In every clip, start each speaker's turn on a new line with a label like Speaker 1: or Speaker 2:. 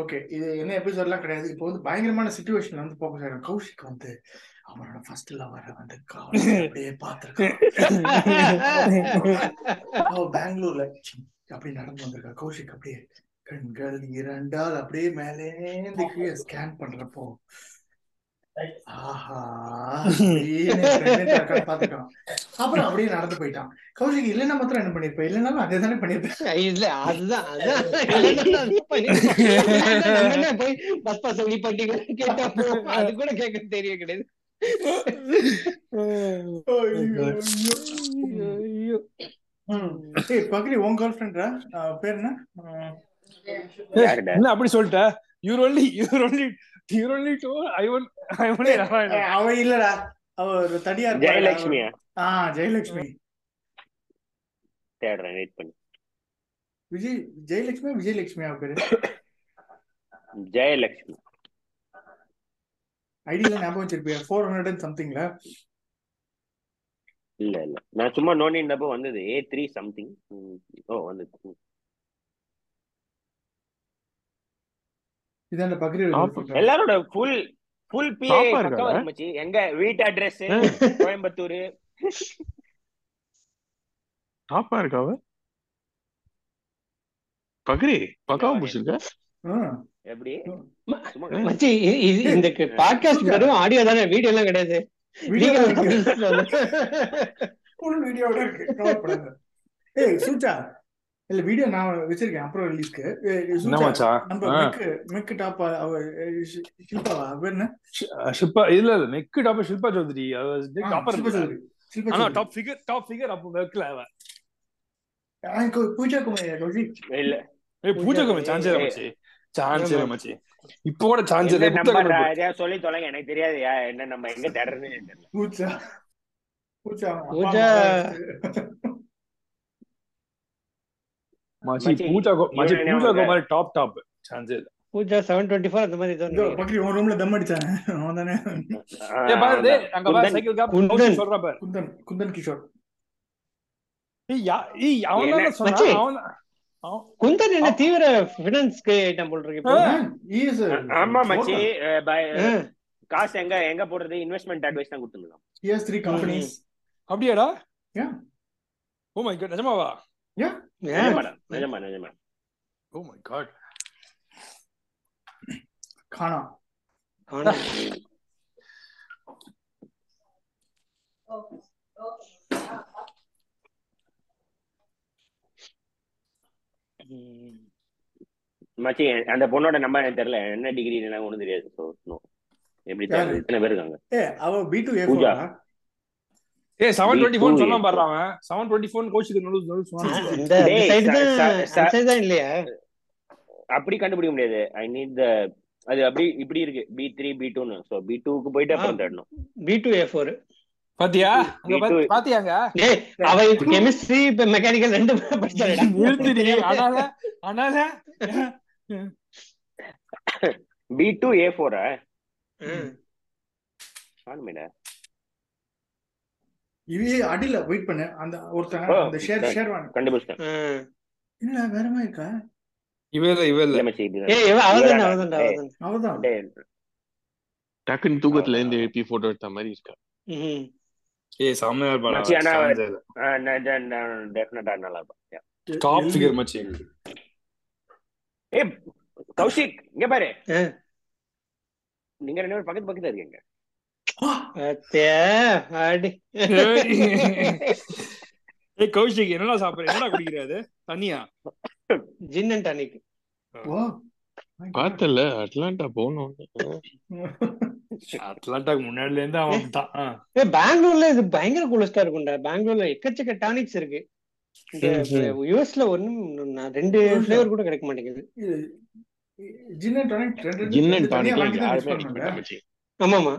Speaker 1: Okay இது என்ன எபிசோட்லாம் கிடையாது இப்போ வந்து பயங்கரமான சுச்சுவேஷன்ல வந்து போக்கஸ் ஆயிடும் கௌஷிக் வந்து அவனோட ஃபர்ஸ்ட் லவரை வந்து காலையில அப்படியே பார்த்துருக்கான் அவ பெங்களூர்ல அப்படியே நடந்து வந்திருக்கா கௌஷிக் அப்படியே கண்கள் இரண்டால் அப்படியே மேலேந்து கீழே ஸ்கேன் பண்றப்போ ஆஹா அப்படின்னு pregnant ஆ இருக்கான்னு பார்த்துட்டான். அப்புறம் அப்படியே நடந்து போயிட்டான் கௌஷிக் இல்லைன்னா மாத்திரம் என்ன பண்ணிருப்பேன் இல்லைனாலும் அதே தானே பண்ணிருப்பேன்
Speaker 2: இல்ல அதுதான் அதான் இல்லைன்னா நான் பண்ணிருப்பேன். இல்லைன்னா நம்ம என்ன போய் பஸ் பாஸ் ஒளி பட்டிங்க கேட்டா போதும். அது கூட கேட்க தெரிய கிடையாது
Speaker 1: ஐயோ, ஐயோ.
Speaker 2: ஐயோ.
Speaker 1: ம். ஏய் பக்ரி உன் கேர்ள் ஃப்ரெண்டா பேர் என்ன அஹ்,
Speaker 3: என்ன அப்படி சொல்லிட்ட your only your only your only to I one I only Ramayanam
Speaker 1: ஏய், அவ இல்லடா அவ ஒரு தனியா இருப்பாளே, அவ-
Speaker 4: ஜெயலட்சுமியா
Speaker 1: ஆ ஜெயலட்சுமி
Speaker 4: தேடுறேன் வெயிட் பண்ணு
Speaker 1: விஜய் ஜெயலட்சுமி விஜயலட்சுமி அவ பேரு
Speaker 4: ஜெயலட்சுமி
Speaker 1: ஐடியில ஞாபகம் வச்சிருப்பியா ஃபோர் ஹண்ட்ரட் அண்ட் சம்திங்ல
Speaker 4: இல்ல இல்ல நான் சும்மா நோண்டினப்போ வந்தது ஏ த்ரீ சம்திங் ஓ வந்தது ம்.
Speaker 1: இதான் பக்ரி
Speaker 3: ஆமா.
Speaker 4: எல்லாரோட ஃபுல் ஃபுல் பிஏ
Speaker 3: Top ஆ இருக்காளா?
Speaker 4: பக்கவா இருந்துச்சு எங்க வீட்டு அட்ரஸ் கோயம்புத்தூர்
Speaker 3: டாப்பா இருக்கா அவ பக்ரி பக்காவா முடிச்சிருக்க
Speaker 4: எப்படி சும்மா
Speaker 2: மச்சி, இ- இது இந்த பாட்காஸ்ட் வெறும் ஆடியோ தானே வீடியோ எல்லாம் கிடையாது நீங்க
Speaker 1: ஃபுல் வீடியோட இருக்கு கவலைப்படாத. ஏய் சூச்சா இல்ல வீடியோ நான் வச்சிருக்கேன் அப்புறம் ரிலீஸ்க்கு
Speaker 3: என்ன மச்சா
Speaker 1: நம்ம மிக்கு மிக்கு டாப் அவ ஏய், ஷி- ஷில்பாவா அவ பேர் என்ன
Speaker 3: ஷில்பா இல்ல இல்ல நெக் டாப் ஷில்பா சௌத்ரி அவ
Speaker 1: ஆ,
Speaker 3: டாப்பர்
Speaker 1: ஷில்பா சௌத்ரி. ஷில்பா
Speaker 3: ஆனா
Speaker 1: Chaudhary.
Speaker 3: Top figure top figure அப்ப வைக்கல அவ
Speaker 1: ஆ, கு- பூஜா குமாரியா கௌஷிக்
Speaker 4: இல்ல
Speaker 3: ஏய் பூஜகம் சான்ஸ் இல்ல
Speaker 4: ஏய்.
Speaker 3: மச்சி சான்ஸ் இல்ல மச்சி இப்போ கூட சான்ஸ்
Speaker 4: என்ன
Speaker 3: இல்ல
Speaker 4: நம்பர்
Speaker 3: புத்தகம்
Speaker 4: எதையா சொல்லி தொலைங்க எனக்கு தெரியாது யா, என்ன நம்ம எங்க தேடுறதுன்னு எனக்கு தெரியல
Speaker 1: பூஜா பூஜா அவன் அப்பா
Speaker 2: பூஜா.
Speaker 1: அம்மாவோட-
Speaker 3: மச்சி
Speaker 4: மச்சி,
Speaker 3: பூஜா கோ- மச்சி
Speaker 4: இவனை
Speaker 3: பூஜா
Speaker 4: நான்
Speaker 3: கோமாரி டாப் டாப் சான்ஸ் இல்ல
Speaker 2: பூஜா செவன் டுவெண்ட்டி ஃபோர் அந்த மாதிரி
Speaker 1: இதோ,
Speaker 2: தான்
Speaker 1: பக்கத்துல உன் ரூம்ல தம் அடிச்சானே அவன் தானே
Speaker 4: ஆ,
Speaker 3: ஏய் பாரு டேய்,
Speaker 4: அதான்.
Speaker 3: அங்க பாரு
Speaker 4: குந்தன்.
Speaker 3: Cycle cop
Speaker 2: Kundan.
Speaker 3: கௌஷிக் சொல்றா பாரு
Speaker 1: குந்தன் குந்தன் கிஷோர்
Speaker 3: ஏய் யா- ஏய் அவன்
Speaker 4: என்ன?
Speaker 3: தான் சொன்னா
Speaker 2: மச்சி.
Speaker 3: அவன்
Speaker 2: குந்தன் என்ன தீவிர பினான்ஸ் ஐட்டம் போல் இருக்கு இப்போ.
Speaker 3: ஆ.
Speaker 1: ஈஸ்
Speaker 4: ஆமா மச்சி அஹ், பய-
Speaker 2: ஆ.
Speaker 4: காசு எங்க எங்க போடுறது இன்வெஸ்ட்மெண்ட் அட்வைஸ் தான் கொடுத்துருந்தோம்
Speaker 1: ஈஸ் த்ரீ கம்பெனிஸ்
Speaker 3: அப்படியாடா
Speaker 1: Yeah.
Speaker 3: ஓ மை காட் நிஜமாவா
Speaker 2: ஏன்?
Speaker 4: நிஜமாடா நிஜமா நிஜமா
Speaker 3: ஓ மை காட்
Speaker 1: காணா
Speaker 2: ஆனா, ம்,
Speaker 4: மச்சி அந்த பொண்ணோட நம்பர் எனக்கு தெரியல என்ன டிகிரி எனக்கு ஒண்ணும் தெரியாது ஸோ நோ எப்படி
Speaker 1: யாரு?
Speaker 4: தெரியாது இத்தனை பேர் இருக்காங்க
Speaker 1: ஏ அவ பி டு ஏ
Speaker 4: பூஜா.
Speaker 3: ஏய் செவன் டுவெண்ட்டி
Speaker 4: Two
Speaker 3: ஃபோர் சொன்னான்
Speaker 4: eight.
Speaker 3: பாரு அவன் செவன் டுவெண்ட்டி ஃபோர் கோச்சுக்கு நடுவு நடுவு சொன்னான்
Speaker 2: இந்த அந்த
Speaker 4: டேய்,
Speaker 2: side
Speaker 4: ச-
Speaker 2: தான்,
Speaker 4: ச-
Speaker 2: அந்த
Speaker 4: ச-
Speaker 2: side தான் இல்லையா
Speaker 4: அப்படி கண்டுபிடிக்க முடியாது ஐ நீட் த அது அப்படி இப்படி இருக்கு பி த்ரீ பி டூன்னு ஸோ பி டூக்கு போயிட்டு அப்புறம்
Speaker 2: ஆ.
Speaker 4: தேடணும்
Speaker 2: பி டூ ஏ ஃபோர்
Speaker 3: பாத்தியா அங்க
Speaker 4: Two
Speaker 3: பாத்து-
Speaker 4: eight.
Speaker 3: பாத்தியாங்க
Speaker 2: டேய் அவ கெமிஸ்ட்ரி இப்ப மெக்கானிக்கல் ரெண்டு படிச்சாடா
Speaker 3: எழுத்துடி அனால அனால
Speaker 4: பி டூ ஏ ஃபோரா காணுமேடா
Speaker 1: இவே அடியில வெயிட் பண்ணு அந்த ஒருத்தன்
Speaker 4: Oh,
Speaker 1: அந்த ஷேர்
Speaker 4: right.
Speaker 1: ஷேர்வான்
Speaker 4: கண்டுபிடிச்சிட்டேன்
Speaker 1: இல்ல வேற மாதிரி இருக்கா
Speaker 3: இவ இல்ல இவ இல்ல
Speaker 4: இல்ல மச்சி இப்படி
Speaker 2: ஏய் இவ அவதான் அவதான் அவதான்
Speaker 1: அவதான்
Speaker 4: டேய்,
Speaker 5: டக்குன்னு தூக்கத்துல இருந்து எழுப்பி போட்டோ எடுத்த மாதிரி இருக்கா
Speaker 2: ம்
Speaker 3: ஏய் செம்மையா இருப்பாடா
Speaker 4: மச்சி, ஆனா அவன்
Speaker 3: சான்ஸே இல்ல.
Speaker 4: ஆ, நான் நான்- நான் definite ஆ நல்லா இருப்பேன் Yeah.
Speaker 3: டாப் ஃபிகர் மச்சி
Speaker 4: ஏய் கௌஷிக் இங்க பாரு
Speaker 2: ஆ.
Speaker 4: நீங்க ரெண்டு பேரும் பக்கத்து பக்கத்துல இருக்கீங்க
Speaker 2: அத்தே, அடி.
Speaker 3: ஏய் கௌஷிக் என்னடா சாப்பிடுற என்னடா குடிக்கிறாரு தண்ணியா
Speaker 2: ஜின் அண்ட் டானிக்
Speaker 1: ஓ
Speaker 5: பார்த்தல அட்லாண்டா போனோம்
Speaker 3: அட்லாண்டாக்கு முன்னாடில இருந்து அவன் தான் ஆ.
Speaker 2: ஏ பெங்களூர்ல இது பயங்கர கூலஸ்டா இருக்கும்டா பெங்களூர்ல எக்கச்சக்க டானிக்ஸ் இருக்கு இந்த யூஎஸ்ல ஒன்னும் நான் ரெண்டு ஃபிளேவர் கூட கிடைக்க மாட்டேங்குது
Speaker 1: ஜின் அண்ட் டானிக் ரெண்டு
Speaker 5: இன்னும்
Speaker 1: தனியா
Speaker 5: டானிக்லாம்
Speaker 1: வாங்கி தான் mix
Speaker 5: யாருமே
Speaker 1: பண்ணுவாங்க.
Speaker 5: அடிக்க மாட்டாங்க மச்சி.
Speaker 2: ஆமாமா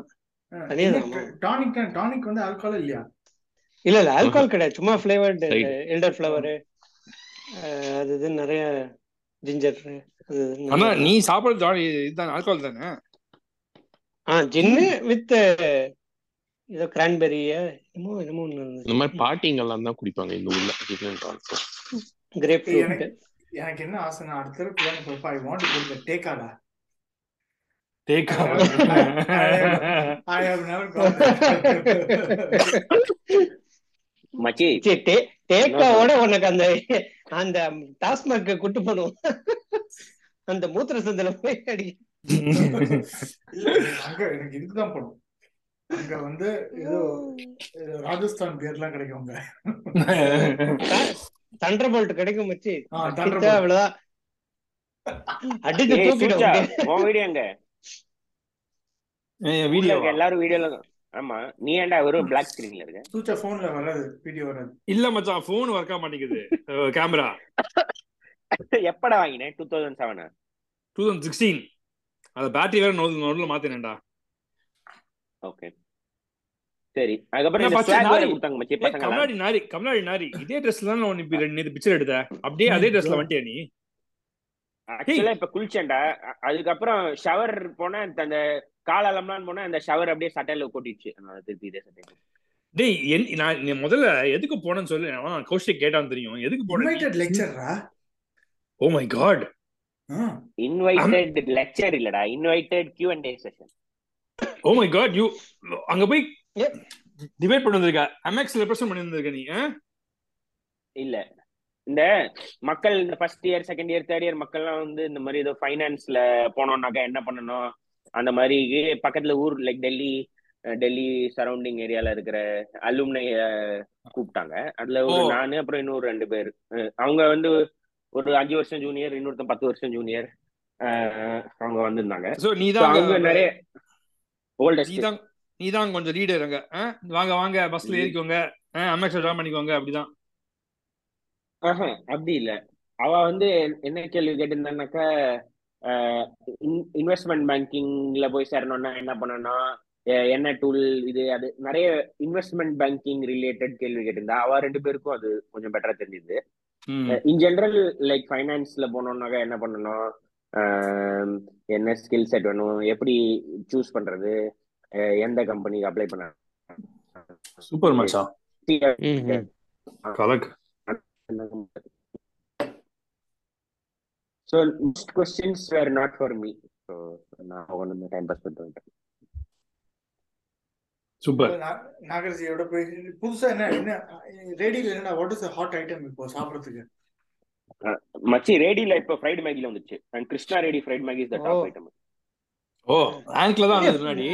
Speaker 1: ஆ,
Speaker 2: தனியா தான்
Speaker 1: gin and tonic தான். tonic வந்து alcohol இல்லையா
Speaker 2: இல்ல இல்ல ஆல்கஹால் கிடையாது சும்மா ஃபிளேவர்டு
Speaker 5: Right.
Speaker 2: எல்டர் ஃபிளவர் அது இது நிறைய ஜிஞ்சர் அது இதுன்னு
Speaker 3: அண்ணா
Speaker 2: நிறைய.
Speaker 3: நீ சாப்பிடுறது ஜாலி- இதுதான் ஆல்கோல் தானே
Speaker 2: ஆ ஜின்னு வித் ஏதோ கிரான்பெரி என்னமோ என்னமோ ஒண்ணு
Speaker 5: இந்த மாதிரி பாட்டிங்கெல்லாம் தான் குடிப்பாங்க இந்த ஊர்ல
Speaker 2: கிரேப்
Speaker 1: எனக்கு- எனக்கு என்ன ஆசை நான் அடுத்த தடவை பிரியாணி போறப்ப ஐ வாண்ட் டு டேக்காடா
Speaker 3: take
Speaker 1: I have never got
Speaker 4: மச்சி
Speaker 2: சரி, டே- டேக்காவோட உனக்கு அந்த அந்த டாஸ்மாக் கூட்டு போனோம் அந்த மூத்திர சந்தில போய் அடி
Speaker 1: இல்ல அங்க எனக்கு இதுக்குதான் போனோம் அங்க வந்து ஏதோ ஏதோ ராஜஸ்தான் பேர் எல்லாம் கிடைக்கும் அங்க
Speaker 2: தண்டர் போல்ட் கிடைக்கும் மச்சி
Speaker 1: ஆ,
Speaker 2: கிட்ட
Speaker 1: Thunderbolt.
Speaker 2: அவ்வளவுதான் அடிச்சு
Speaker 4: ஏய்,
Speaker 2: தூக்கிடும்
Speaker 4: சுச்சா, உன் வீடியோ எங்க வீடியோ
Speaker 3: வீடியோ
Speaker 4: எல்லாரும் வீடியோல தான் ஆமா நீ ஏன்டா வெறும் பிளாக் ஸ்கிரீன்ல இருக்க
Speaker 1: தூச்ச போன்ல வராது வீடியோ வராது
Speaker 3: இல்ல மச்சான் போன் ஒர்க் ஆக மாட்டேங்குது கேமரா
Speaker 4: எப்படா வாங்கினேன் two thousand seven
Speaker 3: two thousand sixteen அது பேட்டரி வேற நோடு நோடுல மாத்தினேன்டா
Speaker 4: ஓகே சரி அதுக்கப்புறம்
Speaker 3: என்ன
Speaker 4: இந்த
Speaker 3: பச்சை
Speaker 4: flag வேற
Speaker 3: நாய்?
Speaker 4: கொடுத்தாங்க மச்சி
Speaker 3: ஏய்,
Speaker 4: பசங்களா
Speaker 3: கமலாடி நாரி கமலாடி நாரி இதே ட்ரெஸ்ல தான் நான் இப்ப ரெண்டு பிக்சர் எடுத்த அப்படியே அதே ட்ரெஸ்ல வந்துட்டியா நீ
Speaker 4: ஆக்சுவலா இப்ப குளிச்சேன்டா அ- அதுக்கப்புறம் ஷவர் போனா அந்த கால் அலம்லாம் போனா அந்த ஷவர் அப்படியே சட்டையில கொட்டிடுச்சு அதனால திருப்பி இதே சட்டை
Speaker 3: டேய் என் நான் நீ முதல்ல எதுக்கு போனேன்னு சொல்லு அவன் கௌஷிக் கேட்டான்னு தெரியும் எதுக்கு போனேன்
Speaker 1: இன்வைட்டட் லெக்சரா
Speaker 3: oh my god
Speaker 4: invited lecture இல்லடா invited Q and A session
Speaker 3: oh my god you அங்க போய்
Speaker 2: Yeah.
Speaker 3: டிபேட் பண்ணி வந்திருக்க அமெக்ஸ் ரெப்ரசன்ட் பண்ணி வந்திருக்க நீ ஆ?
Speaker 4: இல்ல இந்த மக்கள் இந்த first year second year third year மக்கள்லாம் வந்து இந்த மாதிரி ஏதோ ஃபைனான்ஸ்ல போனோம்னாக்கா என்ன பண்ணணும் அந்த மாதிரி பக்கத்துல ஊர் லைக் டெல்லி அஹ், டெல்லி சரௌண்டிங் ஏரியால இருக்கிற அலுமினை கூப்பிட்டாங்க அதுல ஒரு
Speaker 3: ஓ.
Speaker 4: நானு அப்புறம் இன்னொரு ரெண்டு பேர் அஹ், அவங்க வந்து ஒரு அஞ்சு வருஷம் ஜூனியர் இன்னொருத்தன் பத்து வருஷம் ஜூனியர் அவங்க வந்திருந்தாங்க
Speaker 3: சோ நீ
Speaker 4: So,
Speaker 3: தான்
Speaker 4: அவங்க நிறைய
Speaker 3: நீ
Speaker 4: ஓல்டஸ்ட்
Speaker 3: தான் நீ தான் கொஞ்சம் லீடர் அங்க ஆ? வாங்க வாங்க பஸ்ல ஏறிக்கோங்க அமெக்ஸ் ஜாயின் பண்ணிக்கோங்க அப்படிதான்
Speaker 4: ஆஹா அப்படி இல்ல அவ வந்து என்ன கேள்வி கேட்டிருந்தானாக்கா இன்வெஸ்ட்மெண்ட் பேங்கிங்ல போய் சேரணும்னா என்ன பண்ணணும் எ- என்ன டூல் இது அது நிறைய இன்வெஸ்ட்மெண்ட் பேங்கிங் ரிலேட்டட் கேள்வி கேட்டிருந்தா அவ ரெண்டு பேருக்கும் அது கொஞ்சம் பெட்டரா தெரிஞ்சுது
Speaker 3: ம்.
Speaker 4: இன் ஜென்ரல் லைக் ஃபைனான்ஸ்ல போனோம்னாக்கா என்ன பண்ணணும் அஹ், என்ன ஸ்கில் செட் வேணும் எப்படி சூஸ் பண்றது அஹ், எந்த கம்பெனிக்கு அப்ளை பண்ண
Speaker 3: சூப்பர் மச்சான் கலக்கு
Speaker 4: So most questions were not for me. So now one of the time pass பண்ணிட்டு வந்துட்டேன்.
Speaker 3: சூப்பர்
Speaker 1: நாகரசியோட போய் புதுசா என்ன என்ன ரேடியில என்ன வாட் இஸ் ஹாட் ஐட்டம் இப்போ சாப்பிடறதுக்கு
Speaker 4: மச்சி ரேடியில இப்ப ஃப்ரைட் மேகில வந்துச்சு and Krishna Reddy fried Maggi is the top
Speaker 2: Oh.
Speaker 4: Item
Speaker 3: ஓ ஆங்க்ல தான் இருந்தது முன்னாடி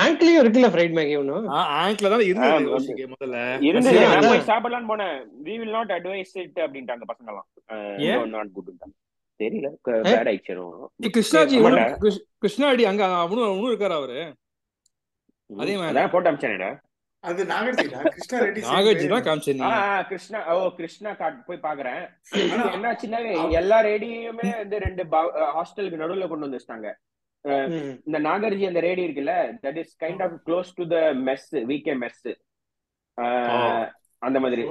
Speaker 2: ஆங்கிலையும் இருக்குல்ல ஃப்ரைட் மேகி ஒன்னும்
Speaker 3: ஆ, ஆங்க்ல தான் இருந்தது
Speaker 4: ஆ,
Speaker 3: கௌஷிக் முதல்ல
Speaker 4: இருந்து
Speaker 2: Yeah,
Speaker 4: நான்
Speaker 2: yeah.
Speaker 4: போய் சாப்பிடலாம்னு போனேன் we will not advise it அப்படின்ட்டாங்க Uh, பசங்க
Speaker 3: ஏன்?
Speaker 4: எல்லாம் நாட் குட் தெரியல
Speaker 2: ஏ?
Speaker 4: பேட் ஆயிடுச்சிடும்
Speaker 3: ஏய், கிருஷ்ணாஜி
Speaker 4: ஆமாடா.
Speaker 3: ஒன்னும் கிருஷ்- கிருஷ்ணாடி அங்க அவனும் அவனும் இருக்காரு அவரு அதே மாதிரி.
Speaker 4: அதான் போட்டு அமிச்சானேடா
Speaker 1: அது நாகரசிடா கிருஷ்ணா ரெட்டி same
Speaker 3: நாகாஜி
Speaker 1: பேரு.
Speaker 3: தான் காமிச்ச நீ
Speaker 4: ஆ ஆ, கிருஷ்ணா ஓ கிருஷ்ணா காட் போய் பாக்குறேன்
Speaker 1: ஆனா,
Speaker 4: என்னாச்சுன்னா எல்லா ரேடியுமே வந்து ரெண்டு ஹாஸ்டலுக்கு நடுவுல கொண்டு வந்துட்டாங்க இந்த நாகர்ஜி அந்த ரேடி இருக்குல்ல that is kind of close to the mess வீக்கே மெஸ் அந்த மாதிரி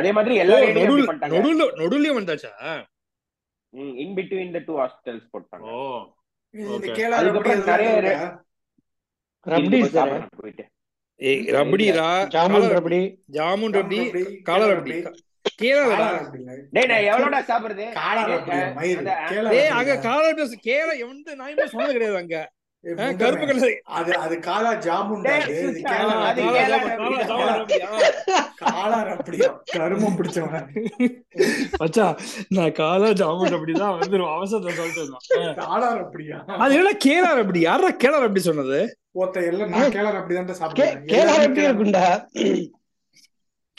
Speaker 4: அதே மாதிரி எல்லா
Speaker 3: நடுவுல
Speaker 4: ரேடியும் பண்ணிட்டாங்க
Speaker 3: நடுவுல நடுவுலயே வந்தாச்சா
Speaker 4: in between the two hostels போட்டாங்க
Speaker 3: ஓ
Speaker 1: இந்த
Speaker 3: Okay.
Speaker 1: கேரளா
Speaker 4: அதுக்கப்புறம்
Speaker 1: ரப்படி
Speaker 4: நிறைய
Speaker 1: இதெல்லாம்
Speaker 2: ரப்டி
Speaker 4: ரே- இங்க போய் சாப்பிடணும் போயிட்டு
Speaker 3: ஏய் ரபடி ரா
Speaker 2: ஜாமுன்
Speaker 3: காலர்
Speaker 2: ரப்டி
Speaker 3: ஜாமுன்
Speaker 1: இருக்கா?
Speaker 3: ரபடி
Speaker 1: ரப்படி,
Speaker 3: காலா
Speaker 1: கேரளா ரப்படி,
Speaker 3: ரபடி கேரளா
Speaker 1: காலா ரப்படி இல்ல.
Speaker 4: டேய் நான் எவ்வளோடா சாப்பிடுறது
Speaker 1: காலா ரப்படியா, மயிரு,
Speaker 4: அந்த-
Speaker 1: கேரளா
Speaker 3: ஏய் அங்க
Speaker 1: ரப்படியா?
Speaker 3: காலர் பேச கேரளா எந்த நாயுமே சொன்னது கிடையாது அங்க
Speaker 1: ஏய்,
Speaker 3: ஆ,
Speaker 1: முண்டை
Speaker 3: கருப்பு
Speaker 1: மேல.
Speaker 3: கலர்
Speaker 1: அது அது காலா ஜாமுன்டா
Speaker 4: டேய்,
Speaker 1: டேய், இது
Speaker 4: சுத்தா,
Speaker 1: கேரளா
Speaker 3: ஆ,
Speaker 4: அது
Speaker 1: ரப்படி.
Speaker 3: காலா
Speaker 4: கேரளா
Speaker 3: ஜாமுன்,
Speaker 4: ரபடி.
Speaker 3: காலா ஜாமுன் ரபடி, ஆ.
Speaker 1: காலா ரப்படியா கருமம் பிடிச்சவன
Speaker 3: மச்சான், நான் காலா ஜாமுன் ரபடி தான் வந்துரும் அவசரத்துல சொல்லிட்டு இருந்தேன்.
Speaker 1: காலா ரப்படியா
Speaker 3: அது என்ன கேரளா ரபடி யாரா கேரளா ரபடி சொன்னது
Speaker 1: ஒத்த எல்லாம் நான் கேரளா ரப்படி தான்
Speaker 2: கே-
Speaker 1: சாப்பிடுவேன்
Speaker 2: கேரளா ரப்டி இருக்கும்டா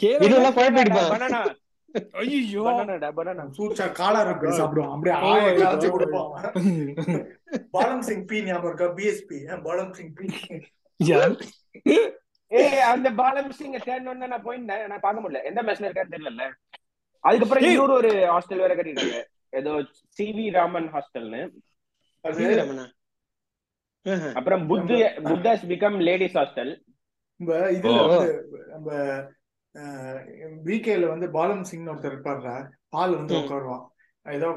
Speaker 3: கேரளா
Speaker 2: இதெல்லாம் குழப்பி அடிப்பான்
Speaker 4: banana,
Speaker 3: ஐயோ
Speaker 4: banana-டா, banana.
Speaker 1: சூச்சா காலா ரப்படி சாப்பிடுவோம் அப்படியே
Speaker 3: Oh
Speaker 1: ஆய
Speaker 3: my
Speaker 1: காலச்சு
Speaker 3: God.
Speaker 1: கொடுப்பான் பாலம் சிங் பி ஞாபகம் இருக்கா பிஎஸ்பி பாலம் சிங் பி
Speaker 3: யார்
Speaker 4: ஏய் அந்த பாலம் சிங்க தேடணும்னு நான் போயிருந்தேன் நான் பார்க்க முடியல எந்த மேட்ச்ல இருக்கான்னு தெரியல அதுக்கப்புறம்
Speaker 3: ஏய்.
Speaker 4: இன்னொரு ஒரு ஹாஸ்டல் வேற கட்டிட்டாங்க ஏதோ சி வி ராமன் ஹாஸ்டல்னு
Speaker 1: அது
Speaker 2: சீனி ரமணா. ஆஹா.
Speaker 4: அப்புறம் புத்து புத்தாஸ் பிகம் லேடிஸ் ஹாஸ்டல்
Speaker 1: நம்ம இதுல
Speaker 3: ஓ.
Speaker 1: வந்து நம்ம பிகேல வந்து பாலம் சிங்னு ஒருத்தர் இருப்பாருடா பால் வந்து
Speaker 2: ம்.
Speaker 1: உட்காருவான் ஏதோ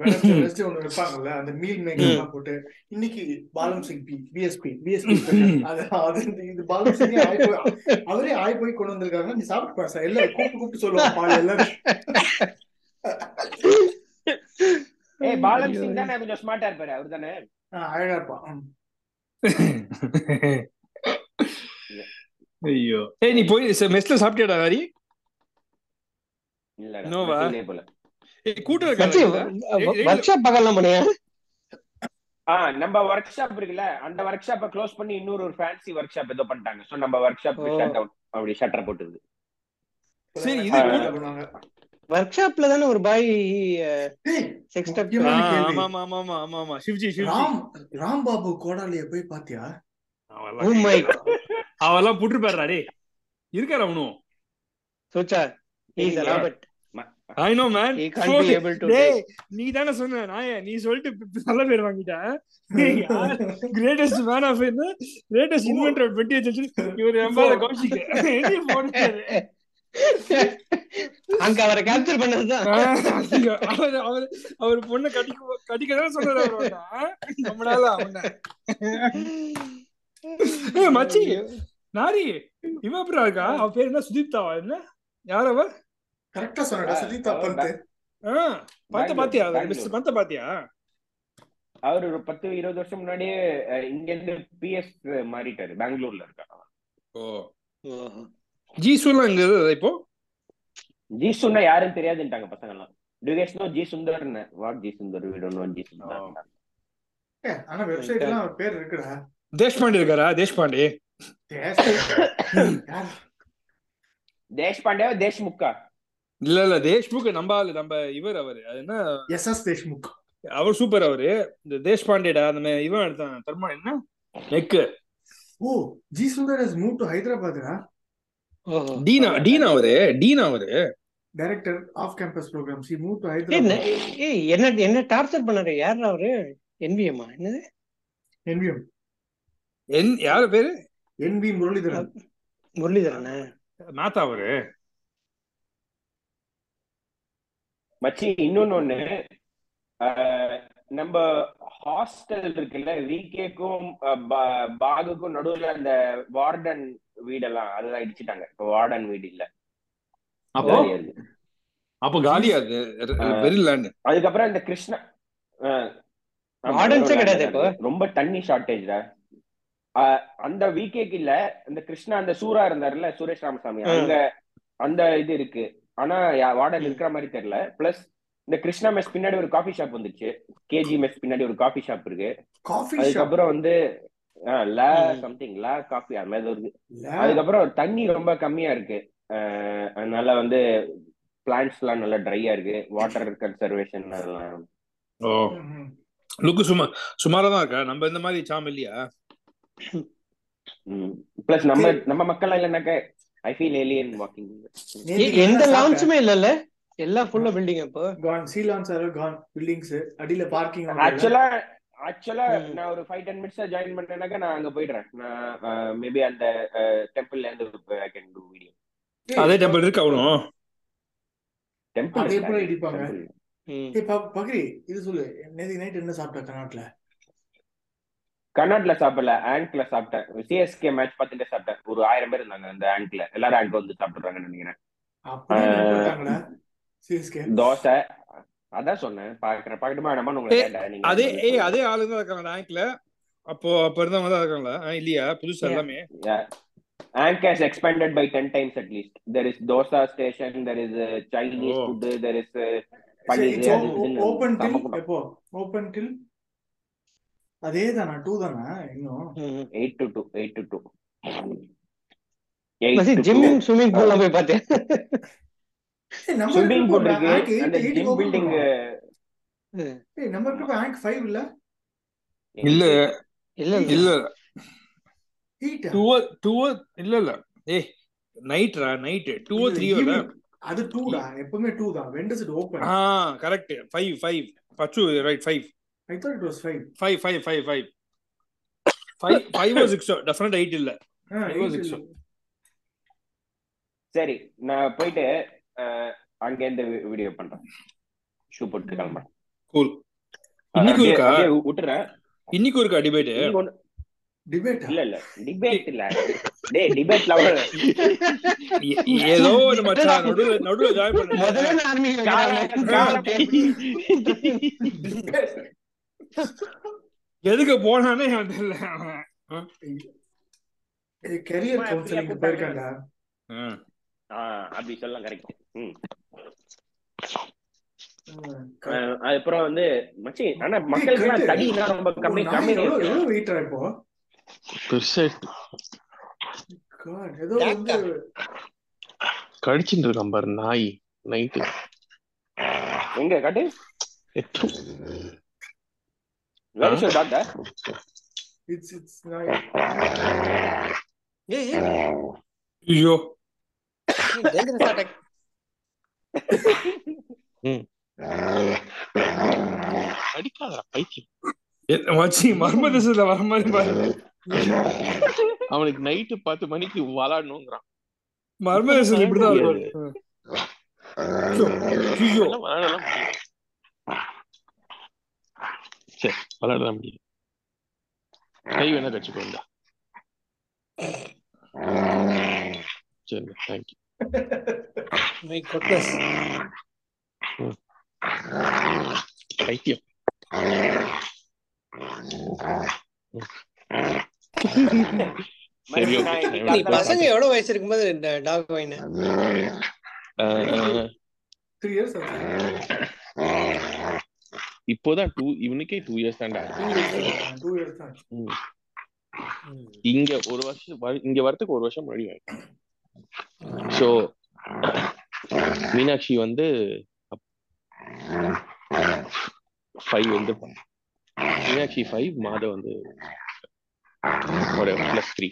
Speaker 1: வெனஸ்டே வெனஸ்டே ஒண்ணு வைப்பாங்கல்ல அந்த மீல் மேக்கர் எல்லாம் போட்டு இன்னைக்கு Palam Singh B BSP BSP அது அது இந்த- இது பாலம் சிங் அவரே ஆய் போய் கொண்டு வந்திருக்காங்க நீ சாப்பிட்டு பாரு சார் எல்லாரும் கூப்பிட்டு கூப்பிட்டு சொல்லுவான் பால் எல்லாரும்
Speaker 4: ஏய் பாலம் சிங் தானே கொஞ்சம் ஸ்மார்ட்டா இருப்பாரு அவர் தானே
Speaker 1: ஆஹ் அழகா இருப்பான் ம்.
Speaker 3: ஐயோ ஏய் நீ போய் மெஸ்ல சாப்பிட்டியாடா ஹரி
Speaker 4: இல்ல
Speaker 3: நோவா?
Speaker 4: போல
Speaker 3: ஏய் கூட்டம்
Speaker 2: சச்சி
Speaker 3: இருக்கா
Speaker 2: ஒர்க் ஷாப் பார்க்கலாம் பண்ணியா
Speaker 4: ஆ நம்ம ஒர்க் ஷாப் இருக்குல்ல அந்த ஒர்க் ஷாப்ப க்ளோஸ் பண்ணி இன்னொரு ஒரு ஃபேன்சி ஒர்க் ஷாப் ஏதோ பண்ணிட்டாங்க சோ நம்ம ஒர்க் ஷாப்
Speaker 2: ஓ.
Speaker 4: ஷட் டவுன் அப்படி ஷட்டர் போட்டுருது
Speaker 3: சரி,
Speaker 4: இது
Speaker 1: ஆஹ்
Speaker 4: கூட-
Speaker 1: பண்ணுவாங்க.
Speaker 2: ஒர்க் ஷாப்ல தானே ஒரு பாய்
Speaker 1: டேய்,
Speaker 2: செக்ஸ் டாப்
Speaker 3: ஆ,
Speaker 1: முக்கியமா-
Speaker 3: ஆமா ஆமா ஆமா ஆமா ஆமா ஆமா சிவ்ஜி சிவ்ஜி
Speaker 1: ராம் ராம் பாபு கோடாலிய போய் பாத்தியா
Speaker 2: ஓ
Speaker 3: அவெல்லாம்
Speaker 2: மை
Speaker 3: அவெல்லாம் புட்டுப்பாருடா டே இருக்காரு அவனும்
Speaker 2: சோச்சா is
Speaker 4: Yeah.
Speaker 2: Robert
Speaker 3: I know man
Speaker 2: he can't be able to
Speaker 3: டேய்
Speaker 2: take-
Speaker 3: நீ தானே சொன்ன நாயே நீ சொல்லிட்டு பி- பி- நல்ல பேர் வாங்கிட்ட கிரேட்டஸ்ட் மேன் ஆஃப் என்ன greatest inventor of twenty century இவர் எம்பாத கௌஷிக் நீ போட்டாரு
Speaker 2: அங்க அவரை கேப்சர் பண்ணதுதான்
Speaker 3: அவர் அவர் அவர் பொண்ணை கட்டிக்க கட்டிக்க தானே சொன்னாரு அவர் உன்னை, ஆ? நம்மளால அவன ஏய், மச்சி. நாரி இவன் அப்புறம் இருக்கா அவ பேர் என்ன சுதீப்தாவா என்ன யார் அவ
Speaker 1: கரெக்டா சொன்னடா
Speaker 4: ஆ,
Speaker 1: சுஜிதா
Speaker 4: ஆ,
Speaker 1: பந்த்
Speaker 3: ஆ, பந்த
Speaker 4: பெங்களூர்,
Speaker 3: பாத்தியா
Speaker 4: பெங்களூர்.
Speaker 3: மிஸ்டர் பந்த பாத்தியா
Speaker 4: அவர் ஒரு பத்து இருபது வருஷம் முன்னாடியே அஹ், இங்க இருந்து பிஎஸ் மாறிட்டாரு பெங்களூர்ல இருக்காரு
Speaker 3: ஓ
Speaker 2: ஓஹோ.
Speaker 3: ஜீசுலாம் இங்க இருக்குதா இப்போ
Speaker 4: ஜி சுன்னா யாருன்னு தெரியாதுன்ட்டாங்க பசங்க எல்லாம் டுகேஷ்னோ ஜி சுந்தர்னு வாட் ஜி சுந்தர் வீடு ஒன்னு ஜி சுந்தர்
Speaker 1: ஏ, ஆனா வெப்சைட் எல்லாம் அவன் பேர் இருக்குடா
Speaker 3: தேஷ்பாண்டே இருக்காரா தேஷ்பாண்டே
Speaker 1: தேச- யார்?
Speaker 4: தேஷ் பாண்டே தேஷ் முக்கா
Speaker 3: இல்ல இல்ல தேஷ்முக் நம்ம ஆளு நம்ம இவர் அவரு அது என்ன
Speaker 1: எஸ்.எஸ். தேஷ்முக்
Speaker 3: அவர் சூப்பர் அவரு இந்த தேஷ்பாண்டேடா அந்த மே- இவன் எடுத்தான் தர்மா என்ன நெக்கு
Speaker 1: ஓ G Sundar has moved to ஹைதராபாத்ரா
Speaker 2: ஓஹோ.
Speaker 3: டீனா டீனா அவரு டீனா அவரு
Speaker 1: director of campus programs he moved to
Speaker 2: ஏய்,
Speaker 1: ஹைதராபாத்
Speaker 2: ந- ஏய், என்ன என்ன டார்ச்சர் பண்ணாரு யார் அவரு என்பிஎம்மா என்னது
Speaker 1: என்விஎம்
Speaker 3: என் யாரு பேரு
Speaker 1: என்வி முரளிதரன்
Speaker 2: முரளிதரனா
Speaker 3: நாத்தா அவரு
Speaker 4: மச்சி இன்னொன்னு ஒண்ணு அஹ், நம்ம ஹாஸ்டல் இருக்குல்ல விகேக்கும் பாகுக்கும் நடுவுல அந்த வார்டன் வீடெல்லாம் அதெல்லாம் இடிச்சிட்டாங்க இப்போ வார்டன் வீடு இல்ல
Speaker 3: அப்போ
Speaker 4: காலியா இருக்கு.
Speaker 3: அப்போ காலியா இருக்கு வெரி லேண்ட்
Speaker 4: அதுக்கப்புறம் இந்த கிருஷ்ணா அஹ், ஆமா,
Speaker 2: Wardens ஏ
Speaker 4: ரொம்ப
Speaker 2: கிடையாது
Speaker 4: நல்லதா
Speaker 2: இப்போ.
Speaker 4: இருக்கு. ரொம்ப தண்ணி ஷார்டேஜ்ல அந்த விகேக்கு இல்ல இந்த கிருஷ்ணா அந்த சூரா இருந்தாருல்ல சுரேஷ் ராமசாமி
Speaker 2: ஆ.
Speaker 4: அங்க அந்த இது இருக்கு ஆனா யா- வார்டன் இருக்கிற மாதிரி தெரியல பிளஸ் இந்த கிருஷ்ணா மெஸ் பின்னாடி ஒரு காஃபி ஷாப் வந்துச்சு கேஜி மெஸ் பின்னாடி ஒரு காஃபி ஷாப் இருக்கு
Speaker 1: காஃபி ஷாப்
Speaker 4: அதுக்கப்புறம் வந்து ஆ, லா
Speaker 2: ம்.
Speaker 4: சம்திங் லா காஃபி அது மாதிரி ஏதோ இருக்கு அதுக்கப்புறம் தண்ணி ரொம்ப கம்மியா இருக்கு அஹ், அதனால வந்து பிளான்ட்ஸ் எல்லாம் நல்லா ட்ரையா இருக்கு வாட்டர் கன்சர்வேஷன் அதெல்லாம்
Speaker 3: ஓ லுக்கு சும்மா சுமாரா தான் இருக்கா நம்ம இந்த மாதிரி சாம் இல்லையா
Speaker 4: பிளஸ் Mm. நம்ம நம்ம மக்கள் இல்லைனாக்க ஐ ஃபீல் ஏலியன் வாக்கிங்
Speaker 2: ஏய், எந்த லான்ச்சுமே இல்லல்ல எல்லாம் ஃபுல்லா பில்டிங் இப்போ
Speaker 1: கான் சீ லான்ஸ் ஆர் கான் பில்டிங்ஸ் அடியில பார்க்கிங்
Speaker 4: ஆக்சுவலா ஆக்சுவலா
Speaker 1: Hmm.
Speaker 2: ம்.
Speaker 4: நான் ஒரு ஃபைவ் டென் மினிட்ஸ் ஜாயின் பண்ணேனாக்க நான் அங்க போயிடுறேன் நான் மேபி அந்த டெம்பிள்ல இருந்து ஐ கேன் டூ வீடியோ
Speaker 3: அதே டெம்பிள் இருக்கு அவனும்
Speaker 1: அது எப்படி இடிப்பாங்க?
Speaker 4: டெம்பிள்
Speaker 2: ம்.
Speaker 1: பக்ரி இது சொல்லு நேத்து நைட் என்ன சாப்பிட்ட கர்நாட்ல
Speaker 4: கர்நாட்ல சாப்பிடல ஆங்க்ல சாப்பிட்டேன் சிஎஸ்கே மேட்ச் பார்த்துட்டு சாப்பிட்டேன் ஒரு ஆயிரம் பேர் இருந்தாங்க அந்த ஆங்க்ல எல்லாரும் ஆங்க் வந்து சாப்பிடுறாங்கன்னு நினைக்கிறேன்
Speaker 1: அப்படி
Speaker 4: ஆ.
Speaker 1: போட்டாங்களா சிஎஸ்கே
Speaker 4: தோசை அதான் சொன்னேன் பாக்குறேன் பாக்கட்டுமா நம்ம உங்களை
Speaker 3: ஏய்,
Speaker 4: கேட்டேன் நீங்க
Speaker 3: அதே ஏய் அதே ஆளுங்க தான் இருக்காங்க ரேங்க்ல அப்போ அப்ப இருந்தவங்க தான் இருக்காங்களா ஆ, இல்லையா புதுசா எல்லாமே
Speaker 4: ஆங்க் has expanded by ten times at least there is dosa station there is Chinese
Speaker 3: Oh.
Speaker 4: Food there is paneer அது இதுன்னு
Speaker 1: ஓபன் டில்
Speaker 4: செம்ம கூட்டம்.
Speaker 1: எப்போ ஓபன் டில் அதே தானா டூ தானா இன்னும்
Speaker 2: ம்.
Speaker 4: Eight to two eight to two
Speaker 2: மச்சி, ஜிம் ஸ்விம்மிங் பூல்லாம் போய் பார்த்தேன்
Speaker 1: ஏய், நம்ம
Speaker 4: ஸ்விம்மிங்
Speaker 1: இருக்கிறப்ப
Speaker 4: பூல் இருக்கு
Speaker 1: ஆங்க் eight,
Speaker 4: அந்த
Speaker 1: eight
Speaker 4: ஜிம்
Speaker 1: open
Speaker 4: பில்டிங்
Speaker 1: பண்ணுவாங்க. ஏய், நம்ம இருக்கிறப்ப ஆங்க் ஃபைவ் இல்ல
Speaker 3: இல்ல
Speaker 2: இல்ல இல்ல
Speaker 3: இல்ல
Speaker 1: எயிட்
Speaker 3: டூ டூ oh, இல்ல இல்ல ஏய் நைட்ரா நைட் டூ ஓ த்ரீ ஓ
Speaker 1: அது டூ தான் எப்பவுமே டூ தான் when does it open
Speaker 3: oh ஆ correct five five Bachu right five
Speaker 1: I thought it was five
Speaker 3: five five five five five five ஓ சிக்ஸோ டெஃபினட் எயிட் இல்ல It was six.
Speaker 4: சரி நான் போயிட்டு uh, அஹ், அங்க இருந்து வீடியோ பண்றேன் ஷூ போட்டு கிளம்புறேன்
Speaker 3: கூல் இன்னைக்கு
Speaker 4: இன்னைக்கு
Speaker 3: இருக்கா
Speaker 4: விட்டுறேன்
Speaker 3: இன்னைக்கு இருக்கா டிபேட்
Speaker 4: இன்னைக்கு ஒண்ணு-
Speaker 1: டிபேட்
Speaker 4: இல்ல இல்ல டிபேட் இல்ல டேய் டிபேட்ல அவர்
Speaker 3: ஏதோ நம்ம நடுவுல நடுவுல ஜாயின்
Speaker 2: முதல்ல
Speaker 3: பண்ண
Speaker 2: நான் army ல
Speaker 4: காலை-
Speaker 2: வைக்கிறாங்க.
Speaker 4: காலை-
Speaker 3: எதுக்கு போனானே அவன் தெரியல அவன்.
Speaker 1: இது கெரியர் கவுன்சிலிங் போயிருக்காண்டா
Speaker 3: ஆ.
Speaker 4: ஆ, அப்படி சொல்லலாம் கரெக்ட்
Speaker 1: ம்,
Speaker 4: அப்புறம் வந்து மச்சி ஆனா மக்களுக்கு
Speaker 1: கேட்டு.
Speaker 4: தடினா ரொம்ப கம்மி
Speaker 1: ஒரு
Speaker 4: கம்மி
Speaker 1: நாய் எவ்வளவு- எவ்வளவு weight ஆ இப்போ?
Speaker 5: பெருசா
Speaker 1: God, ஏதோ வந்து
Speaker 6: டாக்கா.
Speaker 5: கடிச்சுட்டு இருக்கான் பாரு நாய் நைட்டு
Speaker 4: எங்க காட்டு டாக்டர்
Speaker 1: it's- it's நாய்.
Speaker 6: ஏய்
Speaker 3: ஐயோ
Speaker 6: டேஞ்சரஸ் அட்டாக்
Speaker 5: அடிக்காதடா பைத்தியம்
Speaker 3: எ- மச்சி மர்ம திசையில வர மாதிரி பாரு
Speaker 5: அவனுக்கு நைட்டு பத்து மணிக்கு விளாடணுங்கிறான்
Speaker 3: மர்ம திசையில இப்படிதான் இருக்கும் ஐயோ ஐயோ.
Speaker 5: விளாடலாம் முடியாது சரி விளாடலாம் முடியாது கை வேணா கடிச்சுக்கோ இந்தா. சரி தேங்க்யூ
Speaker 6: மை குட்னஸ்
Speaker 5: பைத்தியம் சரி okay.
Speaker 6: நீ பசங்க எவ்வளவு வயசு இருக்கும்போது இந்த டாக் வாங்கின
Speaker 5: ஆ, ஆ.
Speaker 1: Three years ஆச்சு.
Speaker 5: இப்போதான் டூ இவனுக்கே டூ இயர்ஸ் தான்டா
Speaker 1: Two years ஆச்சு. Two years தான் ஆச்சு.
Speaker 5: இங்க ஒரு வருஷம் வர- இங்க வரதுக்கு ஒரு வருஷம் முன்னாடி ஸோ மீனாட்சி வந்து ஃபைவ் வந்து பண்ணா. மீனாட்சி ஃபைவ் மாதம் வந்து ஒரு plus three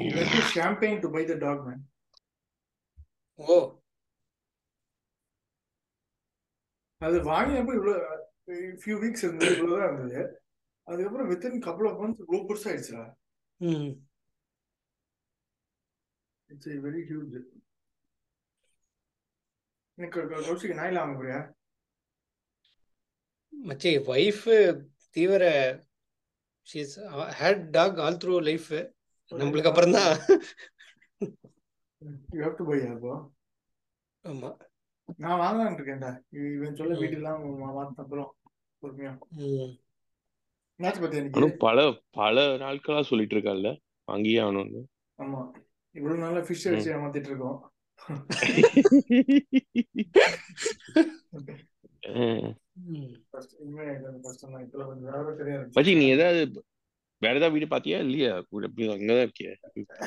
Speaker 1: He went to champagne to buy the dog, man.
Speaker 6: ஓ
Speaker 1: அது வாங்கினப்ப இவ்வளவு ஃபியூ வீக்ஸ் இருந்தது இவ்வளவுதான் இருந்தது அதுக்கப்புறம் வித்தின் கப்பல் ஆஃப் மந்த்ஸ் இவ்வளவு பெருசாயிடுச்சுடா
Speaker 6: ம்
Speaker 1: இட்ஸ் வெரி ஹியூஜ் எனக்கு கௌ- கௌஷிக் நாய் இல்லாம போறியா
Speaker 6: மச்சி ஒய்ஃப் தீவிர she's hate dog all through life நம்மளுக்கு அப்புறம் தான்
Speaker 1: யூ ஹேவ் டு பை அப்போ
Speaker 6: ஆமா
Speaker 1: நான் வாங்கலாம்னு இருக்கேன்டா இவ- இவன் சொல்ல
Speaker 6: ம்.
Speaker 1: வீட்டுலாம் மாத்த அப்புறம் பொறுமையா
Speaker 6: ம்
Speaker 1: என்னாச்சு பத்தி எனக்கு
Speaker 5: ஆனால் பல பல நாட்களா சொல்லிட்டு இருக்கால வாங்கியே ஆகணும்னு
Speaker 1: ஆமா இவ்வளவு நாளா ஃபிஷ் வச்சு ஏமாத்திட்டு இருக்கோம்
Speaker 5: அஹ்.
Speaker 6: ம்.
Speaker 1: First- இனிமே எனக்கு கஷ்டம் தான் இப்பெல்லாம் கொஞ்சம் வேற சரியா இருக்கு
Speaker 5: மச்சி நீ ஏதாவது வேற ஏதாவது வீடு பாத்தியா இல்லையா அப்படி அங்கதான் இருக்கியா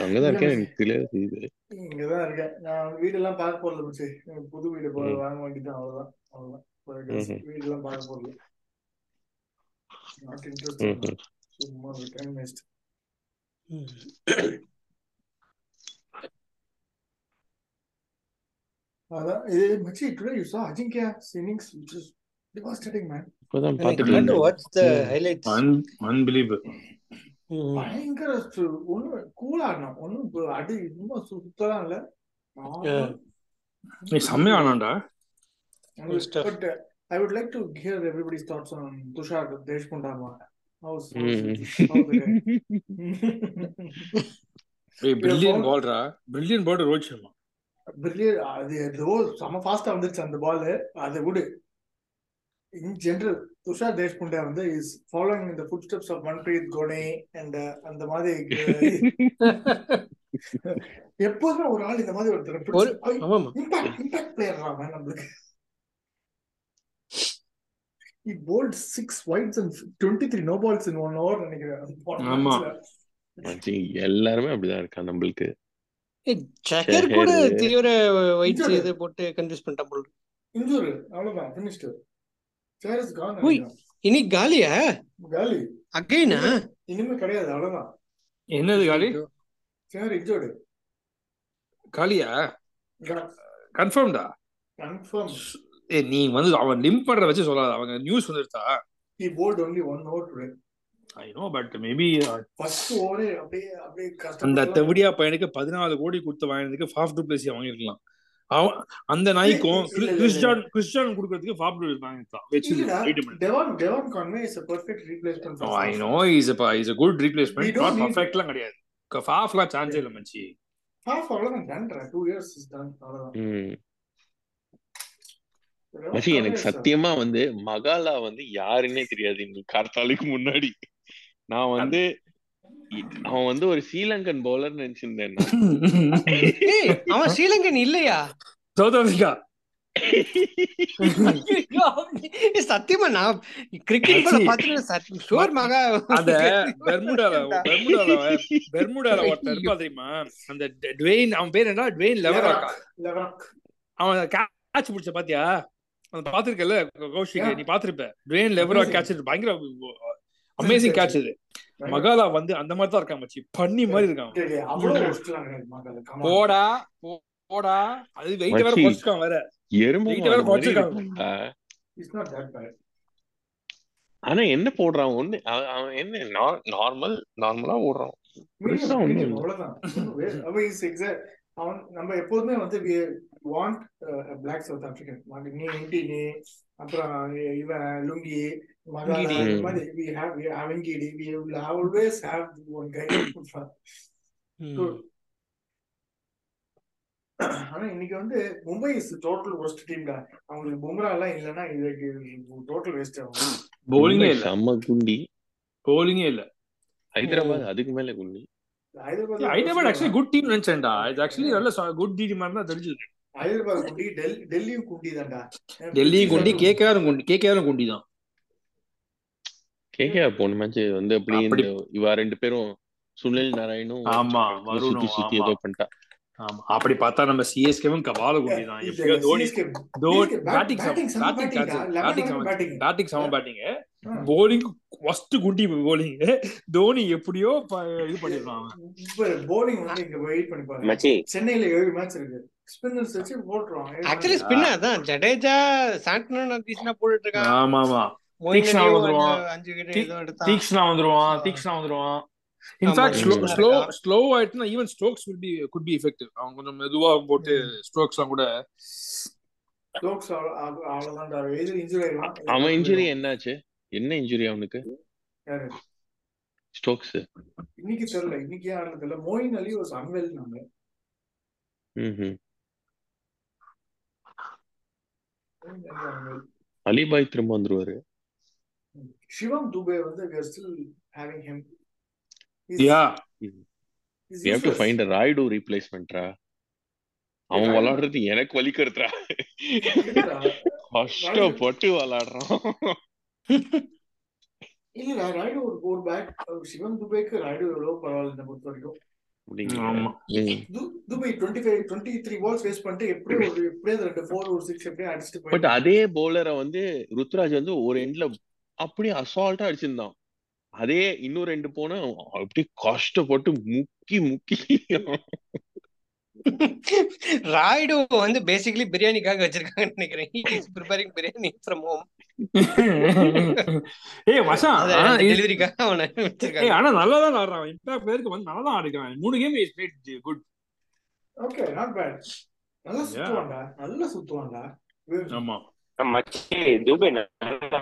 Speaker 5: அங்கதான் இருக்கியா எனக்கு தெரியாது இது
Speaker 1: இங்கதான் இருக்கேன் நான் வீடெல்லாம் பார்க்க போறது பிடிச்சி புது வீடு போக வாங்க வேண்டியதான் அவ்வளவுதான் அவ்வளவுதான் போயிருக்காச்சு. வீடெல்லாம் பார்க்க போறது நாட்
Speaker 5: ம்,
Speaker 1: இன்ட்ரெஸ்ட்
Speaker 5: ம்.
Speaker 1: சும்மா டைம் வேஸ்ட்
Speaker 6: ம்.
Speaker 1: அதான் இது மச்சி டுடே யூ சா அஜிங்கியா சின்னிங்ஸ் which is devastating man
Speaker 5: இப்பதான்
Speaker 6: And I
Speaker 5: பாத்துட்டு
Speaker 6: can't
Speaker 5: இருந்தேன்
Speaker 6: watch the
Speaker 3: ம்.
Speaker 6: highlights.
Speaker 3: அன்பிலீவபிள்
Speaker 6: ம்.
Speaker 1: பயங்கர ஒண்ணு கூல் ஆடணும் ஒண்ணும் இப்ப அடி இன்னும் சுத்தலாம் இல்ல
Speaker 6: Yeah.
Speaker 3: நீ செம்மையா ஆனான்டா
Speaker 1: But
Speaker 6: Good stuff.
Speaker 1: uh, I would like to hear everybody's thoughts on Tushar Deshmukh Dharma. How's, how's
Speaker 5: Mm.
Speaker 1: it- how's the guy?
Speaker 3: ஏய் பிரில்லியன்
Speaker 1: ball-
Speaker 3: பால்ரா brilliant ball Rohit Sharma
Speaker 1: Brilliant. அது ஏதோ செம ஃபாஸ்டா வந்துருச்சு அந்த பால் அதை விடு இன் ஜெனரல் துஷார் தேஷ்புண்டே வந்து இஸ் ஃபாலோயிங் இந்த footsteps of Manpreet Gony and uh, அந்த மாதிரி எப்போதுமே ஒரு ஆள் இந்த மாதிரி
Speaker 6: ஒரு-
Speaker 1: ஒருத்தர்
Speaker 6: ஆமாமா
Speaker 1: இம்பாக்ட் இம்பாக்ட் பிளேயர் ராமன் நம்மளுக்கு he bowled six wides and 23 no balls in one hour நினைக்கிறேன்
Speaker 3: ஆமா.
Speaker 5: மச்சி, எல்லாருமே அப்படிதான் இருக்கான் நம்மளுக்கு
Speaker 6: ஏய், ஜக்கர் கூட
Speaker 5: சரி.
Speaker 6: தீவிர வயிற்று
Speaker 1: இன்ஜுரி.
Speaker 6: இது போட்டு கன்ஃபியூஸ் பண்ணிட்டா போல இருக்கு.
Speaker 1: இன்ஜூர் அவ்வளவுதான் finished சேர் இஸ் கான்
Speaker 6: உய். இனி காலியா
Speaker 1: காலி
Speaker 6: அகைனா
Speaker 1: இனிமே கிடையாது அவ்வளவுதான்
Speaker 3: என்னது காலி
Speaker 1: சேர் இன்ஜூர்டு
Speaker 3: காலியா கன்ஃபார்ம்டா
Speaker 1: கன்ஃபார்ம்
Speaker 3: ஏ நீ வந்து அவன் லிம்ப் பண்றத வச்சு சொல்லாத அவங்க நியூஸ் வந்துருச்சா
Speaker 1: he bowled only one hour today
Speaker 3: I know but maybe
Speaker 1: first over அப்படியே அப்படியே
Speaker 3: அந்த
Speaker 1: கஷ்டப்பட்டு
Speaker 3: தெவடியா பையனுக்கு பதினாலு கோடி கொடுத்து வாங்கினதுக்கு ஃபாஃப் டூ பிளேஸ் வாங்கிருக்கலாம் அவன் அந்த நாய்க்கும்
Speaker 1: இல்ல, இல்ல, இல்ல.
Speaker 3: கிறிஸ்டான் கிறிஸ்டான் கொடுக்கறதுக்கு ஃபாஃப் டூ வாங்கிருக்கலாம்
Speaker 1: இல்லடா
Speaker 3: வெச்சு
Speaker 1: Devon Devon Conway is a perfect replacement for
Speaker 3: I
Speaker 1: Sachin.
Speaker 3: No is is a good
Speaker 1: We
Speaker 3: replacement
Speaker 1: don't
Speaker 3: not
Speaker 1: need-
Speaker 3: பர்ஃபெக்ட்லாம் கிடையாது ஃபாஃப்லாம் சான்ஸே இல்லை மச்சி
Speaker 1: half அவ்வளவுதான் done டா. two years is done அவ்வளவுதான்
Speaker 5: ம் மச்சி எனக்கு சத்தியமா வந்து மகாலா வந்து யாருன்னே தெரியாது இன்னைக்கு கார்த்தாலுக்கு முன்னாடி நான் வந்து இ- அவன் வந்து ஒரு ஸ்ரீலங்கன் பவுலர் நினைச்சிருந்தேன் நான்.
Speaker 2: ஏய், அவன் ஸ்ரீலங்கன் இல்லையா
Speaker 3: சவுத் ஆப்பிரிக்கா
Speaker 2: ஐயோ, ஏய், சத்தியமா நான் கிரிக்கெட் கூட
Speaker 3: மச்சி.
Speaker 2: பாத்துட்டு ஷோர் மகா
Speaker 3: அத பெர்முடால பெர்முடால பெர்முடால ஒருத்தன் இருப்பா தெரியுமா அந்த டுவேன் அவன் பேர் என்ன டுவேன் லெவராக்கா அவன் கேட்ச் பிடிச்ச பாத்தியா அவன் பாத்திருக்கல கௌஷிக் நீ பாத்திருப்ப டுவேன் லெவரா
Speaker 1: Amazing.
Speaker 3: கேட்ச் பயங்கர அமேசிங் கேட்ச் இது மகாலா வந்து அந்த மாதிரி தான் இருக்கான் மச்சி பண்ணி மாதிரி இருக்கான் போடா போ- போடா அது வெயிட் வேற
Speaker 5: மச்சி.
Speaker 3: குறைச்சிருக்கான் வேற
Speaker 5: எறும்பு
Speaker 3: வீட்டை வேற
Speaker 5: மாடு மாதிரி
Speaker 3: குறைச்சிருக்காங்க.
Speaker 5: இருக்கும்டா. ஆனா என்ன போடுறான் ஒண்ணு அவன் அவன் என்ன நார்மல் நார்மலா ஓடுறான் பெருசா ஒண்ணும் இல்ல.
Speaker 1: அவன் நம்ம எப்போதுமே வந்து we want, uh, a black South African. மக- நீ இந்தி நீ, அப்புறம் இவன் லுங்கி மகாலா,
Speaker 2: இங்கிடி.
Speaker 1: இந்த மாதிரி we have- we have Ngidi. We will always have one guy. Good. ஆனா இன்னைக்கு வந்து மும்பை இஸ் டோட்டல் ஒர்ஸ்ட் டீம்டா அவங்களுக்கு பும்ரா எல்லாம் இல்லைன்னா இதுக்கு டோட்டல் வேஸ்ட் ஆகும்
Speaker 3: போலிங்கே இல்ல
Speaker 5: செம்ம குண்டி
Speaker 3: போலிங்கே இல்ல
Speaker 5: ஹைதராபாத் அதுக்கு மேல குண்டி
Speaker 1: Hyderabad
Speaker 3: Hyderabad actually good team நினைச்சேன்டா இது ஆக்சுவலி நல்ல குட் டீம் தான் தெரிஞ்சது
Speaker 1: ஹைதராபாத் குண்டி டெல் டெல்லியும் குண்டி தான்டா
Speaker 3: டெல்லியும் குண்டி கேகேஆரும் குண்டி கேகேஆரும் குண்டி தான்
Speaker 5: கேகே போன மேட்ச் வந்து அப்படியே
Speaker 3: அப்படி-
Speaker 5: இந்த இவா ரெண்டு பேரும் சுனில் நாராயணும்
Speaker 3: ஆமா
Speaker 5: சுத்தி
Speaker 3: வருணும்
Speaker 5: சுத்தி
Speaker 3: ஆமா
Speaker 5: ஏதோ பண்ணிட்டா
Speaker 3: ஆமா அப்படி பார்த்தா நம்ம சிஎஸ்கேவும் கபால குண்டி தான் எப்படியோ Dhoni Dhoni batting batting batting சம பேட்டிங் சம பேட்டிங் போலிங் ஃபர்ஸ்ட் குண்டி போலிங் தோனி எப்படியோ ப- இது பண்ணிடுவாங்க
Speaker 1: போலிங் வந்து இங்க வெயிட் பண்ணி பாருங்க
Speaker 4: மச்சி
Speaker 1: சென்னையில ஏழு மேட்ச் இருக்கு ஸ்பின்னர்ஸ் வச்சு போட்டுருவாங்க
Speaker 2: ஆக்சுவலி ஸ்பின்னர் தான் ஜடேஜா சாண்டனோ தீஸ்னா போட்டுட்டு இருக்கான்
Speaker 3: ஆமா ஆமா
Speaker 2: மோயின்
Speaker 3: தீக்ஷனா
Speaker 2: அலியும்
Speaker 3: வந்துருவான்.
Speaker 2: அஞ்சு- அஞ்சு wicket ஏதோ எடுத்தான்
Speaker 3: தீக்ஷனா வந்துருவான் தீக்ஷனா வந்துருவான் இன்ஃபேக்ட் ஸ்லோ
Speaker 2: தீக்ஷனா
Speaker 3: ஸ்லோ
Speaker 2: இருக்கான்.
Speaker 3: ஸ்லோ ஆயிட்டுனா even strokes will be good be effective அவங்க கொஞ்சம் மெதுவா போட்டு ஸ்ட்ரோக்ஸ்லாம் கூட
Speaker 1: ஸ்டோக்ஸ் அவ்வளவுதான் இன்ஜுரி ஆயிடும்
Speaker 5: அவன் இன்ஜுரி என்னாச்சு என்ன இன்ஜுரி அவனுக்கு
Speaker 1: யாரு?
Speaker 5: ஸ்டோக்ஸ்
Speaker 1: இன்னைக்கு தெரியல இன்னைக்கு ஏன் ஆடல தெரியல மோயின் அலி ஒரு அன்வெல் நாங்க
Speaker 5: ம்
Speaker 1: மோயின் அலி unwell.
Speaker 5: அலிபாய் திரும்ப வந்துருவாரு
Speaker 1: சிவம் துபே வந்து we are still having him He's-
Speaker 3: yeah
Speaker 1: he's
Speaker 5: you have to
Speaker 1: useless.
Speaker 5: Find a Rayudu ரீப்ளேஸ்மெண்ட்ரா அவன்
Speaker 1: Raidu-
Speaker 5: விளாடுறது எனக்கு வலிக்கிறதுடா
Speaker 1: இல்லடா,
Speaker 5: கஷ்டப்பட்டு விளாடுறான்
Speaker 1: இல்லடா ராய்டு ஒரு ஒரு பேக் சிவம் துபேக்கு ராய்டு எவ்வளவு பரவாயில்ல நம்ம பொறுத்த வரைக்கும்
Speaker 3: ஆமா.
Speaker 5: அப்படிங்க
Speaker 1: து- Dube twenty five twenty three balls waste பண்ணிட்டு எப்படியோ ஒரு எப்படியோ அது ரெண்டு ஃபோர் ஒரு சிக்ஸ் எப்படியோ அடிச்சுட்டு
Speaker 5: பட்
Speaker 1: போயிட்டு
Speaker 5: அதே போலரை வந்து ருத்ராஜ் வந்து ஒரு எண்ட்ல அப்படியே அசால்ட்டா அடிச்சிருந்தான் அதே இன்னொரு ரெண்டு போனா அப்படியே கஷ்டப்பட்டு முக்கி முக்கி
Speaker 2: ராய்டு வந்து பேசிக்கலி பிரியாணிக்காக வச்சிருக்காங்கன்னு நினைக்கிறேன் he is preparing biryani from home
Speaker 3: ஏய் மச்சான்
Speaker 2: அது
Speaker 3: ஆனா இது-
Speaker 2: டெலிவரிக்காக அவனை
Speaker 3: ஏய்
Speaker 2: வச்சிருக்காங்க
Speaker 3: ஆனா நல்லா தான் ஆடுறான் இம்பாக்ட் பேருக்கு வந்து நல்லா தான் ஆடுறான் மூணு game is played good
Speaker 1: okay not bad நல்லா
Speaker 3: Yeah.
Speaker 1: சுத்துவான்டா நல்லா சுத்துவான்டா We-
Speaker 3: ஆமா
Speaker 4: மச்சி துபே நல்லா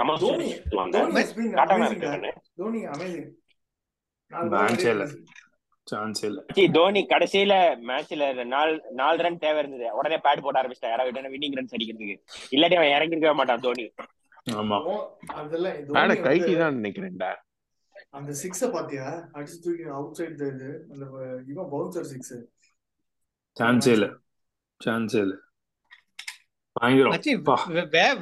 Speaker 4: சம
Speaker 1: தோனி
Speaker 4: சுத்துவாங்க
Speaker 1: தோனி has been
Speaker 4: காட்டாம
Speaker 1: amazing
Speaker 4: இருக்கானே
Speaker 1: தோனி amazing நாலு
Speaker 3: Ban
Speaker 1: ball
Speaker 3: செய்யல.
Speaker 1: அடி-
Speaker 3: சான்ஸ் இல்ல
Speaker 4: மச்சி தோனி கடைசியில மேட்ச்ல நாலு நாலு ரன் தேவை இருந்தது உடனே பேட் போட ஆரம்பிச்சிட்டான் யாராவது வின்னிங் ரன்ஸ் அடிக்கிறதுக்கு இல்லாட்டி அவன் இறங்கி இருக்கவே மாட்டான் தோனி
Speaker 3: ஆமா
Speaker 1: ஓ, அதெல்லாம்
Speaker 5: ஆனா
Speaker 1: தோனி வந்து
Speaker 5: கைக்கு தான் நினைக்கிறேன்டா
Speaker 1: அந்த சிக்ஸ பாத்தியா அடிச்சு தூக்கி அவுட் சைடு இது அந்த அஹ், இவன் பவுன்சர் சிக்ஸ்
Speaker 3: சான்ஸ் இல்ல சான்ஸ் இல்ல பயங்கரம்
Speaker 2: மச்சி
Speaker 3: பா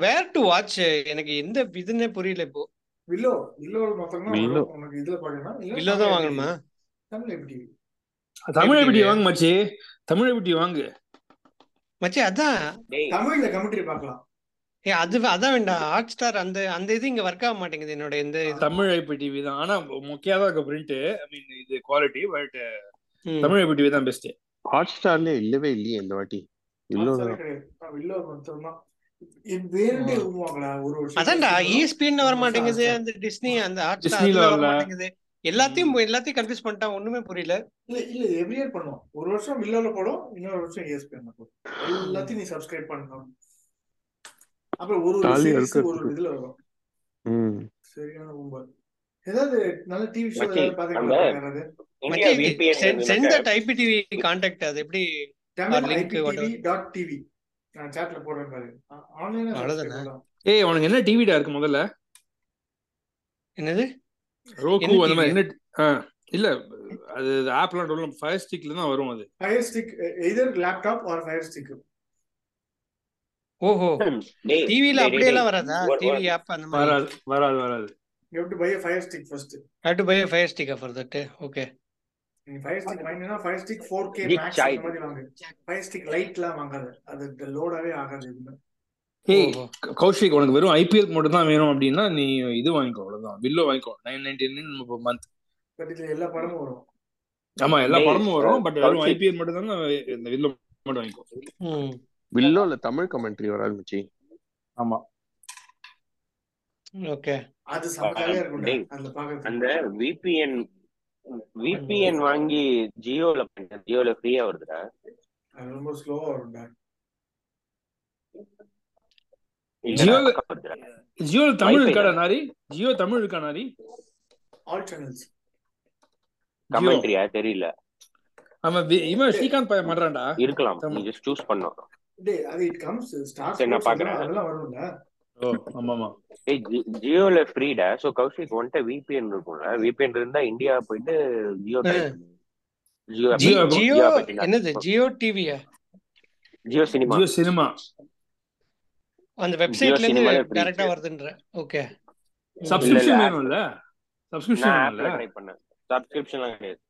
Speaker 2: வேர் டு வாட்ச் எனக்கு எந்த இதுன்னே புரியல இப்போ
Speaker 1: வில்லோ வில்லோல மத்தவங்க
Speaker 5: Willow.
Speaker 1: உனக்கு இதுல பாக்கணும்னா
Speaker 2: வில்லோ தான் வாங்கணுமா
Speaker 1: தமிழ் எப்படி
Speaker 3: தமிழ் எப்படி
Speaker 2: எப்படி?
Speaker 3: வாங்க மச்சி தமிழ் எப்படி வாங்கு
Speaker 2: மச்சி அதான்
Speaker 4: டேய்
Speaker 1: தமிழ்ல கமெண்ட்ரி பார்க்கலாம்
Speaker 2: ஏ, அது அதான் வேண்டாம் ஹாட் ஸ்டார் அந்த அந்த இது இங்க ஒர்க் ஆக மாட்டேங்குது என்னோட எந்த இது
Speaker 3: தமிழ் ஐபி டிவி தான் ஆனா முக்கியமா இருக்க பிரிண்ட் ஐ மீன் இது குவாலிட்டி பட்
Speaker 2: ம்.
Speaker 3: தமிழ் ஐபி டிவி தான் பெஸ்ட்
Speaker 5: ஹாட் ஸ்டார்ல இல்லவே இல்லையே இந்த வாட்டி
Speaker 1: அது
Speaker 5: இல்லோட
Speaker 1: சரி கிடையாது நான் வில்லோ மட்டும் தான் வேணுட்டே உருவாங்களா ஒரு வருஷம்
Speaker 2: அதான்டா E ESPN வர
Speaker 1: ஆமா,
Speaker 2: மாட்டேங்குது
Speaker 1: Hotstar.
Speaker 2: அந்த டிஸ்னி அந்த ஹாட்
Speaker 3: Disney ல
Speaker 2: ஸ்டார் வர
Speaker 3: வரல.
Speaker 2: மாட்டேங்குது எல்லாத்தையும் எல்லாத்தையும் கன்ஃபியூஸ் பண்ணிட்டான் ஒண்ணுமே புரியல
Speaker 1: இல்ல இல்ல எவ்ரி இயர் பண்ணுவோம் ஒரு வருஷம் வில்லோல போடும் இன்னொரு வருஷம் ESPN ல போடும் எல்லாத்தையும் நீ சப்ஸ்கிரைப் பண்ணணும் அப்புறம் ஒரு ஒரு
Speaker 5: Tally
Speaker 1: சீரிஸ்
Speaker 5: இருக்கு.
Speaker 1: ஒரு ஒரு இதுல வரும்
Speaker 5: ம்
Speaker 1: சரியான கும்பல் ஏதாவது நல்ல டிவி ஷோ
Speaker 4: மச்சி,
Speaker 1: ஏதாவது பாத்தீங்களா
Speaker 4: நம்ம-
Speaker 1: யாராவது
Speaker 4: இந்தியா
Speaker 2: மச்சி
Speaker 4: விபிஎன்
Speaker 2: சென்ட் ஐபிடிவி கான்டாக்ட் அது எப்படி
Speaker 1: Tamil
Speaker 2: link
Speaker 1: IPTV dot TV நான் சாட்ல போடுறேன் பாரு ஆன்லைன்ல
Speaker 6: அவ்வளவுதானே?
Speaker 3: ஏய் உனக்கு என்ன டிவிடா இருக்கு முதல்ல
Speaker 2: என்னது
Speaker 3: ரோகு
Speaker 2: என்ன
Speaker 3: அந்த மாதிரி
Speaker 2: TV?
Speaker 3: என்ன ஆ, இல்ல அது ஆப்லாம் டவுன்லோட் ஃபயர் ஸ்டிக்ல தான் வரும் அது
Speaker 1: fire stick either laptop or fire stick
Speaker 2: ஓஹோ
Speaker 4: டேய்,
Speaker 2: டிவில
Speaker 4: டேய்,
Speaker 2: அப்படியே
Speaker 4: டேய்,
Speaker 2: எல்லாம் வராதா
Speaker 4: ஒரு-
Speaker 2: டிவி
Speaker 4: ஒரு-
Speaker 2: ஆப் அந்த மாதிரி
Speaker 3: வராது வராது வராது
Speaker 1: you have to buy fire stick first
Speaker 2: have to buy a fire stick for that okay
Speaker 1: நீ ஃபயர் ஸ்டிக் வாங்கினா fire stick 4K
Speaker 4: Big
Speaker 1: max
Speaker 4: child.
Speaker 1: அந்த மாதிரி வாங்கு ஃபயர் ஸ்டிக் லைட்லாம் வாங்காத அது லோடாவே ஆகாது இதுல.
Speaker 3: ஏய் கௌஷிக் உனக்கு வெறும் ஐபிஎல் மட்டும் தான் வேணும் அப்படின்னா நீ இது வாங்கிக்கோ அவ்வளவுதான் வில்லோ வாங்கிக்கோ nine ninety nine month
Speaker 1: but இதுல எல்லா படமும் வரும்
Speaker 3: ஆமா எல்லா
Speaker 4: டேய்,
Speaker 3: படமும் வரும்
Speaker 4: அஹ்,
Speaker 3: பட் வெறும்
Speaker 4: கௌஷிக்.
Speaker 3: ஐபிஎல் மட்டும் தான் இந்த வில்லோ மட்டும் வாங்கிக்கோ
Speaker 2: ம்
Speaker 5: வில்லோல தமிழ் கமெண்ட்ரி வராது மச்சி
Speaker 3: ஆமா
Speaker 2: ஓகே
Speaker 1: அது செம ஜாலியா இருக்கும்டா
Speaker 4: டேய்.
Speaker 1: அதுல பாக்குறது
Speaker 4: அந்த விபிஎன் விபிஎன் வாங்கி ஜியோல பண்ணேன் ஜியோல ஃப்ரீயா வருதுடா
Speaker 1: அது ரொம்ப ஸ்லோவா வரும்டா
Speaker 4: இல்லடா,
Speaker 3: ஜியோல-
Speaker 4: பக்கா வருதுடா.
Speaker 3: ஜியோ தமிழ்
Speaker 4: Wi-Fi
Speaker 3: இருக்காடா
Speaker 4: தானே?
Speaker 3: நாரி ஜியோ தமிழ் இருக்கா நாரி
Speaker 1: ஆல் சேனல்ஸ்
Speaker 3: ஜியோ
Speaker 4: கமெண்ட்ரியா தெரியல
Speaker 3: அவன் வி- இவன் ஸ்ரீகாந்த் பையன் மாட்டான்டா
Speaker 4: இருக்கலாம்
Speaker 3: தமிழ்.
Speaker 4: நீ ஜஸ்ட் சூஸ் பண்ணோம்
Speaker 1: டேய் அது இட் கம்ஸ் ஸ்டார்
Speaker 4: சரி, நான் பாக்குறேன்.
Speaker 1: அதெல்லாம் வரும்ல
Speaker 3: ஓ ஆமாமா
Speaker 4: ஏய் ஜி- ஜியோல ஃப்ரீடா சோ கௌஷிக் ஒன்ட்ட விபிஎன் இருக்கும்ல விபிஎன் இருந்தா இந்தியா போயிட்டு ஜியோ try
Speaker 2: ஆ.
Speaker 4: பண்ணு. ஜியோ app
Speaker 3: ஜியோ-
Speaker 4: இருக்கும்.
Speaker 2: ஜியோ
Speaker 4: ஜியோ app இருக்குடா.
Speaker 2: என்னது ஜியோ டிவியா
Speaker 4: ஜியோ சினிமா
Speaker 3: ஜியோ சினிமா
Speaker 2: அந்த வெப்சைட்ல இருந்து
Speaker 4: சினிமால free.
Speaker 2: டைரக்டா வருதுன்ற ஓகே
Speaker 3: சப்ஸ்கிரிப்ஷன்
Speaker 4: இல்ல,
Speaker 3: வேணும்ல சப்ஸ்கிரிப்ஷன்
Speaker 4: நான் ஆப்ல
Speaker 3: வேணும்ல
Speaker 4: ட்ரை பண்ணேன் சப்ஸ்கிரிப்ஷன்லாம் கிடையாது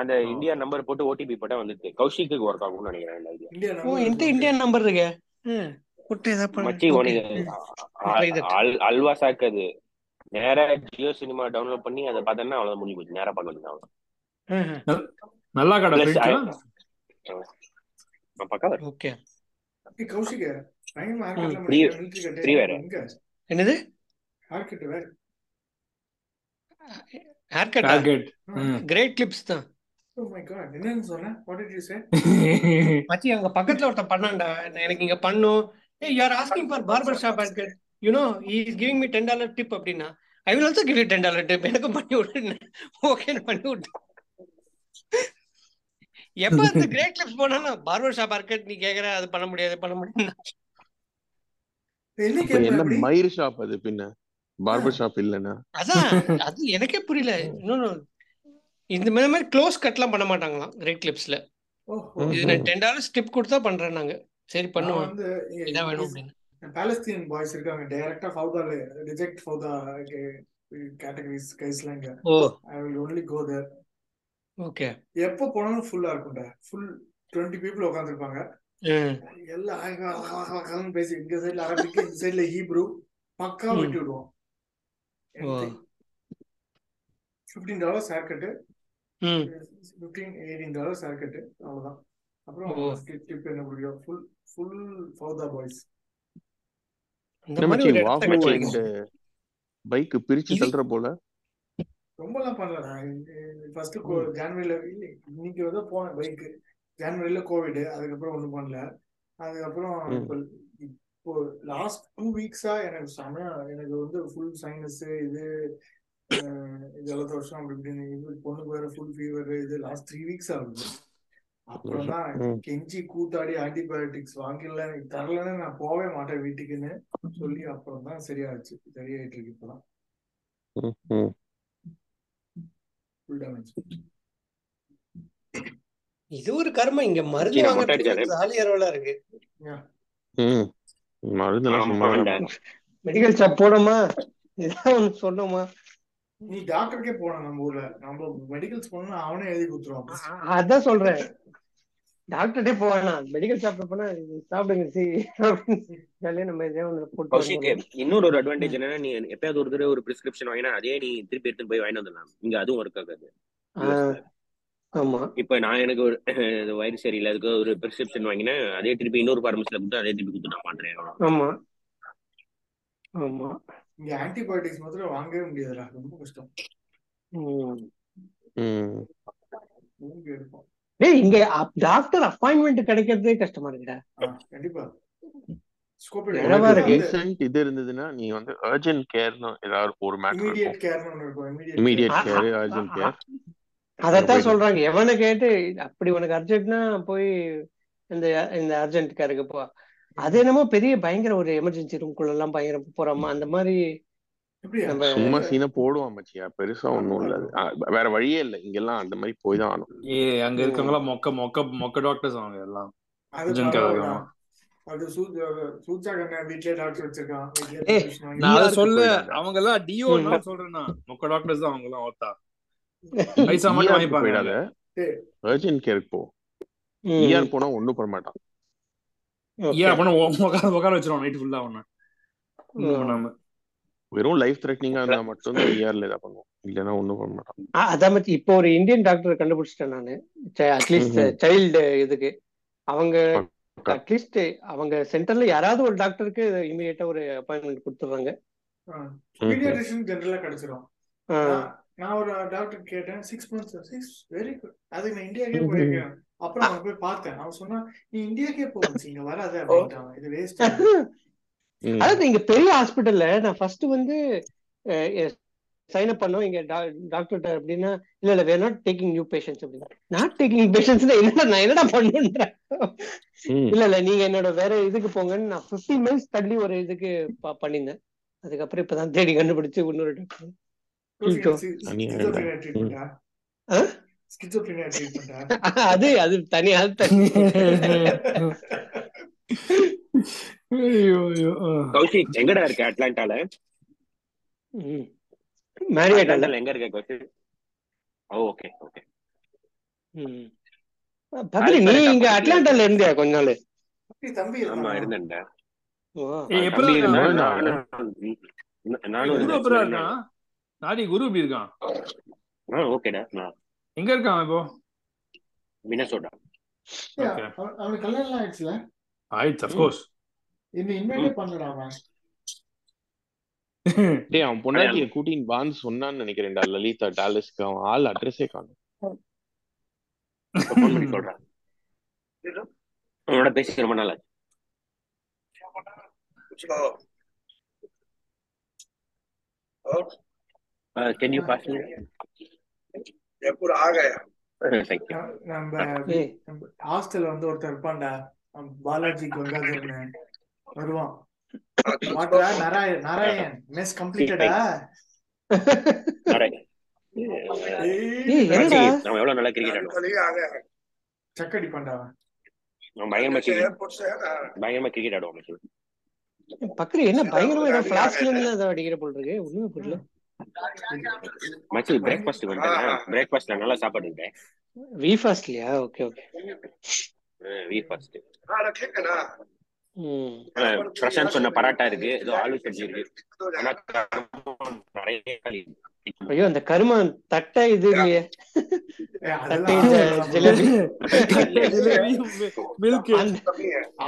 Speaker 4: அந்த
Speaker 3: ஓ.
Speaker 4: இந்தியா நம்பர் போட்டு ஓடிபி போட்டா வந்துச்சு கௌஷிக்கு ஒர்க் ஆகும்னு நினைக்கிறேன் இந்த idea.
Speaker 1: இந்தியா
Speaker 2: ஓ
Speaker 1: நம்ம
Speaker 2: இந்த இந்தியன் நம்பர் இருக்கு ம் போட்டு ஏதா
Speaker 4: மச்சி உனக்கு அ-
Speaker 2: Try that.
Speaker 4: அல்- அல்வா சாக்கு அது நேரா ஜியோ சினிமா டவுன்லோட் பண்ணி அதை பார்த்தேன்னா அவ்வளவு முடிஞ்சு போச்சு நேரா பார்க்க வேண்டியது அவ்வளவுதான்.
Speaker 3: நல்லா கடை
Speaker 4: Plus,
Speaker 3: ஃப்ரெண்ட்லாம்
Speaker 4: நான் பக்கா வரேன்
Speaker 2: ஓகே
Speaker 1: ஏய், கௌஷிக் பயங்கர மார்க்கெட்ல
Speaker 4: Free-
Speaker 1: மிலிட்டரி
Speaker 4: free வேற.
Speaker 1: கட்டே எங்க
Speaker 2: என்னது
Speaker 1: மார்க்கெட் வேற
Speaker 2: ஹேர் கட்டா
Speaker 3: டார்கெட் ம்.
Speaker 2: கிரேட் கிளிப்ஸ் தான்
Speaker 1: ஓ மை காட் Oh என்னன்னு சொல்றேன் வாட் டிட் யூ சே
Speaker 2: மச்சி அங்க பக்கத்துல ஒருத்தன் பண்ணான்டா நான் எனக்கு இங்க பண்ணும் ஏ you are asking for barber shop at you know he is giving me ten dollar tip அப்படின்னா I will also give you ten dollar tip எனக்கும் பண்ணி விடுன்னு ஓகே பண்ணி விட்டேன் எப்ப இருந்து கிரேட் கிளிப்ஸ் போனாலும் பார்பர் ஷாப் மார்க்கெட் நீ கேக்குற அது பண்ண முடியாது பண்ண முடியாது
Speaker 1: என்ன
Speaker 5: அப்புறம்
Speaker 1: கேம்
Speaker 5: என்ன
Speaker 1: அப்படி
Speaker 5: மயிர் ஷாப் அது பின்ன பார்பர் ஷாப் இல்லனா
Speaker 2: அதான் அது எனக்கே புரியல இன்னொன்னு இந்த மாதிரி மாதிரி க்ளோஸ் கட்லாம் பண்ண மாட்டாங்களாம் கிரேட் கிளிப்ஸ்ல
Speaker 1: ஓஹோ
Speaker 2: இது நான் டென் டாலர்ஸ் டிப் கொடுத்தா பண்றேன் நாங்க சரி
Speaker 1: நான்
Speaker 2: பண்ணுவோம்
Speaker 1: வந்து இங்க
Speaker 2: இதான் வேணும் அப்படின்னு
Speaker 1: பாலஸ்தீன் பாய்ஸ் இருக்காங்க டைரக்டா ஃபவுதா ரிஜெக்ட் ஃபவுதா கேட்டகரிஸ் கைஸ்லாம் இங்க
Speaker 2: oh
Speaker 1: I will only go there
Speaker 2: okay
Speaker 1: எப்ப போனாலும் ஃபுல்லா இருக்கும்டா ஃபுல் டுவெண்ட்டி பீப்புள் உட்காந்துருப்பாங்க எல்லாம் அழகா, அழகா, அழகா, அழகான்னு பேசி இந்த சைடுல அரபிக் இந்த சைடுல ஹீப்ரூ பக்கா
Speaker 2: ம்.
Speaker 1: வெட்டி விடுவோம் ஃபிஃப்டீன் டாலர்ஸ் ஹேர் கட்டு
Speaker 2: ம்
Speaker 1: fifteen eighteen dollars haircut அவ்வளோதான் அப்புறம்
Speaker 2: ஓ.
Speaker 1: tip- tip என்ன பிடிக்கும் ஃபுல் ஃபுல் ஃபவுதா பாய்ஸ்
Speaker 2: இந்த
Speaker 5: என்ன
Speaker 2: மாதிரி
Speaker 5: மச்சி
Speaker 2: ஒரு இடத்த
Speaker 5: வாஃபு
Speaker 2: கட்டிருக்கீங்க.
Speaker 5: அண்ட் பைக் பிரிச்சு
Speaker 2: இது-
Speaker 5: தள்ளுற போல
Speaker 1: ரொம்பலாம் பண்ணல ஃபர்ஸ்ட் ஜான்வரியில இன்னைக்கு வந்து போனேன் பைக்கு ஜான்வரியில கோவிட் அதுக்கப்புறம் ஒன்றும் பண்ணல அதுக்கப்புறம்
Speaker 5: ம்.
Speaker 1: இப்போ இப்போ லாஸ்ட் டூ வீக்ஸா எனக்கு செமையா எனக்கு வந்து ஃபுல் சைனஸ் இது அஹ், இது ஜலதோஷம் அப்படி இப்படின்னு இது பொண்ணுக்கு வேற ஃபுல் ஃபீவர் இது லாஸ்ட் த்ரீ வீக்ஸ் ஆகுது அப்புறம் தான்
Speaker 5: ம்.
Speaker 1: கெஞ்சி கூத்தாடி ஆன்டிபயோட்டிக்ஸ் வாங்கல எனக்கு தரலன்னு நான் போகவே மாட்டேன் வீட்டுக்குன்னு சொல்லி அப்புறம் தான் சரியாச்சு சரியாயிட்டு இருக்கு இப்போதான்
Speaker 5: ம், ம்.
Speaker 1: ஃபுல் டேமேஜ்
Speaker 2: இது ஒரு கர்மம் இங்க மருந்து
Speaker 4: சீனா மொட்டை
Speaker 2: வாங்குறதுக்கு
Speaker 4: அடிச்சாரு.
Speaker 2: சாலி அரவலா இருக்கு
Speaker 5: ம். மருந்தெல்லாம் சும்மா
Speaker 4: ஆமாண்டா.
Speaker 2: மெடிக்கல் ஷாப் போனோமா இதான் ஒண்ணு சொன்னோமா
Speaker 1: நீ டாக்டருக்கே போனோம் நம்ம ஊர்ல நம்ம மெடிக்கல்ஸ் போனா அவனே எழுதி கொடுத்துருவான்
Speaker 2: அதான் சொல்றேன் டாக்டர்டே போவேனா மெடிக்கல் ஷாப்ல போனா இது சாப்பிடுங்க சி ஜாலியா நம்ம இதே ஒண்ணு போட்டு
Speaker 4: கௌஷிக்
Speaker 2: வந்துடலாம்
Speaker 4: இன்னொரு ஒரு அட்வான்டேஜ் என்னன்னா நீ எப்பயாவது ஒரு தடவை ஒரு பிரிஸ்கிரிப்ஷன் வாங்கினா அதே நீ திருப்பி எடுத்து போய் வாங்கிட்டு வந்துடலாம் இங்க அதுவும் ஒர்க் ஆகாது
Speaker 2: ஆஹ், ஆமா
Speaker 4: இப்ப நான் எனக்கு ஒரு அஹ், வயிறு சரியில்லை அதுக்கு ஒரு பிரிஸ்கிரிப்ஷன் வாங்கினேன் அதே திருப்பி இன்னொரு ஃபார்மசில கொடுத்து அதே திருப்பி கொடுத்து நான் பண்றேன் அவ்வளவுதான்.
Speaker 2: ஆமா ஆமா
Speaker 1: இங்க ஆன்டிபயோட்டிக்ஸ் மாத்திரம் வாங்கவே முடியாதுடா ரொம்ப கஷ்டம்
Speaker 2: உம்
Speaker 5: ம்.
Speaker 1: மூங்கி எடுப்போம்
Speaker 2: டேய் இங்க டாக்டர் அப்பாயின்மெண்ட் கிடைக்கிறதே கஷ்டமா இருக்குடா
Speaker 1: ஆ, கண்டிப்பா ஸ்கோப்
Speaker 2: இழவா
Speaker 5: உனக்கு
Speaker 2: இருக்கு.
Speaker 5: ரீசன்ட் இது இருந்ததுன்னா நீ வந்து அர்ஜென்ட் கேர்னு ஏதாவது ஒரு மேட்டர்
Speaker 1: இமீடியட்
Speaker 5: இருக்கும்
Speaker 1: கேர்னு ஒன்று இருக்கும் இமீடியட்
Speaker 5: இமீடியட்
Speaker 2: ஆ-
Speaker 5: கேர் அர்ஜென்ட் கேர்
Speaker 2: அதத்தான்
Speaker 5: போயிடு.
Speaker 2: சொல்றாங்க எவனை கேட்டு அப்படி உனக்கு அர்ஜென்ட்னா போய் இந்த இந்த அர்ஜென்ட் காருக்கு போ அது என்னமோ பெரிய பயங்கர ஒரு எமர்ஜென்சி ரூம் குள்ள எல்லாம் பயங்கர போறாமா அந்த மாதிரி
Speaker 1: எப்படியா
Speaker 2: நம்ம
Speaker 5: சும்மா சீனை போடுவான் மச்சியா பெருசா ஒண்ணும் இல்ல அது. ஆ, வேற வழியே இல்ல இங்கெல்லாம் அந்த மாதிரி போய் தான் ஆகணும்
Speaker 3: ஏ அங்க இருக்கவங்க மொக்க மொக்க மொக்க டாக்டர்ஸ் அவங்க எல்லாம்
Speaker 1: அது
Speaker 3: ஜுன்கா
Speaker 1: பரவாயில்ல.
Speaker 3: இருக்கான்.
Speaker 1: அது சூ- அது சூச்சா கண்ணா வீட்லயே டாக்டர் வச்சிருக்கான். வீட்லயே
Speaker 3: ஏய்,
Speaker 1: physician வாங்கி-
Speaker 3: நான் அதை
Speaker 5: ER க்கு
Speaker 3: சொல்ல
Speaker 5: போயிடாத.
Speaker 3: அவங்க எல்லாம் டிஓ
Speaker 2: ம்.
Speaker 3: சொல்றேன்னா மொக்க டாக்டர்ஸ் தான் அவங்க எல்லாம் ஓத்தா பைசா மட்டும்
Speaker 5: ER க்கு
Speaker 3: வாங்கிப்பாங்க.
Speaker 5: போயிடாத
Speaker 1: சரி.
Speaker 5: அர்ஜென்ட் கேருக்கு போ
Speaker 2: ம்,
Speaker 5: ER போனா ஒண்ணும் பண்ண மாட்டான்
Speaker 2: okay.
Speaker 3: ஏன் அப்படின்னா உட்கார உட்கார வச்சிருவோம் நைட் ஃபுல்லா அவன ஒண்ணும் பண்ணாம
Speaker 5: வெறும் லைஃப் த்ரெட்னிங்கா இருந்தா மட்டும் தான் E ERல இதை பண்ணுவோம் இல்லைன்னா ஒண்ணும் பண்ண மாட்டான்
Speaker 2: ஆ, அதான் மச்சி இப்போ ஒரு இந்தியன் டாக்டர் கண்டுபிடிச்சிட்டேன் நானு அட்லீஸ்ட்
Speaker 5: ம்ஹும்.
Speaker 2: சைல்டு இதுக்கு அவங்க
Speaker 5: பக்கா.
Speaker 2: அட்லீஸ்ட் அவங்க சென்டர்ல யாராவது ஒரு டாக்டருக்கு இமீடியட்டா ஒரு அப்பாயின்மெண்ட் கொடுத்துறாங்க
Speaker 1: ஆ.
Speaker 5: ம்ஹும்.
Speaker 1: Pediatrician general ஆ கிடைச்சிரும். நான் நான் ஒரு டாக்டர் கேட்டேன் six months six very good அதுக்கு நான் இந்தியாக்கே போயிருக்கேன் அப்புறம் அவன் போய் பார்த்தேன் அவன் சொன்னா நீ இந்தியாக்கே போச்சு இங்க வராத அப்படின்ட்டான் இது வேஸ்ட்
Speaker 5: ம்.
Speaker 2: அதாவது இங்க பெரிய ஹாஸ்பிட்டல்ல நான் ஃபர்ஸ்ட் வந்து சைன் அப் பண்ணோம் இங்க டாக்டர்கிட்ட அப்படின்னா இல்ல இல்ல we're not taking new patients அப்படின்னா நாட் டேக்கிங் பேஷன்ஸ் என்னடா நான் என்னடா பண்ணுன்றேன்
Speaker 5: ம்.
Speaker 2: இல்ல இல்ல நீங்க என்னோட வேற இதுக்கு போங்கன்னு நான் 15 மைல்ஸ் தள்ளி ஒரு இதுக்கு ப- பண்ணியிருந்தேன் அதுக்கப்புறம் இப்பதான் தேடி கண்டுபிடிச்சு இன்னொரு டாக்டர்
Speaker 5: தனியா
Speaker 1: ட்ரீட்மெண்டா
Speaker 2: ஆ?
Speaker 1: ஸ்கிசோபிரினியா ட்ரீட்மெண்டா
Speaker 2: அது அது தனியா அது தனி
Speaker 3: ஐயோ ஐயோ ஆ.
Speaker 4: கௌஷிக் எங்கடா இருக்க அட்லாண்டால
Speaker 2: ம். மேரியட் அல்ல
Speaker 4: அட்லாண்டால எங்க இருக்க கௌஷிக் ஓகே ஓகே
Speaker 2: ம். பத்ரி நீ
Speaker 4: correct ஆ
Speaker 2: இங்க
Speaker 4: பத்ரி.
Speaker 2: அட்லாண்டால இருந்தியா கொஞ்ச நாள்
Speaker 1: தம்பி
Speaker 4: ஆமா
Speaker 1: இருந்தானா?
Speaker 4: இருந்தேன்டா
Speaker 2: ஓ.
Speaker 3: ஏய், எப்படா
Speaker 4: தம்பி இருந்தா
Speaker 5: நான்
Speaker 4: நானும் நானும்
Speaker 3: குரு
Speaker 4: இருந்தேன்
Speaker 3: அப்புறம்
Speaker 4: சும்மா
Speaker 3: இருக்கான் நாடி குரு இப்படி இருக்கான்
Speaker 4: ஆ ஓகேடா நான்
Speaker 3: எங்க இருக்கான் இப்போ
Speaker 4: மினசோடா
Speaker 1: ஏய்,
Speaker 3: Okay.
Speaker 1: அவன் அவனுக்கு கல்யாணம் எல்லாம் ஆயிடுச்சுல
Speaker 3: ஆயிடுச்சு அஃப்கோர்ஸ்
Speaker 1: இன்னும் இன்வைட்டே பண்ணலடா அவன்
Speaker 5: டேய் அவன் பொண்டாட்டிய கூட்டின்னு வான்னு சொன்னான்னு நினைக்கிறேன்டா லலிதா டாலஸ்க்கு அவன் ஆள் அட்ரஸே காணும்
Speaker 4: ஃபோன் பண்ணி சொல்றேன் அவனோட பேசி ரொம்ப நாள் ஆச்சு. ஆ, can you pass me? Ah, thank you.
Speaker 1: ந- நம்ம வீ-
Speaker 2: ஏய்.
Speaker 1: நம்ம ஹாஸ்டல்ல வந்து ஒருத்தன் இருப்பான்டா அவன் பாலாஜி கங்காதர்னு வருவான் வாட்டா நாராயண் நாராயண் மெஸ் கம்ப்ளீட்டடா
Speaker 4: Alright.
Speaker 2: ஏய், என்னடா?
Speaker 4: கௌஷிக், நம்ம எவ்வளவு நல்லா கிரிக்கெட் ஆடுவோம்
Speaker 1: சக்கடிப்பான்டா அவன்
Speaker 4: நம்ம பயங்கரமா கிரிக்கெட் பயங்கரமா கிரிக்கெட் ஆடுவோம் மச்சி.
Speaker 2: பக்கத்து என்ன பயங்கரமா ஏதோ பிளாஸ்ல இருந்து ஏதோ அடிக்கிற போல் இருக்கு ஒண்ணுமே புரியல
Speaker 4: மச்சி பிரேக்ஃபாஸ்ட் வந்துட்டேன் பிரேக்ஃபாஸ்ட்ல நல்லா சாப்பாடு இருக்கேன்
Speaker 2: வி ஃபாஸ்ட்லயா ஓகே ஓகே
Speaker 4: வி ஃபர்ஸ்ட்
Speaker 2: ம்
Speaker 4: பிரசாந்த் சொன்ன பராட்டா இருக்கு ஏதோ ஆலு சப்ஜி இருக்கு ஆனா காரம் நிறைய காலி.
Speaker 2: ஐயோ அந்த கருமா தட்டை இது இல்லையே
Speaker 1: ஏய்,
Speaker 2: தட்டை
Speaker 1: அதெல்லாம் ஆசைப்படாம
Speaker 2: ஜிலேபி
Speaker 3: மில்க்
Speaker 2: அந்த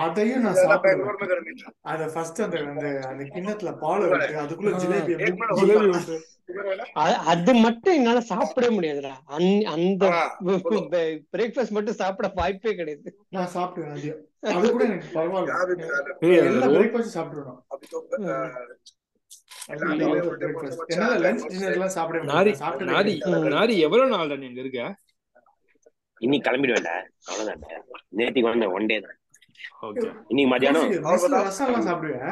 Speaker 1: அதையும் நான் சாப்பிடுவேன் அத ஃபர்ஸ்ட் அந்த அந்த அந்த கிண்ணத்துல பால் விட்டு அதுக்குள்ள ஜிலேபி அப்படியே
Speaker 3: ஜிலேபி
Speaker 1: போட்டு-
Speaker 3: விட்டு
Speaker 2: அ- அது மட்டும் என்னால சாப்பிடவே முடியாதுடா அந்த- அந்த பிரேக்ஃபாஸ்ட் மட்டும் சாப்பிட வாய்ப்பே கிடையாது
Speaker 1: நான் சாப்பிடுவேன் அதையும் அது கூட எனக்கு பரவாயில்ல
Speaker 3: ஏய் அது
Speaker 1: எல்லா
Speaker 3: ஒரு-
Speaker 1: பிரேக்ஃபாஸ்ட் சாப்பிடுவேன் பிரேக்ஃபாஸ்ட் என்னால லஞ்ச் டின்னர்லாம் சாப்பிட
Speaker 3: நாரி
Speaker 1: முடியாது சாப்பிட்டதே
Speaker 3: நாரி
Speaker 1: கிடையாது.
Speaker 3: நாரி எவ்வளவு நாள் தான் நீங்க இருக்க
Speaker 4: இன்னைக்கு கிளம்பிடுவேன்டா அவ்வளவுதான் நேத்திக்கு வந்த ஒன் டே தான்
Speaker 3: ஓகே
Speaker 4: இன்னைக்கு மத்தியானம்
Speaker 1: கௌஷிக், மெஸ்ல ரசம் எல்லாம் சாப்பிடுவியா?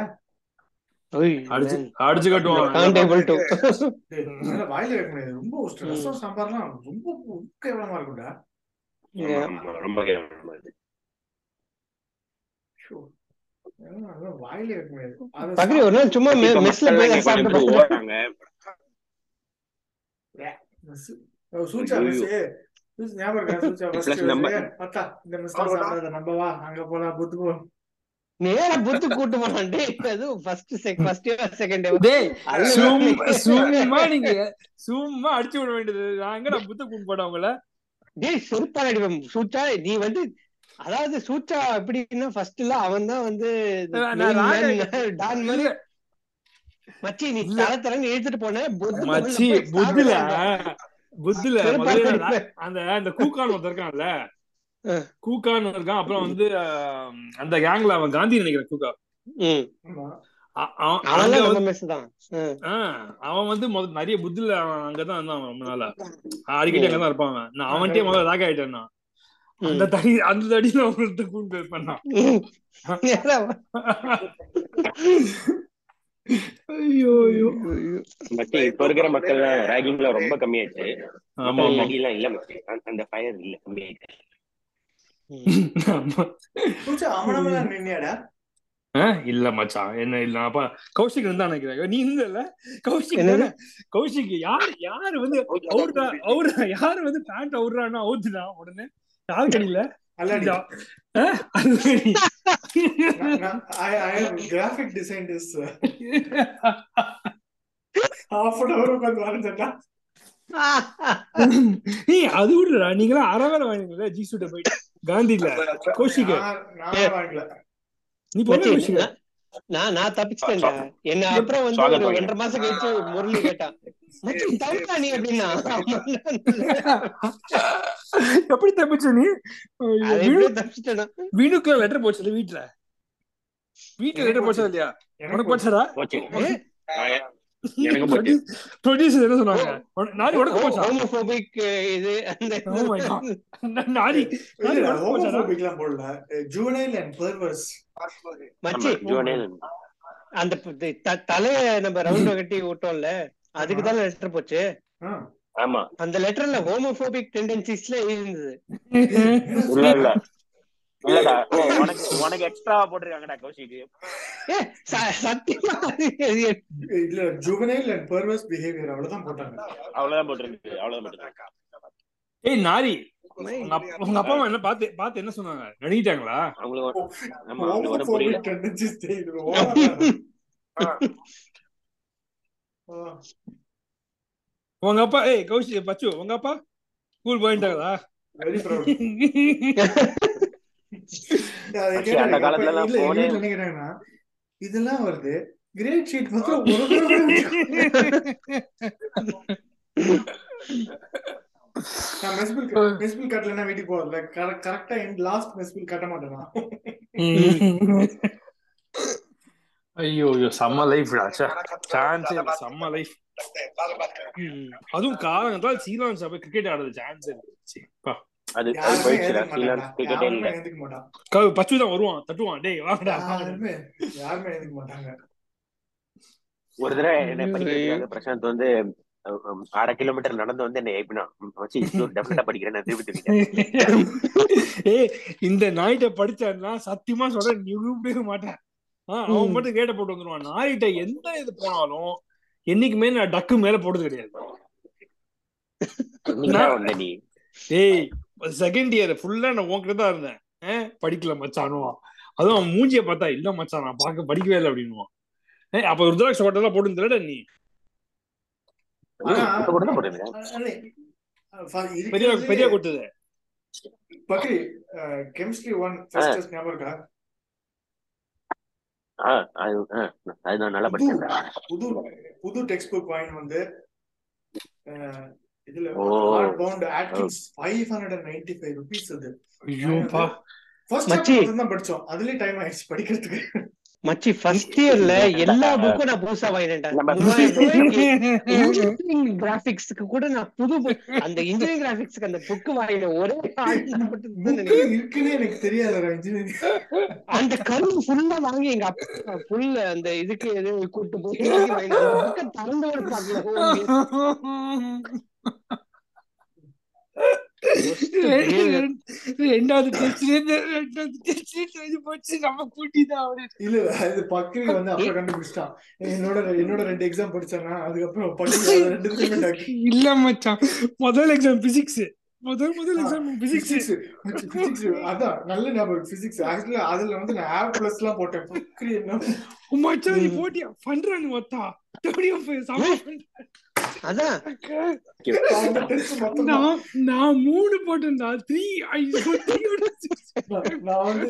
Speaker 3: அடிச்சு அடிச்சு
Speaker 2: கான்ட்
Speaker 3: கட்டுவான்
Speaker 2: ஏபிள் டு
Speaker 1: டேய், அதெல்லாம் வாயில வைக்க முடியாது ரொம்ப ஒஸ்ட். ரசம் சாம்பார்லாம் ரொம்ப ரொம்ப கேவலமா இருக்கும்டா
Speaker 4: ஆமா, ஆமா, ரொம்ப கேவலமா இருக்கு.
Speaker 1: ஐயோ, அதெல்லாம் அதெல்லாம் வாயில வைக்க முடியாது அதை
Speaker 2: பக்கத்து ஒரு நாள் சும்மா
Speaker 4: இப்ப
Speaker 2: மெஸ்ல
Speaker 4: மக்கள்
Speaker 2: போய் நான் சாப்பிட்டு
Speaker 4: எல்லாம் இங்க கொஞ்சம் பேர்
Speaker 2: பாரு.
Speaker 4: ஓடுறாங்க.
Speaker 1: சாப்பிட்டு- ஓ, சூச்சா
Speaker 4: ஐயோ.
Speaker 1: மெஸ் சூச்சா ஞாபகம் இருக்கா சூச்சா
Speaker 4: Plus
Speaker 1: first
Speaker 4: நம்ம-
Speaker 1: வந்து, அத்தா, இந்த மெஸ் எல்லாம் சாப்பிடாத நம்ம வா அங்க போலாம் புத்து போ
Speaker 2: நேர புத்து கூட்டு போனான் டேய் அது first first year second year
Speaker 3: டேய்
Speaker 2: அது
Speaker 3: சும்மா சும்மா நீங்க சும்மா அடிச்சு விட வேண்டியது நான் எங்கடா புத்த கூண்டு போட அவங்கள
Speaker 2: டேய் செருப்பால் அடிப்பேன் சூச்சா நீ வந்து அதாவது சூச்சா எப்படின்னா ஃபர்ஸ்ட் இல்ல அவன் தான் வந்து
Speaker 3: நான்
Speaker 2: main
Speaker 3: ராக-
Speaker 2: man, டான் மாதிரி மச்சி நீ
Speaker 3: இல்ல.
Speaker 2: தல தரன்னு இழுத்துட்டு போன புத்து
Speaker 3: மச்சி
Speaker 2: போய்
Speaker 3: புத்தில
Speaker 2: சாப்பிடுறான்டா.
Speaker 3: புத்தில
Speaker 2: செருப்பால்
Speaker 3: முதல்ல நான்
Speaker 2: அடிப்பேன்.
Speaker 3: அந்த அந்த கூக்கான் ஒருத்தன் இருக்கான்ல
Speaker 2: ஆ.
Speaker 3: கூக்கான் இருக்கான் அப்புறம் வந்து ஆம், அந்த கேங்ல அவன் காந்தி நினைக்கிறேன் கூக்கா
Speaker 2: ம்.
Speaker 1: ஆமா.
Speaker 3: அ- அவன் அங்க
Speaker 2: அவன்லாம் நம்ம
Speaker 3: வந்து-
Speaker 2: மெஸ் தான் ஆ.
Speaker 3: ஆ, அவன் வந்து முதல்ல நிறைய புத்தில அவன் அங்கதான் இருந்தான் அவன் ரொம்ப நாளா அடிக்கடி
Speaker 2: ம்.
Speaker 3: அங்கதான் இருப்பான் அவன். நான் அவன்கிட்டயே முதல்ல ராக ஆயிட்டேன் நான். அந்த தடி அந்த தடியில உங்களுக்கு கூன் பேர் பண்ணான் ஐயோ ஐயோ
Speaker 4: மச்சி இப்ப இருக்கிற மக்கள் ராகிங்ல ரொம்ப கம்மியாச்சு
Speaker 3: ஆமா ஆமா
Speaker 4: அடி எல்லாம் இல்ல மச்சி அந்த- அந்த ஃபயர் இல்ல கம்மியாயிடுச்சு
Speaker 3: ஆமா.
Speaker 1: புடிச்சா அவனமெல்லாம் நின்னியாடா
Speaker 3: ஆ, இல்ல மச்சான் என்ன இல்ல அப்பா கௌஷிக் இருந்தா நினைக்கிறேன் நீ இருந்தல கௌஷிக்
Speaker 6: என்னது?
Speaker 3: தானே? கௌஷிக் யாரு யாரு வந்து அவுட்ரா அவுட்ரா யாரு வந்து பேண்ட் அவுட்றான்னா அவுத்துடா உடனே யாரு கடியில
Speaker 1: அல்லாடி
Speaker 3: இதா. ஆ, அதுதானே.
Speaker 1: Graphic design is half an hour உட்காந்து வரைஞ்சா
Speaker 3: ஏய் அது விடுடா நீங்களா அறவேல வாங்கினீங்களா ஜி சுட்ட போயிட்டு காந்தில கௌஷிக்
Speaker 1: நான் வாங்கல
Speaker 3: நீ போன கௌஷிக்
Speaker 6: நான் நான் தப்பிச்சிட்டேன்டா என்ன அப்புறம் வந்து ஒரு ஒன்றரை மாசம் கழிச்சு முரளி கேட்டான் மச்சி
Speaker 2: तो
Speaker 6: தவிர்த்தா நீ அப்படின்னா
Speaker 3: எப்படி தப்பிச்ச நீ
Speaker 6: அது
Speaker 3: ஐயோ,
Speaker 6: எப்படியோ தப்பிச்சிட்டேனா
Speaker 3: வீணுக்குள்ள லெட்டர் போச்சு வீட்டுல வீட்டுல லெட்டர் போச்சா இல்லையா உனக்கு போச்சடா
Speaker 4: போச்சு
Speaker 6: ஏ?
Speaker 4: நான் எனக்கு போச்சு.
Speaker 3: ப்ரொடியூசர் என்ன சொன்னாங்க உன- நாடி உனக்கு போச்சா
Speaker 6: ஹோமோபோபிக் இது அந்த
Speaker 3: Oh my God. நாடி நாடி
Speaker 1: இல்ல
Speaker 3: உனக்கு போச்சாடா
Speaker 1: ஹோமோபோபிக்லாம் போடல ஜூனைல் அண்ட் பர்வர்ஸ்
Speaker 6: மச்சி
Speaker 4: ஜோனேல்
Speaker 6: அந்த ப- தி- த- தலைய நம்ம ரவுண்ட் கட்டி விட்டோம்ல அதுக்கு தான் லெட்டர் போச்சு
Speaker 4: ஆமா
Speaker 6: அந்த லெட்டர்ல ஹோமோபோபிக் டெண்டன்சிஸ்ல இருந்தது
Speaker 4: இல்ல இல்ல இல்லடா உனக்கு உனக்கு எக்ஸ்ட்ரா போட்டிருக்காங்கடா கௌஷிக்கு
Speaker 6: ஏ, ச- சத்தியமா அது எது-
Speaker 1: இல்ல ஜுவனைல் அண்ட் பர்வர்ஸ் பிஹேவியர் அவ்வளவுதான் போட்டாங்க
Speaker 4: அவ்வளவுதான் போட்டிருக்கு அவ்வளவுதான் போட்டிருக்கு
Speaker 3: ஏய் நாரி உங்க அப்பா உங்க அப்பா அம்மா என்ன பார்த்து பார்த்து என்ன சொன்னாங்க நடிக்கிட்டாங்களா
Speaker 4: அவங்களுக்கு ஆமா அவங்களுக்கு ஒண்ணும் புரியல
Speaker 1: ஹோமோபோபிக் டெண்டன்சிஸ் தெரியுது ஓவரா
Speaker 3: உங்க அப்பா ஏய் கௌஷி பச்சு உங்க அப்பா ஸ்கூல் போயிட்டாங்களா
Speaker 1: வெரி ப்ரௌட் அதை கேட்டாங்க.
Speaker 4: மச்சி, அந்த
Speaker 1: அப்ப
Speaker 4: காலத்துல எல்லாம்
Speaker 1: இல்ல, எங்க
Speaker 4: phone ஏ-
Speaker 1: வீட்டுல என்ன கேட்டாங்கன்னா, இதெல்லாம் வருது கிரேட் ஷீட் மாத்திரம் ஒரு தடவை கூட வச்சுக்கோ. நான் mess bill cut- mess bill கட்டலைன்னா வீட்டுக்கு போறதில்ல. கர- கரெக்டா end last மெஸ் பில் கட்ட மாட்டேனா?
Speaker 3: ஐயோ ஐயோ செம்ம லைஃப்டா சான்ஸே இல்ல செம்ம லைஃப் அதுவும் காலங்கத்தால சீலான் சபை கிரிக்கெட் ஆடுறது சான்ஸ் இல்ல
Speaker 4: அது அது
Speaker 1: யாருமே
Speaker 4: போயிடுச்சுடா
Speaker 1: ஏத்துக்க
Speaker 4: சீலன்
Speaker 1: மாட்டாங்கடா.
Speaker 4: டிக்கெட்டே இல்ல
Speaker 1: யாருமே ஏத்துக்க மாட்டான்.
Speaker 3: க- பச்சு தான் வருவான் தட்டுவான் டேய் வாங்கடா வாங்கடா.
Speaker 1: யாருமே யாருமே ஏத்துக்க மாட்டாங்க.
Speaker 4: ஒரு தடவை என்ன படிக்க வைக்காத பிரசாந்த் வந்து அஹ், அஹ், அரை கிலோமீட்டர் நடந்து வந்து என்ன ஏப்பினான் வச்சு டெஃபினட்டா படிக்கிறேன் நான் திருப்பி திருப்பி
Speaker 3: ஏய் இந்த நாய்ட்ட படிச்சான்னா சத்தியமா சொல்றேன் நிரூபிக்கவே மாட்டேன் ஆ, அவன் மட்டும் கேட்ட போட்டு வந்துருவான் நாய்கிட்ட எந்த இது போனாலும் என்னைக்குமே நான் டக்கு மேல போட்டது கிடையாது
Speaker 4: இன்னைக்குதான் வந்த நீ
Speaker 3: டேய் செகண்ட் இயர் ஃபுல்லா நான் உன்கிட்ட தான் இருந்தேன் ஆ, படிக்கல மச்சானுவான் அதுவும் அவன் மூஞ்சிய பார்த்தா இல்ல மச்சான் நான் பார்க்க படிக்கவே இல்லை அப்படின்னுவான் ஏய் அப்ப ருத்ராட்ச பட்டெல்லாம் போட்டு இருந்தலடா நீ
Speaker 1: ஆனா,
Speaker 4: இப்ப கூட தான் போட்டிருக்கேன்
Speaker 1: அஹ் இல்லை. அஹ் ஃப-
Speaker 3: பெரிய பெரிய
Speaker 1: இருக்கிறதுலயே
Speaker 3: கொட்டுது
Speaker 1: பக்ரி, அஹ், chemistry one first test ஞாபகம் இருக்கா?
Speaker 4: ஆ, அது ஆ, அது நான் நல்லா
Speaker 1: புது
Speaker 4: படிச்சேன்டா
Speaker 1: புது புது டெக்ஸ்ட் புக் வாங்கி வந்து அஹ், இதுல
Speaker 4: ஓ.
Speaker 1: Hard bound Atkins five hundred and ninety five rupees அது
Speaker 3: ஐயோப்பா
Speaker 1: ஃபர்ஸ்ட்
Speaker 6: மச்சி.
Speaker 1: சாப்டர் மட்டும் தான் படிச்சோம் அதுலயே டைம் ஆயிடுச்சு படிக்கிறதுக்கு
Speaker 6: மச்சி ஃபர்ஸ்ட் இயர்ல எல்லா புக்கும் நான் புதுசா வாங்கிட்டேன்டா
Speaker 4: நம்ம-
Speaker 6: மூவாயிரம் ரூபாய்க்கு இன்ஜினியரிங் கிராபிக்ஸ்க்கு கூட நான் புது book- அந்த இன்ஜினியரிங் கிராபிக்ஸ்க்கு அந்த புக் வாங்கின ஒரே ஆள் நான் மட்டும்தான்
Speaker 1: book
Speaker 6: நினைக்கிறேன்
Speaker 1: இருக்குன்னே எனக்கு தெரியாதுடா இன்ஜினியரிங்
Speaker 6: அந்த கரும்பு ஃபுல்லா வாங்கி எங்க அப்பா புல்ல அந்த இதுக்கு இது கூட்டு போய் எழுதி வாங்கினேன். அந்த புக்கை திறந்து கூட பார்க்கல ஓ,
Speaker 3: ரெண்டு- ரெண்டாவது டெஸ்ட்லயே ரெண்டாவது டெஸ்ட்லயே தெரிஞ்சு போச்சு நம்ம கூட்டிதான் அப்படின்னு
Speaker 1: இல்ல அது பக்ரி வந்து அப்ப கண்டுபிடிச்சிட்டான் என்னோட என்னோட ரெண்டு எக்ஸாம் படிச்சானா அதுக்கப்புறம் பக்ரி ரெண்டுத்துக்குமே டாக்டர்
Speaker 3: இல்ல மச்சான் முதல் எக்ஸாம் பிசிக்ஸ் முதல் முதல் எக்ஸாம் பிசிக்ஸ்
Speaker 1: பிசிக்ஸ் பிசிக்ஸ் அதான் நல்ல ஞாபகம் பிசிக்ஸ் ஆக்சுவலா அதுல வந்து நான் ஏர் பிளஸ் எல்லாம் போட்டேன் பக்ரி என்ன
Speaker 3: மச்சான் நீ போட்டியா பண்ற நீ மொத்தா
Speaker 6: அதான்
Speaker 1: அந்த டெஸ்ட் மொத்தம் தான்.
Speaker 3: நான் நான் மூணு போட்டிருந்தா த்ரீ
Speaker 1: நான் நான் வந்து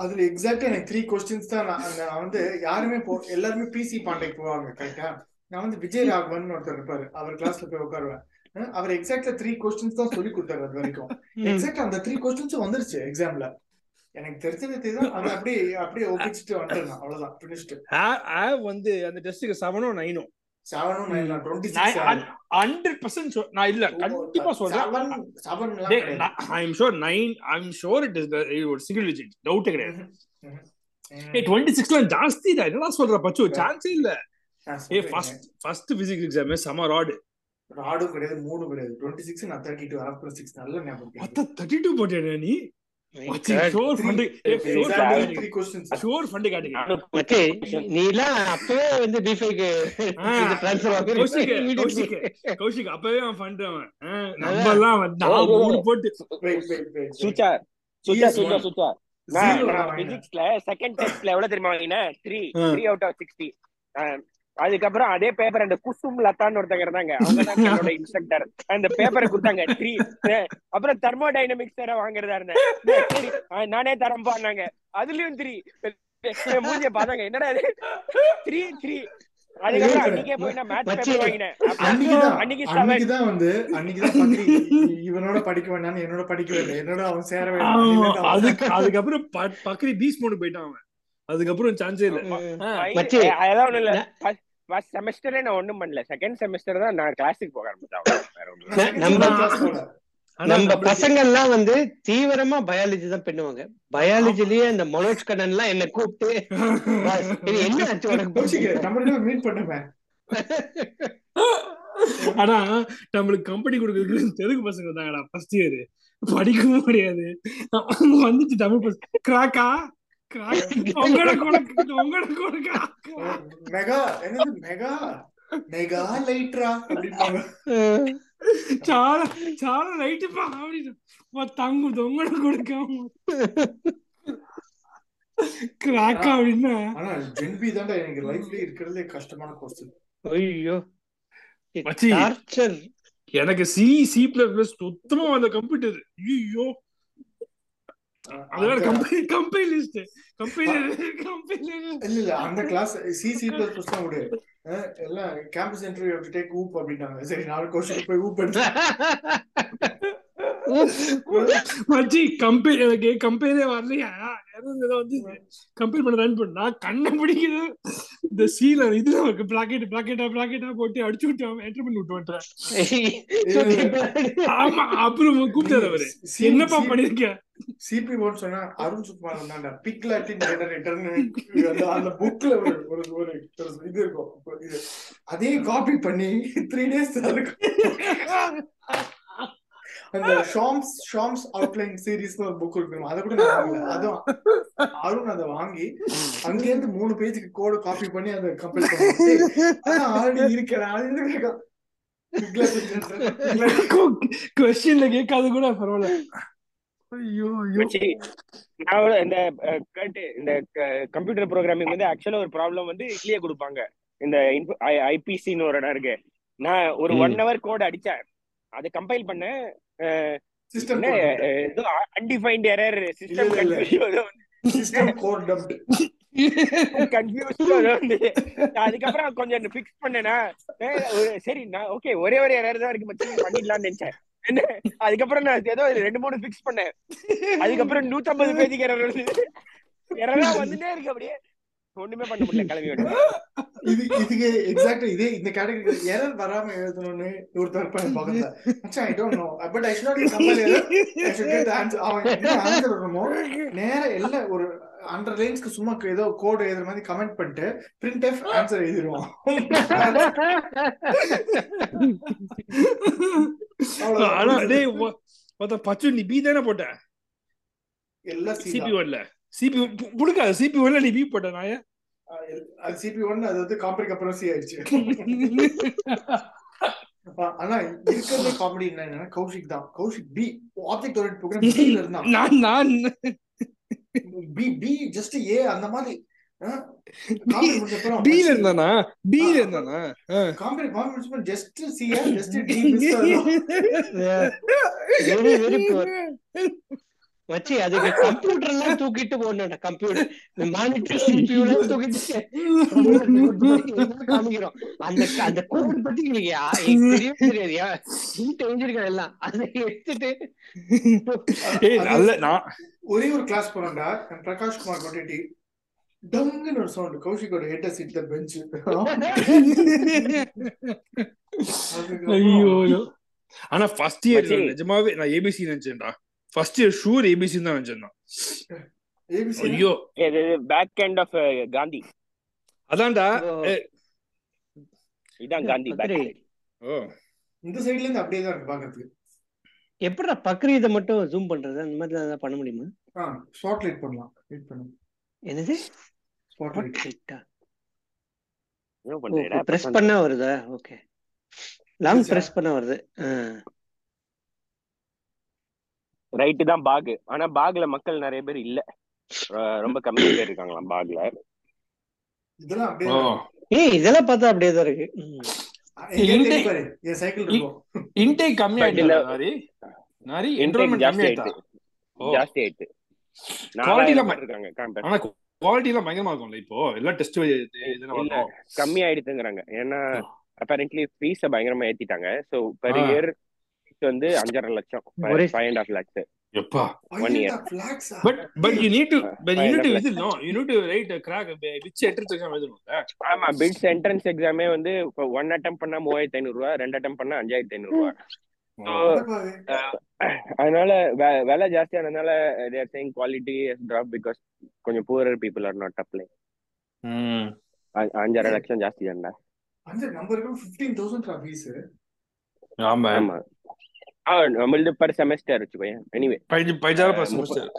Speaker 1: அதுல எக்ஸாக்டா எனக்கு த்ரீ கொஸ்டின்ஸ் தான் நான் நான் வந்து யாருமே போ எல்லாருமே பிசி பாண்டைக்கு போவாங்க கரெக்டா நான் வந்து விஜய் ராகவன் ஒருத்தர் இருப்பாரு அவர் கிளாஸ்ல போய் உட்காருவேன் அஹ் அவர் எக்ஸாக்டா த்ரீ கொஸ்டின்ஸ் தான் சொல்லி கொடுத்தாரு அது வரைக்கும் எக்ஸாக்டா அந்த த்ரீ கொஸ்டின்ஸும் வந்துருச்சு எக்ஸாம்ல எனக்கு தெரிஞ்சது தெரியும் ஆனா அப்படியே அப்படியே ஒப்பிச்சுட்டு வந்துட்டேன் நான். அவ்வளவுதான் பினிஷ்டு
Speaker 3: வந்து அந்த டெஸ்ட்டுக்கு செவனோ நைனோ
Speaker 1: செவனும் நைனா டுவெண்ட்டி
Speaker 3: நான் ஹண்ட்ரட் பர்சன்ட் நான் இல்ல கண்டிப்பா சொல்றேன்
Speaker 1: seven seven
Speaker 3: I am sure nine I am sure it is ஒரு சிங்கிள் டிஜிட் டவுட் கிடையாது ஏ டுவெண்ட்டி சிக்ஸ்ல ஜாஸ்தி தான் என்னடா சொல்ற பச்சு சான்ஸே இல்ல ஏ ஃபர்ஸ்ட் ஃபர்ஸ்ட் பிசிக்ஸ் எக்ஸாம் செம ராடு
Speaker 1: ராடும் கிடையாது மூணு கிடையாது டுவெண்ட்டி சிக்ஸ் நான் தேர்ட்டி டூ ஆஃப்டர் சிக்ஸ் நல்ல ஞாபகம்
Speaker 3: மொத்தம் தேர்ட்டி டூ போட்டியா நீ sure fund sure fund
Speaker 1: three questions
Speaker 3: sure fund காட்டுங்க
Speaker 6: மச்சி, நீ எல்லாம் அப்பவே வந்து பீஃபைக்கு ட்ரான்ஸ்ஃபர்
Speaker 3: கௌஷிக் கௌஷிக் கௌஷிக் அப்பவே அவன் ஃபண்டு அவன் ஆ, நம்ம எல்லாம் வந்து நான் மூணு போட்டு
Speaker 1: வெயிட் வெயிட் வெயிட்
Speaker 4: சுச்சா சுச்சா
Speaker 1: Yes,
Speaker 4: சுச்சா
Speaker 1: man.
Speaker 4: சுச்சா
Speaker 1: Zero தான்
Speaker 4: நான்
Speaker 1: வாங்கினேன்.
Speaker 4: பிசிக்ஸ்ல செகண்ட் டெஸ்ட்ல எவ்வளவு தெரியுமா வாங்கினேன் த்ரீ
Speaker 3: ஆ.
Speaker 4: த்ரீ அவுட் ஆஃப் சிக்ஸ்டி அதுக்கப்புறம் அதே பேப்பர் அந்த குசும் லதான்னு ஒருத்தங்க இருந்தாங்க அவங்க தான் என்னோட இன்ஸ்ட்ரக்டர் அந்த பேப்பரை கொடுத்தாங்க த்ரீ அப்புறம் தெர்மோ டைனமிக்ஸ் வேற வாங்குறதா இருந்தேன் நான் சரி, ஆ, நானே தரம்பான்னாங்க அதுலயும் த்ரீ மூஞ்சிய பாத்தாங்க என்னடா அது த்ரீ த்ரீ அதுக்கப்புறம் அன்னைக்கே போய் நான் மேட்ச்
Speaker 6: மச்சி,
Speaker 4: பேப்பர் வாங்கினேன்
Speaker 1: அன்னைக்குதான்
Speaker 4: அப்புறம் அன்னைக்கு செவன்
Speaker 1: அன்னைக்குதான் வந்து அன்னைக்குதான் பத்தி இ- இவனோட படிக்க வேண்டாம்னு என்னோட படிக்க வேண்டாம் என்னோட அவன் சேர வேண்டாம்
Speaker 3: ஆமா,
Speaker 1: இல்லாட்டி அவன்
Speaker 3: அதுக்கு அதுக்கப்புறம் ப- பக்கத்து பீச் மோடு போயிட்டான் அவன் அதுக்கப்புறம் சான்ஸே இல்ல ஆ,
Speaker 6: மச்சி,
Speaker 4: ஏய், அதெல்லாம் ஒண்ணும் இல்ல ஃபர்ஸ்ட் செமஸ்டரே நான் ஒண்ணும் பண்ணல செகண்ட் செமஸ்டர் தான் நான் கிளாஸுக்கு போக ஆரம்பிச்சேன் அவ்வளவுதான். வேற ஒண்ணும் இல்ல.
Speaker 1: second
Speaker 6: நம்ம-
Speaker 1: class போல.
Speaker 3: ஆனா
Speaker 6: நம்ம
Speaker 3: நம்மளுக்கு-
Speaker 6: பசங்கள்லாம் வந்து தீவிரமா பயாலஜி தான் பண்ணுவாங்க பயாலஜிலயே அந்த மனோஜ் கண்ணன் எல்லாம் என்ன கூப்பிட்டு "பாஸ், இது என்ன ஆச்சு
Speaker 1: கௌஷிக்,
Speaker 6: உனக்கு
Speaker 1: நம்ம ரெண்டு பேரும் meet பண்ணுமே.
Speaker 3: ஆனா நம்மளுக்கு கம்பெனி கொடுக்கறதுக்கு தெலுங்கு பசங்க இருந்தாங்கடா ஃபர்ஸ்ட் இயர் படிக்கவும் முடியாது அவங்க வந்துட்டு தமிழ் பசங்க கிராக்கா கிராக் உங்களோட கூட உங்களோட கூட கிராக்கா.
Speaker 1: மெகா என்னது மெகா மெகா லைட்ரா அப்படிம்பாங்க
Speaker 3: చాలా చాలా లైట్ ఆవిడ మా తంగు దొంగడు కొడుక கிராக் அப்படின்னா
Speaker 1: ஆனா ஜென்பி தான்டா எனக்கு லைஃப்ல இருக்கிறதுலே கஷ்டமான கொஸ்டின்
Speaker 6: ஐயோ
Speaker 3: மச்சி.
Speaker 6: டார்ச்சர்
Speaker 3: எனக்கு சி சி பிளஸ் பிளஸ் சுத்தமா அந்த கம்ப்யூட்டர் ஐயோ அதோட company company list company company
Speaker 1: இல்ல இல்ல அந்த class C C plus plus தான் விடு அஹ், எல்லாம் கேம்பஸ் இன்டர்வியூ டேக் ஊப் அப்படின்னாங்க சரி நாலு கொஸ்டின் போய் ஊப் எடுத்து
Speaker 3: மச்சி கம்பெனி எனக்கு கம்பெனியே வரலையா யாரும் ஏதோ வந்து கம்பெனி பண்ண ரன் பண்ணா கண்ணை பிடிக்குது இந்த சீல இது நமக்கு பிளாக்கெட் பிளாக்கெட்டா பிளாக்கெட்டா போட்டு அடிச்சு விட்டு என்டர் பண்ணி விட்டு வந்துட்டேன் ஆமா அப்புறம் கூப்பிட்டாரு அவரு என்னப்பா பண்ணிருக்க
Speaker 1: சிபி ஒன் சொன்னா அருண் சுக்குமார் இருந்தாண்டா பிக் லாட்டின் ஜெனரேட்டர்னு அந்த- அந்த புக்ல ஒரு ஒரு ஒரு இது இருக்கும் இது அதே காப்பி பண்ணி த்ரீ டேஸ் அந்த ஷாம்ஸ் ஷாம்ஸ் அவுட்லைன் சீரிஸ்னு ஒரு புக் இருக்கு அதை கூட நான் வாங்கல அதுவும் அருண் அதை வாங்கி அங்க இருந்து மூணு பேஜுக்கு கோடு காப்பி பண்ணி அதை கம்பெல் பண்ணி ஆல்ரெடி இருக்கிறேன் அது எதுக்கு இருக்கா? Big Latin Generator, Big Latin-
Speaker 3: கொஸ்டின்ல கேட்காது கூட பரவாயில்ல ஐயோ ஐயோ
Speaker 4: மச்சி, நான் ஒரு- இந்த அஹ், கேட்டு, இந்த கம்ப்யூட்டர் ப்ரோக்ராமிங் வந்து ஆக்சுவலா ஒரு ப்ராப்ளம் வந்து இட்லியே கொடுப்பாங்க இந்த ஐபிசின்னு ஒரு இடம் இருக்கு நான் ஒரு
Speaker 5: ம்.
Speaker 4: ஒன் ஹவர் கோட் அடிச்சேன் அதை கம்பைல் பண்ணேன் அஹ்,
Speaker 1: System
Speaker 4: என்ன,
Speaker 1: code.
Speaker 4: அஹ், ஏதோ அன்டிஃபைன்ட் எரர் சிஸ்டம்
Speaker 1: இல்ல, இல்ல.
Speaker 4: Confusion
Speaker 1: System code dumped.
Speaker 4: கன்ஃபியூஸ்டா வந்து அதுக்கப்புறம் கொஞ்சம் ஃபிக்ஸ் பண்ணேனா ஏய், ஒரு- சரி நான் ஓகே ஒரே ஒரு எரர் தான் இருக்கு மச்சான் பண்ணிடலாம்னு நினைச்சேன் என்ன அதுக்கப்புறம் நான் ஏதோ ஒரு ரெண்டு மூணு ஃபிக்ஸ் பண்ணேன் அதுக்கப்புறம் நூத்தம்பது பேஜுக்கு எரர் வந்து எரரா வந்துட்டே இருக்கு அப்படியே ஒண்ணுமே பண்ண முடியல கிளம்பி வந்து
Speaker 1: இது இதுக்கு எக்ஸாக்ட் இதே இந்த கேட்டகரி எரர் வராம எழுதணும்னு ஒருத்தர் இருப்பாங்க பக்கத்துல மச்சான் I don't know but I should not compel error I should get answer அவன் என்ன ஆன்சர் வருமோ நேரா எல்லாம் ஒரு அண்டர் லைன்ஸ்க்கு சும்மா ஏதோ கோட் எழுதுற மாதிரி கமெண்ட் பண்ணிட்டு பிரிண்ட் எஃப் ஆன்சர் எழுதிடுவான் அவ்வளவுதான்.
Speaker 3: ஆனா டேய் ஒ- ஒருத்தன் பச்சு நீ பி தானே போட்ட
Speaker 1: எல்லாம் சீதா.
Speaker 3: சிபி ஒன்ல சிபி புடுக்காத சிபி ஒன்ல நீ பி போட்ட நான்
Speaker 1: அது சிபி ஒன் அது வந்து காம்பரிக் அப்புறம் சி ஆயிடுச்சு ஆனா இருக்கிறதே காமெடி என்னன்னா கௌஷிக் தான் Kaushik B object orient program B இருந்தான்
Speaker 3: நான் நான்
Speaker 1: பி பி ஜஸ்ட் ஏ அந்த மாதிரி காமெடி முடிச்சப்பறம்
Speaker 3: பி ல இருந்தானா பி ல இருந்தானா ஆ.
Speaker 1: காமெடி காமெடி முடிச்சப்பறம் just C just D miss
Speaker 6: very very poor மச்சி அதுக்கு கம்ப்யூட்டர் எல்லாம் தூக்கிட்டு போகணும்டா கம்ப்யூட்டர் மானிட்டர் சிபியூலாம் தூக்கிட்டு computer கூட்டிட்டு போய் எல்லாம் காமிக்கிறோம் அந்த அந்த கோடு பத்தி எனக்கு யா- எனக்கு தெரியவே தெரியாது யா- வீட்டு எழுதிருக்கேன் எல்லாம் அதை எடுத்துட்டு
Speaker 3: ஏய் நல்ல நான்
Speaker 1: ஒரே ஒரு கிளாஸ் போனோம்டா என் பிரகாஷ் குமார் கொட்டிட்டி டங்குன்னு ஒரு சவுண்ட் கௌஷிக்கோட ஹெட்ட சீட் தான் பெஞ்ச்
Speaker 3: ஐயோ ஐயோ. ஆனா ஃபர்ஸ்ட் இயர்
Speaker 4: மச்சி.
Speaker 3: நிஜமாவே நான் ஏபிசி நினைச்சேன்டா ஃபர்ஸ்ட் இயர் ஷூர் ஏபிசி தான் நினைச்சேன் நான்.
Speaker 1: ஏபிசி
Speaker 3: ஐயோ
Speaker 4: பேக் எண்ட் ஆஃப் காந்தி
Speaker 3: அதான்டா
Speaker 4: இதான் காந்தி back end.
Speaker 3: ஓ
Speaker 1: இந்த சைடுல இருந்து அப்படியே தான் இருக்கு பாக்குறதுக்கு
Speaker 6: எப்படா பக்ரீதை மட்டும் ஜூம் பண்றது அந்த மாதிரி ஏதாவது பண்ண முடியுமா
Speaker 1: ஆ ஸ்பாட் லைட் பண்ணலாம் லைட் பண்ணுங்க
Speaker 6: என்னது
Speaker 1: ஸ்பாட் லைட்
Speaker 4: என்ன பண்றீடா?
Speaker 6: பிரஸ் Oh, பண்ணா வருதா ஓகே லாங்
Speaker 1: Yes,
Speaker 6: பிரஸ் பண்ணா வருது ஆ.
Speaker 4: ரைட்டு தான் பாகு ஆனா பாகுல மக்கள் நிறைய பேர் இல்ல ரொ- ரொம்ப கம்மி பேர் இருக்காங்களாம் பாகுல
Speaker 1: இதெல்லாம் அப்படியே
Speaker 3: ஓ
Speaker 1: தான் இருக்கு.
Speaker 6: ஏய் இதெல்லாம் பார்த்தா அப்படியே தான் இருக்கு ம்.
Speaker 1: எங்கேயே
Speaker 3: இல்லை.
Speaker 1: தேடி பாரு என் சைக்கிள் இருக்கும்
Speaker 3: இன்டேக் கம்மி ஆயிட்டா நாரி நாரி என்ரோல்மெண்ட் கம்மி
Speaker 4: ஜாஸ்தி
Speaker 3: ஆயிட்டா
Speaker 4: ஆயிட்டு
Speaker 3: ஓ
Speaker 4: ஜாஸ்தி ஆயிட்டு
Speaker 3: Quality
Speaker 4: நாலாயிரம்
Speaker 3: ல-
Speaker 4: பேர் இருக்காங்க campus.
Speaker 3: ஆனா குவாலிட்டி எல்லாம் பயங்கரமா இருக்கும்ல இப்போ எல்லாம் டெஸ்ட் இதெல்லாம்
Speaker 4: இல்ல
Speaker 3: வரணும்
Speaker 4: கம்மி ஆயிடுதுங்கிறாங்க ஏன்னா
Speaker 3: ஆ.
Speaker 4: அப்பரண்ட்லி ஃபீஸ பயங்கரமா ஏத்திட்டாங்க சோ பெர்
Speaker 3: ஆ.
Speaker 4: இயர் வந்து அஞ்சரை லட்சம்
Speaker 6: ஒரே-
Speaker 4: ஃபைவ் அண்ட் ஆஃப் லேக்ஸ்
Speaker 3: எப்பா
Speaker 4: One year.
Speaker 1: ஐயா, flags ஆ?
Speaker 3: But but you need to but you need to
Speaker 4: பயங்கர
Speaker 3: இது no you need to write crack which entrance exam எழுதணும்ல
Speaker 4: ஆமா பிட்ஸ் என்ட்ரன்ஸ் எக்ஸாமே வந்து ஒன் அட்டம் பண்ணா மூவாயிரத்தி ஐநூறு ரூபா ரெண்டு அட்டம் பண்ணா அஞ்சாயிரத்தி ஐநூறு ரூபா So,
Speaker 1: என்னப்பா இது?
Speaker 4: அதனால வே- விலை ஜாஸ்தியானதுனால தேர் சேயிங் குவாலிட்டி ட்ராப் பிகாஸ் கொஞ்சம் poorer people are not apply
Speaker 3: ம்
Speaker 4: அஞ்சாறு லட்சம் ஜாஸ்தி தான்டா
Speaker 1: அந்த நம்பருக்கு 15000 ரூபா fees.
Speaker 3: ஆமா
Speaker 4: ஆமா ஆ, நம்மளுது பர் செமஸ்டர் வச்சுக்கோயேன் எனிவே
Speaker 3: பதினஞ்சு பதினஞ்சாயிரம் பர் செமஸ்டர்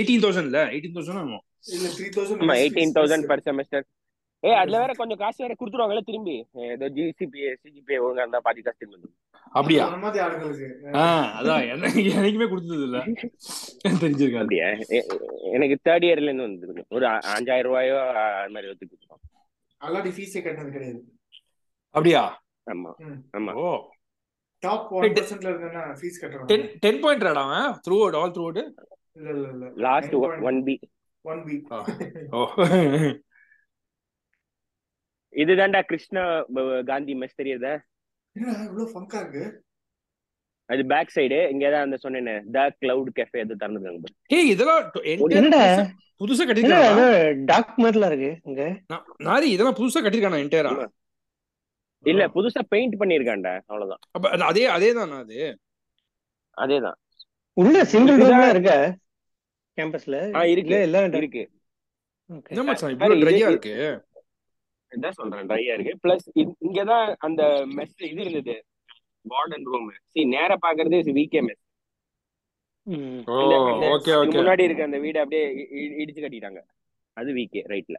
Speaker 3: எயிட்டீன் தௌசண்ட்ல எயிட்டீன் தௌசண்ட் ஆகும்
Speaker 1: இல்ல, 3000
Speaker 4: ஆமா
Speaker 1: fees.
Speaker 4: Eighteen thousand per semester ஏ அதுல வேற கொஞ்சம் காசு வேற கொடுத்துருவாங்கல்ல திரும்பி ஏதோ ஜிசிபிஏ சிஜிபிஏ ஒழுங்கா இருந்தா பாதி காசு திரும்பி வந்துரும்.
Speaker 3: அப்படியா
Speaker 1: அந்த மாதிரி ஆளுங்களுக்கு.
Speaker 3: ஆ அதான் என்ன எனக்குமே கொடுத்தது இல்ல தெரிஞ்சிருக்காது
Speaker 4: அப்படியா எ- எ- எனக்கு தேர்ட் இயர்ல இருந்து வந்து கொஞ்சம் ஒரு அ- அஞ்சாயிரம் ரூபாயோ அ, அது மாதிரி ஒத்துக்கு கொடுத்துருவாங்க.
Speaker 1: அல்லாடி fees ஏ கட்டினது கிடையாது.
Speaker 3: அப்படியா
Speaker 4: ஆமா
Speaker 1: ம்.
Speaker 4: ஆமா
Speaker 3: ஓ
Speaker 1: Top 1% ல இருந்தேன்னா fees கட்டணும்.
Speaker 3: டென் டென் பாயிண்ட் அவன் throughout all throughout
Speaker 1: இல்ல, இல்ல, இல்ல.
Speaker 4: Last one B
Speaker 1: One week.
Speaker 3: ஓ
Speaker 4: இதுதான்டா கிருஷ்ணா ப- ப- காந்தி மெஸ் தெரியுதா
Speaker 1: என்னடா, இவ்வளவு funk ஆ இருக்கு?
Speaker 4: அது பேக் சைடு இங்க தான் அந்த சொன்னேனே த கிளவுட் கேஃபே அது திறந்துருக்காங்க பாரு.
Speaker 3: ஏய் இதெல்லாம் to- entire
Speaker 6: என்னடா?
Speaker 3: புதுசா- புதுசா
Speaker 6: என்ன
Speaker 3: கட்டிருக்கானா
Speaker 6: ஏதோ டாக் மாதிரிலாம் இருக்கு இங்க
Speaker 3: நா- நாரி இதெல்லாம் புதுசா கட்டிருக்கானா என்டையரா
Speaker 4: ஆமா. இல்ல
Speaker 6: Oh.
Speaker 4: புதுசா பெயிண்ட் பண்ணிருக்கான்டா அவ்வளவுதான்
Speaker 3: அப்ப அது அதே அதே தானா அது
Speaker 4: அதேதான்
Speaker 6: உள்ள சிங்கிள்
Speaker 4: இதுதான்.
Speaker 6: ரூம்லாம் இருக்கா கேம்பஸ்ல
Speaker 4: ஆ, இருக்கு.
Speaker 6: இல்ல எல்லாம் டா-
Speaker 4: இருக்கு
Speaker 6: okay.
Speaker 3: என்ன மச்சான்
Speaker 4: சரி,
Speaker 3: இவ்வளவு
Speaker 4: இது-
Speaker 3: ட்ரையா
Speaker 4: இது-
Speaker 3: இருக்கு
Speaker 4: என்ன சொல்றேன் ட்ரையா இருக்கு பிளஸ் இங்கதான் அந்த மெஸ் இது இருந்தது வார்டன் ரூம் சி நேரா பாக்குறது வீக்கே மெஸ்
Speaker 6: ம்.
Speaker 3: ஓ
Speaker 4: அந்த- அந்த
Speaker 3: ஓகே
Speaker 4: இதுக்கு
Speaker 3: ஓகே
Speaker 4: முன்னாடி இருக்க அந்த வீடு அப்படியே இ- இ- இடிச்சு கட்டிட்டாங்க அது வீக்கே ரைட்ல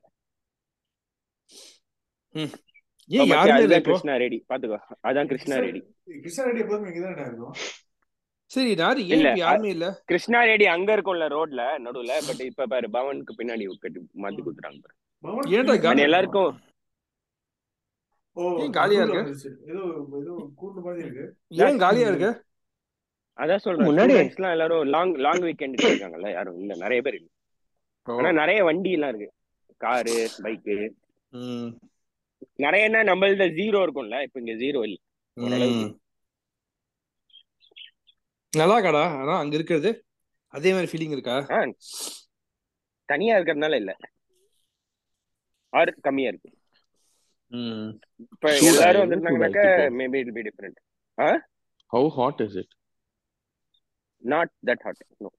Speaker 3: ஏன் யாருமே இல்ல
Speaker 4: அதுதான்
Speaker 3: இப்போ
Speaker 4: கிருஷ்ணா ரெடி பாத்துக்கோ அதான் கிருஷ்ணா
Speaker 1: கிருஷ்ணா-
Speaker 4: ரெடி
Speaker 1: கிருஷ்ணா ரெட்டி எப்போதுமே இங்கதான்டா இருக்கும்.
Speaker 3: சரி நாரி ஏன்
Speaker 4: இல்ல,
Speaker 3: இப்ப யாருமே இல்ல
Speaker 4: கிருஷ்ணா ரெடி அங்க இருக்கும்ல ரோட்ல நடுவுல பட் இப்ப பாரு பவனுக்கு பின்னாடி கட்டி மாத்தி கொடுத்துட்டாங்க பாரு.
Speaker 1: பவன்
Speaker 3: ஏன்டா
Speaker 1: பின்னாடி
Speaker 4: அது
Speaker 3: காலி-
Speaker 4: எல்லாருக்கும்
Speaker 1: ஓ,
Speaker 3: ஏன் காலியா
Speaker 1: நடுவுல
Speaker 3: இருக்கு?
Speaker 1: வந்துருச்சு. ஏதோ ஏதோ கூண்டு மாதிரி இருக்கு
Speaker 3: ஏன் காலியா இருக்கு
Speaker 4: அதான் சொல்றேன்
Speaker 6: முன்னாடி-
Speaker 4: ஸ்டூடெண்ட்ஸ் எல்லாம் எல்லாரும் லாங் லாங் வீக்கெண்ட் இருக்காங்கல்ல யாரும் இல்ல நிறைய பேர் இல்ல
Speaker 3: ஓ.
Speaker 4: ஆனா நிறைய வண்டி எல்லாம் இருக்கு காரு பைக்கு
Speaker 3: ம்.
Speaker 4: நிறையன்னா நம்மள்ட்ட ஜீரோ இருக்கும்ல இப்ப இங்க ஜீரோ இல்ல ஓரளவுக்கு.
Speaker 3: ம். நல்லா இருக்காடா ஆனா அங்க இருக்கிறது அதே மாதிரி ஃபீலிங் இருக்கா
Speaker 4: ஆ, தனியா இருக்கிறதுனால இல்ல ஆறு கம்மியா இருக்கு
Speaker 5: ம்
Speaker 4: இப்ப
Speaker 5: சூடா
Speaker 4: எல்லாரும்
Speaker 5: எவ்வளவு
Speaker 4: வந்திருந்தாங்கனாக்கா
Speaker 5: சூடா இருக்கு
Speaker 4: maybe it be different
Speaker 5: how hot is it
Speaker 4: not that hot no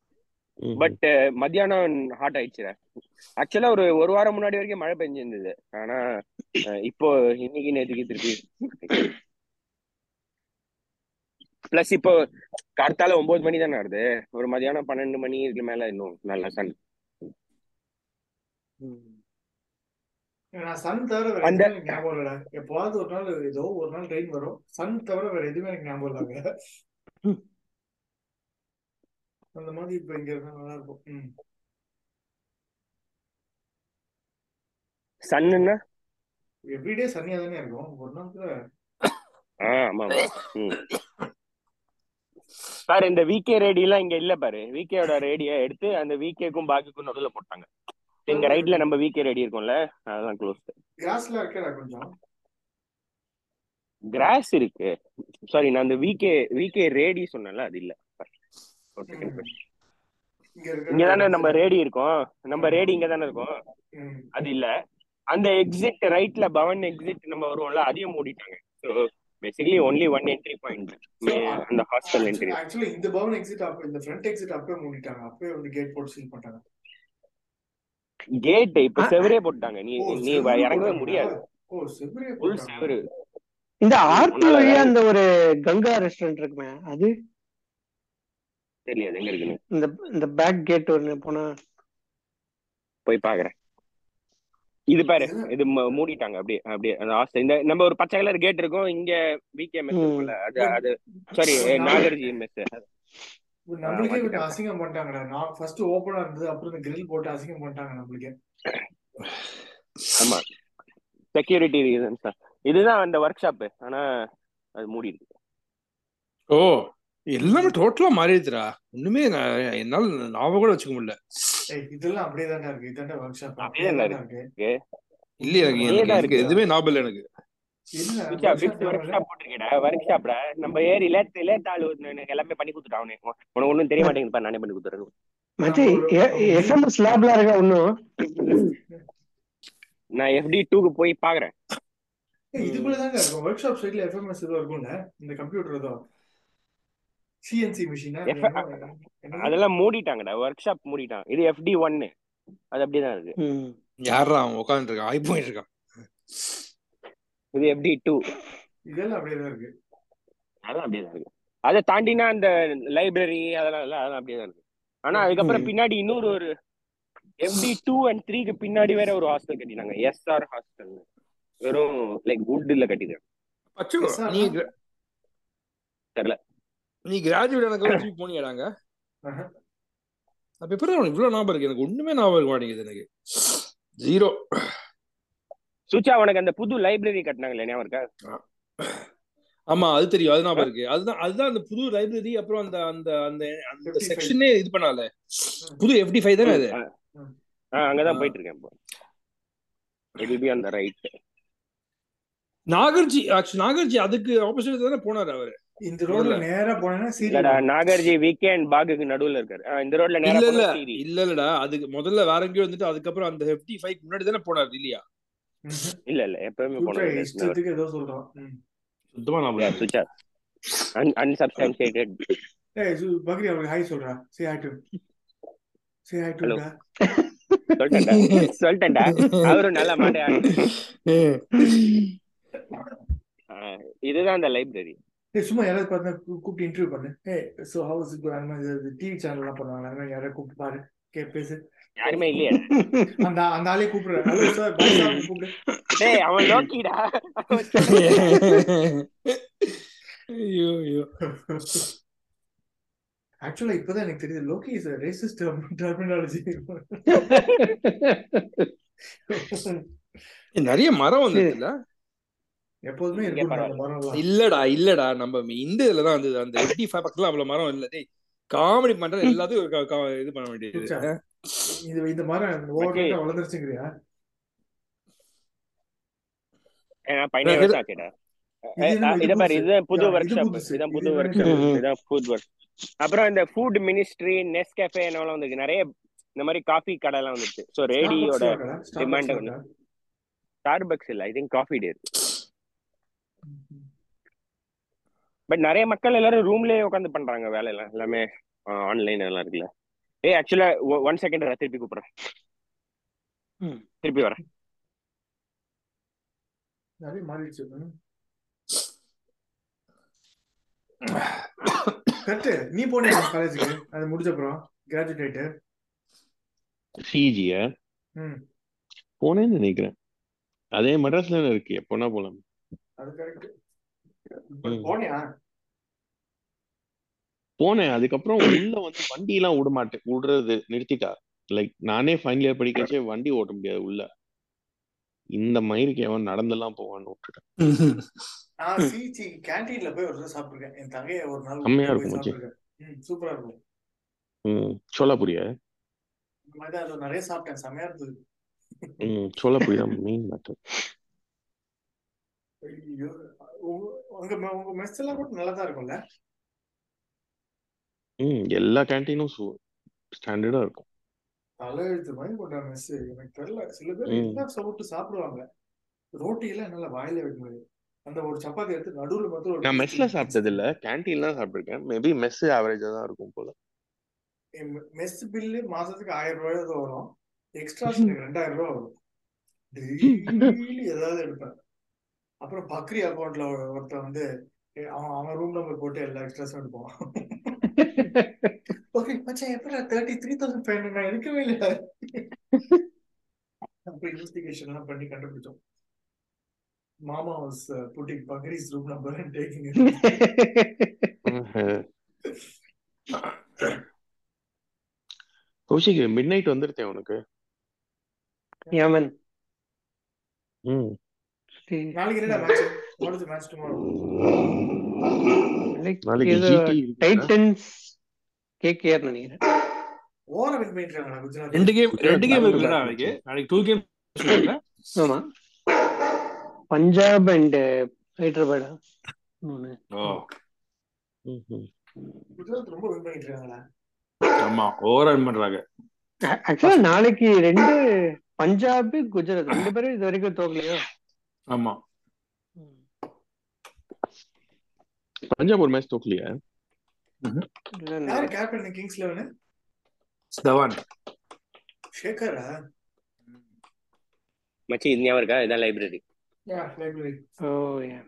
Speaker 4: but uh, மத்தியானம் ஹாட் ஆயிடுச்சு ஆக்சுவலா ஒரு ஒரு வாரம் முன்னாடி வரைக்கும் மழை பெஞ்சிருந்தது ஆனா அஹ், இப்போ இன்னைக்கு நேற்றுக்கு திருப்பி பிளஸ் இப்போ கார்த்தால ஒன்பது மணி தானே வருது ஒரு மதியானம் பன்னெண்டு மணிக்கு மேல இன்னும் நல்லா சன்
Speaker 1: நான் சன் தவிர வேற
Speaker 4: அந்த-
Speaker 1: எதுவுமே எனக்கு ஞாபகம் இல்லடா எப்பவாவது ஒரு நாள் ஏதோ ஒரு நாள் ட்ரெயின் வரும் சன் தவிர வேற எதுவுமே எனக்கு ஞாபகம் இல்லைங்க அந்த மாதிரி இப்ப இங்க இருந்தா நல்லா இருக்கும் ம்.
Speaker 4: சன்னுன்னா
Speaker 1: எவ்ரிடே சன்னியா தானே இருக்கும் ஒரு நாள் கூட
Speaker 4: ஆ ஆமா ஆமா ம். பாரு இந்த விகே ரேடியெல்லாம் இங்க இல்ல பாரு விகேயோட ரேடியை எடுத்து அந்த விகேக்கும் பாக்கிக்கும் நடுவுல போட்டாங்க இங்க ரைட்ல நம்ம விகே ரேடி இருக்கும்ல அதெல்லாம் க்ளோஸ்
Speaker 1: கிராஸ்ல இருக்கடா கொஞ்சம்
Speaker 4: கிராஸ் இருக்கு சாரி நான் அந்த விகே விகே ரேடி சொன்னேன்ல அது இல்ல ஒரு second.
Speaker 1: ம். இங்க இருக்கிற-
Speaker 4: இங்கதானே நம்ம ரேடி இருக்கோம் நம்ம ரேடி இங்க தானே இருக்கோம்
Speaker 1: ம்.
Speaker 4: அது இல்ல அந்த எக்ஸிட் ரைட்ல பவன் எக்ஸிட் நம்ம வருவோம்ல அதையும் மூடிட்டாங்க so basically only one entry point அந்த ஹாஸ்டல் என்ட்ரி
Speaker 1: ஆக்சுவலி இந்த பவன் எக்ஸிட் அப்ப இந்த ஃப்ரண்ட் எக்ஸிட் அப்பவே மூடிட்டாங்க அப்பவே வந்து கேட் போட்டு சீல் பண்ணிட்டாங்க
Speaker 4: கேட் இப்ப
Speaker 6: ஆ.
Speaker 4: செவரே போட்டாங்க நீ
Speaker 1: ஓ,
Speaker 4: நீ
Speaker 1: செவுரு Oh,
Speaker 4: இறங்கவே
Speaker 1: போட்டாங்களா?
Speaker 4: முடியாது
Speaker 1: ஓ செவரே
Speaker 4: உள்
Speaker 1: போட்டாங்க
Speaker 4: செவரு
Speaker 6: இந்த ஆர்டி
Speaker 4: உன்னால
Speaker 6: வழியா
Speaker 4: வேலை-
Speaker 6: அந்த ஒரு கங்கா ரெஸ்டாரண்ட் இருக்குமே அது
Speaker 4: தெரியாது எங்க இருக்குன்னு
Speaker 6: இந்த இந்த பேக் கேட் ஒண்ணு போனா
Speaker 4: போய் பாக்குறேன் இது பாரு
Speaker 1: இது-
Speaker 4: இது ம- மூடிட்டாங்க அப்படியே அப்படியே அந்த ஹாஸ்டல் இந்த நம்ம ஒரு பச்சை கலர் கேட் இருக்கும் இங்க விகே மெஸ்
Speaker 6: ம்.
Speaker 4: இருக்கும்ல அது அது சாரி நாகர்ஜி மெஸ்
Speaker 1: இப்ப நம்மளுக்கே
Speaker 4: ஆ,
Speaker 1: கொஞ்சம்
Speaker 4: மாத்திட்டாங்க.
Speaker 1: அசிங்கம் பண்ணிட்டாங்கடா நான் ஃபர்ஸ்ட் ஓபனா இருந்தது அப்புறம் இந்த கிரில் போட்டு அசிங்கம் பண்ணிட்டாங்க நம்மளுக்கே
Speaker 4: ஆமா செக்யூரிட்டி ரீசன்ஸ் தான் இதுதான் அந்த ஒர்க் ஷாப் ஆனா அது மூடிடுது
Speaker 3: ஓ எல்லாமே டோட்டலா மாறிடுதுடா ஒண்ணுமே நான் என்னால ஞாபகம் கூட வச்சுக்க முடியல
Speaker 1: ஏய், இதெல்லாம் அப்படியே தான்டா இருக்கு இதான்டா ஒர்க் ஷாப்
Speaker 4: அப்படியே
Speaker 1: அப்படியே
Speaker 4: தான்
Speaker 1: தான் இருக்கு
Speaker 3: இல்ல எனக்கு
Speaker 4: அதே
Speaker 3: எனக்கு
Speaker 4: தான்
Speaker 3: எனக்கு
Speaker 4: இருக்கு.
Speaker 3: எதுவுமே ஞாபகம் இல்லை எனக்கு
Speaker 1: என்ன
Speaker 4: பிச்சா பிப்ஸ் ஒர்க் ஷாப் போட்டிருக்கேடா ஒர்க் ஷாப்டா நம்ம ஏறி லேட் லேட் ஆளு எனக்கு எல்லாமே பண்ணி கொடுத்துட்டான் அவனு உனக்கு ஒண்ணும் தெரிய மாட்டேங்குதுப்பா நானே பண்ணி கொடுத்துறேன்
Speaker 6: மச்சி
Speaker 1: நம்ம ஒரு- நம்ம
Speaker 6: எஸ்எம்எஸ் லேப்ல இருக்கா இன்னும்
Speaker 4: நான் எஃப்டி டூக்கு போய் பாக்குறேன்
Speaker 1: ஏய், இதுக்குள்ள தாங்க இருக்கும் ஒர்க் ஷாப் சைட்ல எஃப்எம்எஸ் ஏதோ இருக்கும்ல இந்த கம்ப்யூட்டர் ஏதோ சிஎன்சி மிஷினா
Speaker 4: F- அதெல்லாம் மூடிட்டாங்கடா ஒர்க் ஷாப் மூடிட்டான் இது எஃப்டி ஒன்னு அது அப்படியே தான் இருக்கு
Speaker 6: ம்.
Speaker 3: யாரா அவன் உட்காந்துட்டு இருக்கான் ஆய் போயிட்டு இருக்கான்
Speaker 4: இது எஃப்டி டூ
Speaker 1: இதெல்லாம் அப்படியே தான் இருக்கு
Speaker 4: அதெல்லாம் அப்படியே தான் இருக்கு அதை தாண்டினா அந்த லைப்ரரி அதெல்லாம் இல்ல, அதெல்லாம் அப்படியே தான் இருக்கு ஆனா அதுக்கப்புறம்
Speaker 6: ம்.
Speaker 4: பின்னாடி இன்னொரு ஒரு எஃப்டி டூ அண்ட் த்ரீக்கு பின்னாடி வேற ஒரு ஹாஸ்டல் கட்டினாங்க எஸ்ஆர் ஹாஸ்டல் வெறும் லைக் வுட்ல கட்டிட்டாங்க
Speaker 3: பச்சோ நீ gra-
Speaker 4: தெரியல.
Speaker 3: நீ கிராஜுவேட் எனக்கு திருப்பி போனியாடாங்க
Speaker 1: ஆஹா.
Speaker 3: அப்ப எப்படி அவனுக்கு இவ்வளவு ஞாபகம் இருக்கு எனக்கு ஒண்ணுமே ஞாபகம் இருக்க மாட்டேங்குது எனக்கு ஜீரோ
Speaker 4: சுச்சா உனக்கு அந்த புது லைப்ரரி கட்டினாங்களே ஞாபகம் இருக்கா
Speaker 3: ஆமா அது தெரியும் அது ஞாபகம் இருக்கு அதுதான் அதுதான் அந்த புது லைப்ரரி அப்புறம் அந்த அந்த அந்த அந்த
Speaker 1: 55.
Speaker 3: செக்ஷனே இது பண்ணால புது எஃப்டி ஃபைவ் தானே அது
Speaker 4: ஆ, அங்கதான்
Speaker 3: ஆ.
Speaker 4: போயிட்டு இருக்கேன் இப்போ எல்பி அந்த ரைட்
Speaker 3: நாகர்ஜி ஆக்சுவலி நாகர்ஜி அதுக்கு ஆப்போசிட் தானே போனாரு அவரு
Speaker 1: இந்த ரோட்ல
Speaker 3: இல்ல.
Speaker 1: நேரா போனேன்னா சீரியல்
Speaker 4: இல்லடா நாகர்ஜி வீக்கெண்ட் பாகுக்கு நடுவுல இருக்காரு ஆ, இந்த ரோட்ல
Speaker 3: இல்ல
Speaker 4: நேரா
Speaker 3: இல்ல
Speaker 4: போனா சீரி
Speaker 3: இல்ல இல்லடா அதுக்கு முதல்ல வேற எங்கேயோ வந்துட்டு அதுக்கப்புறம் அந்த எஃப்டி ஃபைவ் முன்னாடி தானே போனாரு இல்லையா
Speaker 4: இல்ல இல்ல எப்பவுமே
Speaker 1: சூச்சா
Speaker 4: போனது இல்ல
Speaker 1: இஷ்டத்துக்கு ஏதோ சொல்றான் ம்.
Speaker 3: சுத்தமா ஞாபகம்
Speaker 4: Yeah,
Speaker 3: இருக்கு.
Speaker 4: சுச்சா அன்சப்ஸ்டான்சியேட்டட்
Speaker 1: ஏய் சு- பக்ரி அவனுக்கு ஹாய் சொல்றா say hi to say hi
Speaker 4: Hello.
Speaker 1: டுடா
Speaker 4: சொல்லிட்டேன்டா சொல்லிட்டேன்டா அவரும் நல்லா மாட்டையாடுறாரு ஆ, இதுதான் அந்த லைப்ரரி
Speaker 1: ஏய் சும்மா யாராவது பார்த்தா கூ- கூப்பிட்டு இன்டர்வியூ பண்ணு ஏய் சோ ஹவுஸ் இட் அந்த மாதிரி டிவி சேனல்லாம் பண்ணுவாங்க அந்த மாதிரி யாராவது கூப்பிட்டு பாரு கே பேசு
Speaker 4: யாருமே இல்லையா
Speaker 1: அந்த அந்த ஆளே கூப்பிடுற ஹலோ சார் பாய் சார் கூப்பிடு
Speaker 4: டேய் அவன் லோக்கிடா அவன்
Speaker 3: ஐயோ ஐயோ
Speaker 1: ஆக்சுவலா இப்பதான் எனக்கு தெரியுது லோகி இஸ் ரேசிஸ்ட் டெர்மினாலஜி
Speaker 3: நிறைய மரம் வந்ததுல
Speaker 1: எப்போதுமே
Speaker 4: இங்க
Speaker 1: இருக்கும் அந்த
Speaker 4: பரவாயில்ல.
Speaker 1: மரம்லாம்
Speaker 3: இல்லடா இல்லடா நம்ம இந்த இதுல தான் வந்தது அந்த எஃப்டி ஃபைவ் பக்கத்துல அவ்வளவு மரம் இல்ல டேய் காமெடி பண்ற எல்லாத்தையும் க- க- இது பண்ண வேண்டியது
Speaker 1: சூச்சா, இது இந்த மரம்
Speaker 4: மச்சி.
Speaker 1: ஓவர்டா வளர்ந்துருச்சுங்கிறியா
Speaker 4: ஏன்னா பதினேழு வருஷம் ஆச்சுடா
Speaker 1: இது என்ன- இது
Speaker 4: இத பாரு
Speaker 1: புதுசு.
Speaker 4: இதுதான் புது
Speaker 1: யா, இது
Speaker 4: ஒர்க் ஷாப்
Speaker 1: புதுசு.
Speaker 4: இதான்
Speaker 1: இது
Speaker 4: புது ஒர்க்
Speaker 1: வேணா
Speaker 4: ஷாப்
Speaker 6: ம்.
Speaker 4: இதான் ஃபுட் ஒர்க் அப்புறம் இந்த ஃபுட் மினிஸ்ட்ரி நெஸ் கேஃபே என்னவெல்லாம் வந்துருக்கு நிறைய இந்த மாதிரி காஃபி கடை எல்லாம் வந்துருச்சு ஸோ ரேடியோட
Speaker 1: ஸ்டார்பக்ஸ்ல இருக்கடா, ஸ்டார்பக்ஸ்ல
Speaker 4: demand
Speaker 1: இருக்கா?
Speaker 4: ஸ்டார்பக்ஸ் இல்ல ஐ திங்க் காஃபி டே இருக்கு பட் நிறைய மக்கள் எல்லாரும் ரூம்லயே உட்காந்து பண்றாங்க வேலை எல்லாம் எல்லாமே ஆன்லைன் எல்லாம் இருக்குல்ல ஏய் ஆக்சுவலா ஒன் செகண்ட் திருப்பி கூப்பிடுறேன்
Speaker 6: ம்.
Speaker 4: திருப்பி வரேன்
Speaker 1: நிறைய மாறிடுச்சு ம். கரெக்ட் நீ போனியா காலேஜுக்கு அது முடிஞ்ச அப்புறம் கிராஜுவேட் ஆயிட்டு
Speaker 5: சிஜியா
Speaker 1: ம்
Speaker 5: போனேன்னு நினைக்கிறேன் அதே மெட்ராஸ்ல தானே இருக்கு எப்போனா போலாம்
Speaker 1: அது கரெக்ட்
Speaker 5: ம்.
Speaker 1: போனியா
Speaker 5: போனேன் அதுக்கப்புறம் உள்ள வந்து வண்டி எல்லாம் விட மாட்டேன் விடுறது நிறுத்திட்டா லைக் நானே ஃபைனல் இயர் படிக்கச்சே வண்டி ஓட்ட முடியாது உள்ள இந்த மயிருக்கு எவன் நடந்தெல்லாம் போவான்னு விட்டுட்டேன்
Speaker 1: நான் சிஜி கேண்டீன்ல போய் ஒரு தடவை சாப்பிட்டுருக்கேன் என் தங்கைய ஒரு நாள்
Speaker 5: செம்மையா
Speaker 1: கூட்டிட்டு போய்
Speaker 5: இருக்கும் மச்சி.
Speaker 1: சாப்பிட்டுருக்கேன் ம் சூப்பரா இருக்கும்
Speaker 5: ம் சோலாபுரிய
Speaker 1: இந்த மாதிரி தான் அதுல நிறைய சாப்பிட்டேன் செமையா இருந்தது
Speaker 5: ம் சோலாபுரி தான் மெயின் மேட்டர்
Speaker 1: ஐயோ உங்க- உங்க me- உங்க மெஸ் எல்லாம் கூட நல்லா தான் இருக்கும்ல
Speaker 5: ம் எல்லா கேண்டீனும் ஸ்டாண்டர்டா இருக்கும்
Speaker 1: தலையெழுத்து மாதிரி கொண்டா மெஸ் எனக்கு தெரியல சில பேர்
Speaker 5: ம்.
Speaker 1: என்ன சாப்பிட்டு சாப்பிடுவாங்க ரோட்டி எல்லாம் என்னால வாயில வைக்க முடியாது அந்த ஒரு சப்பாத்தி எடுத்து நடுவுல மட்டும் ஒரு
Speaker 5: நான் மெஸ்ல சாப்பிட்டது இல்ல கேன்டீன்ல சாப்பிட்டிருக்கேன் மேபி மெஸ் ஆவரேஜா தான் இருக்கும் போல
Speaker 1: மெஸ் பில்லு மாசத்துக்கு ஆயிரம் ரூபாய் ஏதோ வரும் எக்ஸ்ட்ராஸ் எனக்கு ரெண்டாயிரம் ரூபாய் வரும் டெய்லி ஏதாவது எடுப்பேன் அப்புறம் பக்ரி அக்கௌண்ட்ல ஒருத்தன் வந்து ஏ, அவன் அவன் ரூம் நம்பர் போட்டு எல்லா எக்ஸ்ட்ராஸும் எடுப்பான் ஓகே மச்சான் எப்படா thirty three thousand five hundred எடுக்கவே இல்லை அப்புறம் இன்வெஸ்டிகேஷன் எல்லாம் பண்ணி கண்டுபிடிச்சோம் மாமா வாஸ் புட்டிங் பக்ரீஸ் room number and taking
Speaker 5: Kaushik midnight வந்துருத்தேன் உனக்கு
Speaker 6: ஏமன்
Speaker 5: ம்
Speaker 1: நாளைக்கு என்னடா match what is match tomorrow
Speaker 5: நாளைக்கு
Speaker 6: ஏதோ
Speaker 5: GT இருக்கு.
Speaker 6: டைட்டன்ஸ் கேகேஆர் நினைக்கிறேன்
Speaker 1: ஓர வின் பண்ணிட்டாங்க குஜராத்
Speaker 3: ரெண்டு கேம் ரெண்டு கேம்
Speaker 5: Bangalore
Speaker 3: இருக்குல்ல
Speaker 5: match.
Speaker 3: நாளைக்கு நாளைக்கு டூ கேம்
Speaker 6: ஆமா பஞ்சாப் அண்ட் ஹைதராபாடா மூணு
Speaker 5: ம்ஹும்.
Speaker 1: குஜராத் ரொம்ப வின் பண்ணிட்டு இருக்காங்களா
Speaker 3: ஆமா ஓவர் ரன் பண்றாங்க
Speaker 6: ஆக்சுவலா நாளைக்கு ரெண்டு பஞ்சாப் குஜராத் ரெண்டு பேரும் இது வரைக்கும் தோக்கலையோ
Speaker 3: ஆமா
Speaker 5: பஞ்சாப் ஒரு மேட்ச் தோக்கலையா
Speaker 6: இல்ல, இல்ல.
Speaker 1: யார் கேப்டன் கிங்ஸ் லெவனு
Speaker 3: தவான்
Speaker 1: ஷேகரா
Speaker 4: மச்சி இது ஞாபகம் இருக்கா இதான் லைப்ரரி
Speaker 1: லைப்ரரி
Speaker 6: ஓ, yeah.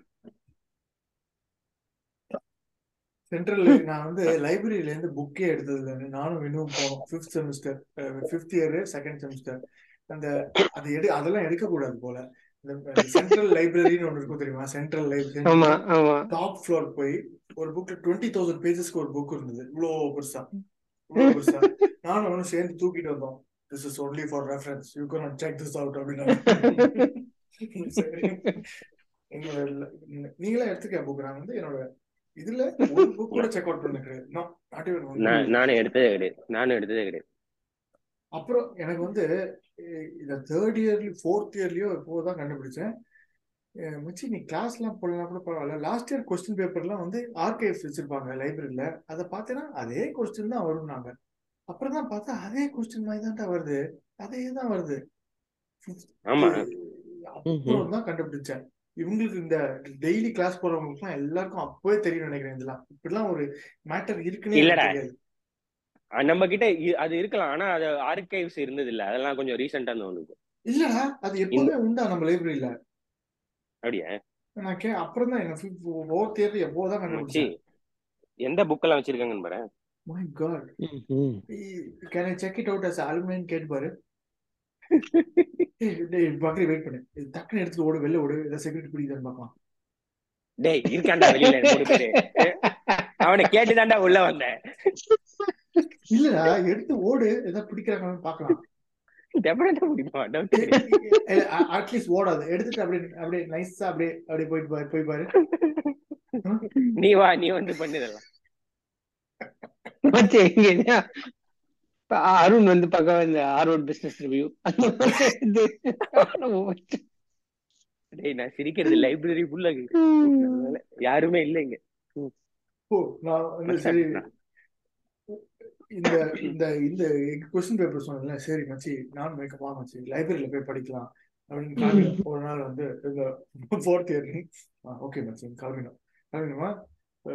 Speaker 1: சென்ட்ரல் நான் வந்து லைப்ரரியில இருந்து புக்கே எடுத்தது இல்லை நானும் இன்னும் போனோம் fifth semester fifth year second semester அந்த அது எடு அதெல்லாம் எடுக்க கூடாது போல இந்த சென்ட்ரல் லைப்ரரின்னு ஒன்று இருக்கும் தெரியுமா சென்ட்ரல்
Speaker 6: ஆமா
Speaker 1: லைப்ரரி
Speaker 6: ஆமா
Speaker 1: டாப் ஃப்ளோர் போய் ஒரு புக் டுவெண்ட்டி தௌசண்ட் பேஜஸ்க்கு ஒரு புக் இருந்தது இவ்வளோ பெருசா இவ்வளோ பெருசா நானும் அவனும் சேர்ந்து தூக்கிட்டு வந்தோம் this is only for reference you can check this out அப்படின்னு சரி. எங்களோட இல்ல- இல்ல- நீங்களே எடுத்துக்க புக் நான் வந்து என்னோட இதுல ஒரு புக் கூட செக் அவுட் பண்ண கிடையாது No, not even one.
Speaker 4: நான் நானும் எடுத்ததே கிடையாது நானும் எடுத்ததே கிடையாது
Speaker 1: அப்புறம் எனக்கு வந்து அஹ், இத தேர்ட் இயர்லயும் ஃபோர்த் இயர்லயோ இப்போதான் கண்டுபிடிச்சேன் அஹ், மச்சி நீ கிளாஸ் எல்லாம் போடலாம் கூட பரவாயில்ல லாஸ்ட் இயர் கொஸ்டின் பேப்பர்லாம் வந்து ஆர்கைவ்ஸ் வச்சிருப்பாங்க லைப்ரரியில அதை பார்த்தேன்னா அதே கொஸ்டின் தான் வரும்னாங்க அப்புறம் தான் பார்த்தா அதே கொஸ்டின் மாதிரி தான்டா வருது அதே தான் வருது
Speaker 4: ஆமா
Speaker 1: அப்புறம் தான் கண்டுபிடிச்சேன் இவங்களுக்கு இந்த டெய்லி கிளாஸ் போறவங்களுக்குலாம் எல்லாருக்கும் அப்பவே தெரியும் நினைக்கிறேன் இதெல்லாம் இப்படிலாம் ஒரு மேட்டர் இருக்குன்னே எனக்கு
Speaker 4: இல்லடா.
Speaker 1: தெரியாது
Speaker 4: அஹ் நம்ம கிட்ட இ- அது இருக்கலாம் ஆனா அது ஆர்கைவ்ஸ் இருந்தது இல்ல அதெல்லாம் கொஞ்சம் ரீசெண்டா ஒன்று
Speaker 1: இல்லடா அது எப்பவுமே உண்டா நம்ம லைப்ரரியில
Speaker 4: அப்படியா
Speaker 1: நான் கே அப்புறம் தான் எனக்கு ஃபோர்த் இயர் எப்போ தான்
Speaker 4: மச்சி
Speaker 1: கண்டுபிடிச்சேன்
Speaker 4: எந்த புக்கெல்லாம் வச்சிருக்காங்கன்னு பாரு
Speaker 1: மை காட்
Speaker 5: ம்ஹும்.
Speaker 1: Can I check it out as aluminium கேட்டு பாரு பக்கரி வெயிட் பண்ணு இது டக்குன்னு எடுத்துட்டு ஓடு வெளில ஓடு ஏதாவது செக்யூரிட்டி பிடிக்குதான்னு பார்க்கலாம்
Speaker 4: டேய் இருக்காண்டா வெளியில மூணு பேரு அவனை கேட்டுதான்டா உள்ள வந்தேன்
Speaker 1: இல்லடா எடுத்து ஓடு ஏதாவது பிடிக்கிறாங்கன்னு பார்க்கலாம்
Speaker 4: டெபினட்டா முடிப்பான் doubt கிடையாது.
Speaker 1: அட்லீஸ்ட் ஓடாது எடுத்துட்டு அப்படியே அப்படியே நைஸா அப்படியே அப்படியே போயிட்டு பாரு போய் பாரு
Speaker 4: நீ வா நீ வந்து பண்ணுதெல்லாம்
Speaker 6: மச்சி, இங்க என்ன? இப்ப அருண் வந்து பக்கம் இந்த ஹார்வர்ட் பிசினஸ் ரிவ்யூ அந்த மாதிரி இது.
Speaker 4: டேய் நான் சிரிக்கிறது லைப்ரரி ஃபுல்லா யாருமே இல்ல இங்க
Speaker 1: ஓ நான் வந்து சரி இந்த இந்த இந்த கொஸ்டின் பேப்பர் சொன்னேன்ல சரி மச்சி நான் மேக்கப்பா மச்சி லைப்ரரியில போய் படிக்கலாம் அப்படின்னு கிளம்பினோம் ஒரு நாள் வந்து இந்த ஃபோர்த் இயர் ஓகே மச்சி கிளம்பினோம் கிளம்பினோமா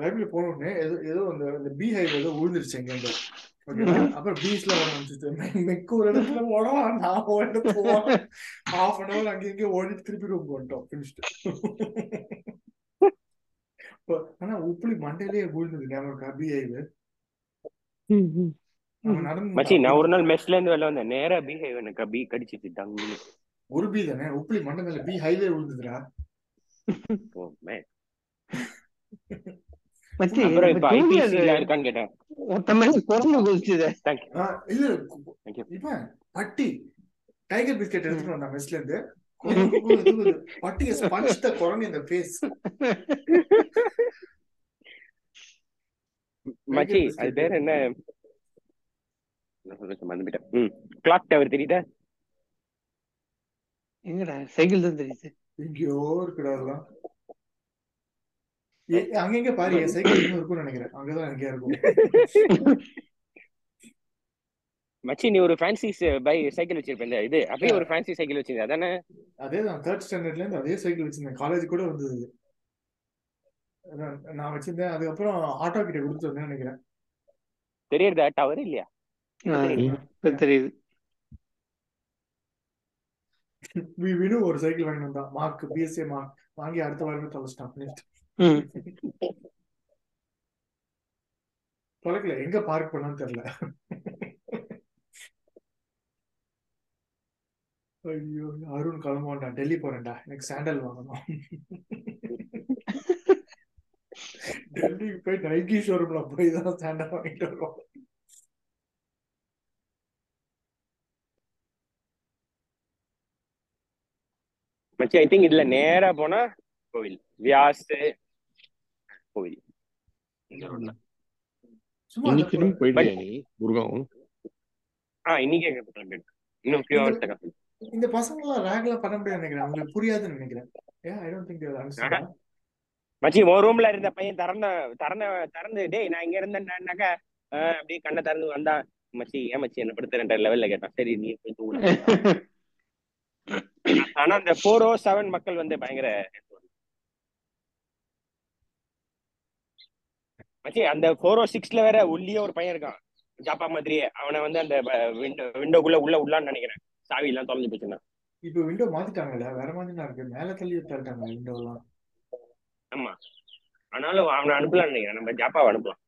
Speaker 1: லைப்ரரி போன உடனே ஏதோ ஏதோ அந்த அந்த பீ ஹைவ் ஏதோ விழுந்துருச்சு எங்கேருந்து ஓகேவா அப்புறம் பீஸ்ல வர ஆரம்பிச்சிச்சு மெக்கு ஒரு இடத்துல ஓடலாம் நான் ஒரு இடத்துல போவேன் ஹாஃப் அன் அவர் அங்கே இங்கே ஓடிட்டு திருப்பி ரூம் போட்டோம் ஃபினிஷ்டு ஆனா உப்புளி மண்டையிலேயே விழுந்தது ஞாபகம் இருக்கா BI ல?
Speaker 5: ம்ஹும்.
Speaker 1: நம்ம நடந்து
Speaker 4: மச்சி நான் ஒரு நாள் மெஸ்ல இருந்து வெளில வந்தேன் நேரா பிஹேவ் எனக்கு பி கடிச்சிட்டு டங்குன்னு
Speaker 1: ஒரு பி தானே உப்புளி மண்டை மேல பி ஹைவே விழுந்துதுடா
Speaker 4: போமே
Speaker 6: மச்சி,
Speaker 4: அப்புறம்
Speaker 6: இப்ப
Speaker 4: இப்ப
Speaker 6: two
Speaker 4: ஐபிசி
Speaker 6: wheeler
Speaker 4: எல்லாம் இருக்கான்னு கேட்டேன்
Speaker 6: ஒருத்த மேல குரங்கு குதிச்சுதே.
Speaker 4: தேங்க்யூ
Speaker 1: ஆ, இல்ல
Speaker 4: தேங்க்யூ
Speaker 1: இவன் பட்டி டைகர் பிஸ்கெட் எடுத்துட்டு வந்தான் மெஸ்ல இருந்து குரங்கு குரங்கு இது இது. பட்டி has punched the குரங்கு in the face.
Speaker 4: மச்சி
Speaker 1: Tiger
Speaker 4: அது
Speaker 1: biscuit.
Speaker 4: பேர் என்ன நான் சொல்றது மறந்துட்டேன் ம் கிளாக் டவர் தெரியுதா
Speaker 6: எங்கடா சைக்கிள் தான் தெரியுது
Speaker 1: எங்கேயோ இருக்குடா அதெல்லாம். ஏ, அங்கங்க பாரு என் சைக்கிள் இன்னும் இருக்கும்னு நினைக்கிறேன் அங்கதான் எங்கேயா இருக்கும்
Speaker 4: மச்சி நீ ஒரு ஃபேன்சி பை சைக்கிள் வச்சிருப்பேன் இது அப்படியே ஒரு ஃபேன்சி சைக்கிள் வச்சிருந்தா அதானே
Speaker 1: அதே தான் தேர்ட் ஸ்டாண்டர்ட்ல இருந்து அதே சைக்கிள் வச்சிருந்தேன் காலேஜ் கூட வந்தது நான் நான் வச்சிருந்தேன் அதுக்கப்புறம் ஆட்டோ கிட்ட கொடுத்து வந்தேன் நினைக்கிறேன்
Speaker 4: தெரியுறதா டவர் இல்லையா
Speaker 6: இப்ப தெரியுது
Speaker 1: வி வினு ஒரு சைக்கிள் வாங்கி வந்தான் மார்க் பிஎஸ்ஏ மார்க் வாங்கி அடுத்த வாரமே தொலைச்சிட்டான் finished.
Speaker 6: ம்.
Speaker 1: தொலைக்கல எங்க பார்க் பண்ணான்னு தெரியல ஐயோ அருண் கிளம்புவான்டா டெல்லி போறேன்டா எனக்கு சாண்டல் வாங்கணும் டெல்லிக்கு போய் நைக்கி ஷோரூம்ல போய் தான் சாண்டல் வாங்கிட்டு வருவோம்
Speaker 4: மச்சி ஐ திங்க் இதுல நேரா போனா கோவில் வியாஸ் கோவில் இந்த roadல.
Speaker 1: சும்மா அந்த
Speaker 5: இன்னைக்கு
Speaker 1: போ-
Speaker 5: இன்னும் போயிட்டியா நீ குருகாவும்
Speaker 4: ஆ இன்னைக்கே கிளம்பிட்டு இன்னும் ஃபியூ ஹவர்ஸ் தான்
Speaker 1: இந்த பசங்க எல்லாம் ரேக்ல பண்ண முடியாது நினைக்கிறேன் அவங்களுக்கு புரியாதுன்னு நினைக்கிறேன் ஏன் ஐ டோன்ட் திங்க் அண்டர்ஸ்டாண்ட்
Speaker 4: மச்சி உன் ரூம்ல இருந்த பையன் திறந்த திறந்த திறந்து டேய் நான் இங்க இருந்தேன்னாக்கா ஆ, அப்படியே கண்ணை திறந்து வந்தான் மச்சி ஏன் மச்சி என்ன படுத்துறேன் லெவல்ல கேட்டான் சரி நீ போய் தூங்க ஆனா அந்த ஃபோர் ஓ செவன் மக்கள் வந்து பயங்கர மச்சி அந்த ஃபோர் ஓ சிக்ஸ்ல வேற உள்ளே ஒரு பையன் இருக்கான் ஜாப்பா மாதிரியே அவனை வந்து அந்த விண்டோக்குள்ள உள்ள உள்ளான்னு நினைக்கிறேன் சாவி எல்லாம் தொலைஞ்சு போச்சுன்னா
Speaker 1: இப்போ விண்டோ மாத்திட்டாங்கல்ல வேற மாதிரி தான் இருக்கு மேல தள்ளி தள்ளிட்டாங்க விண்டோ எல்லாம்
Speaker 4: ஆமா ஆனாலும் அவனை அனுப்பலாம்னு நினைக்கிறேன் நம்ம ஜாப்பாவை அனுப்பலாம்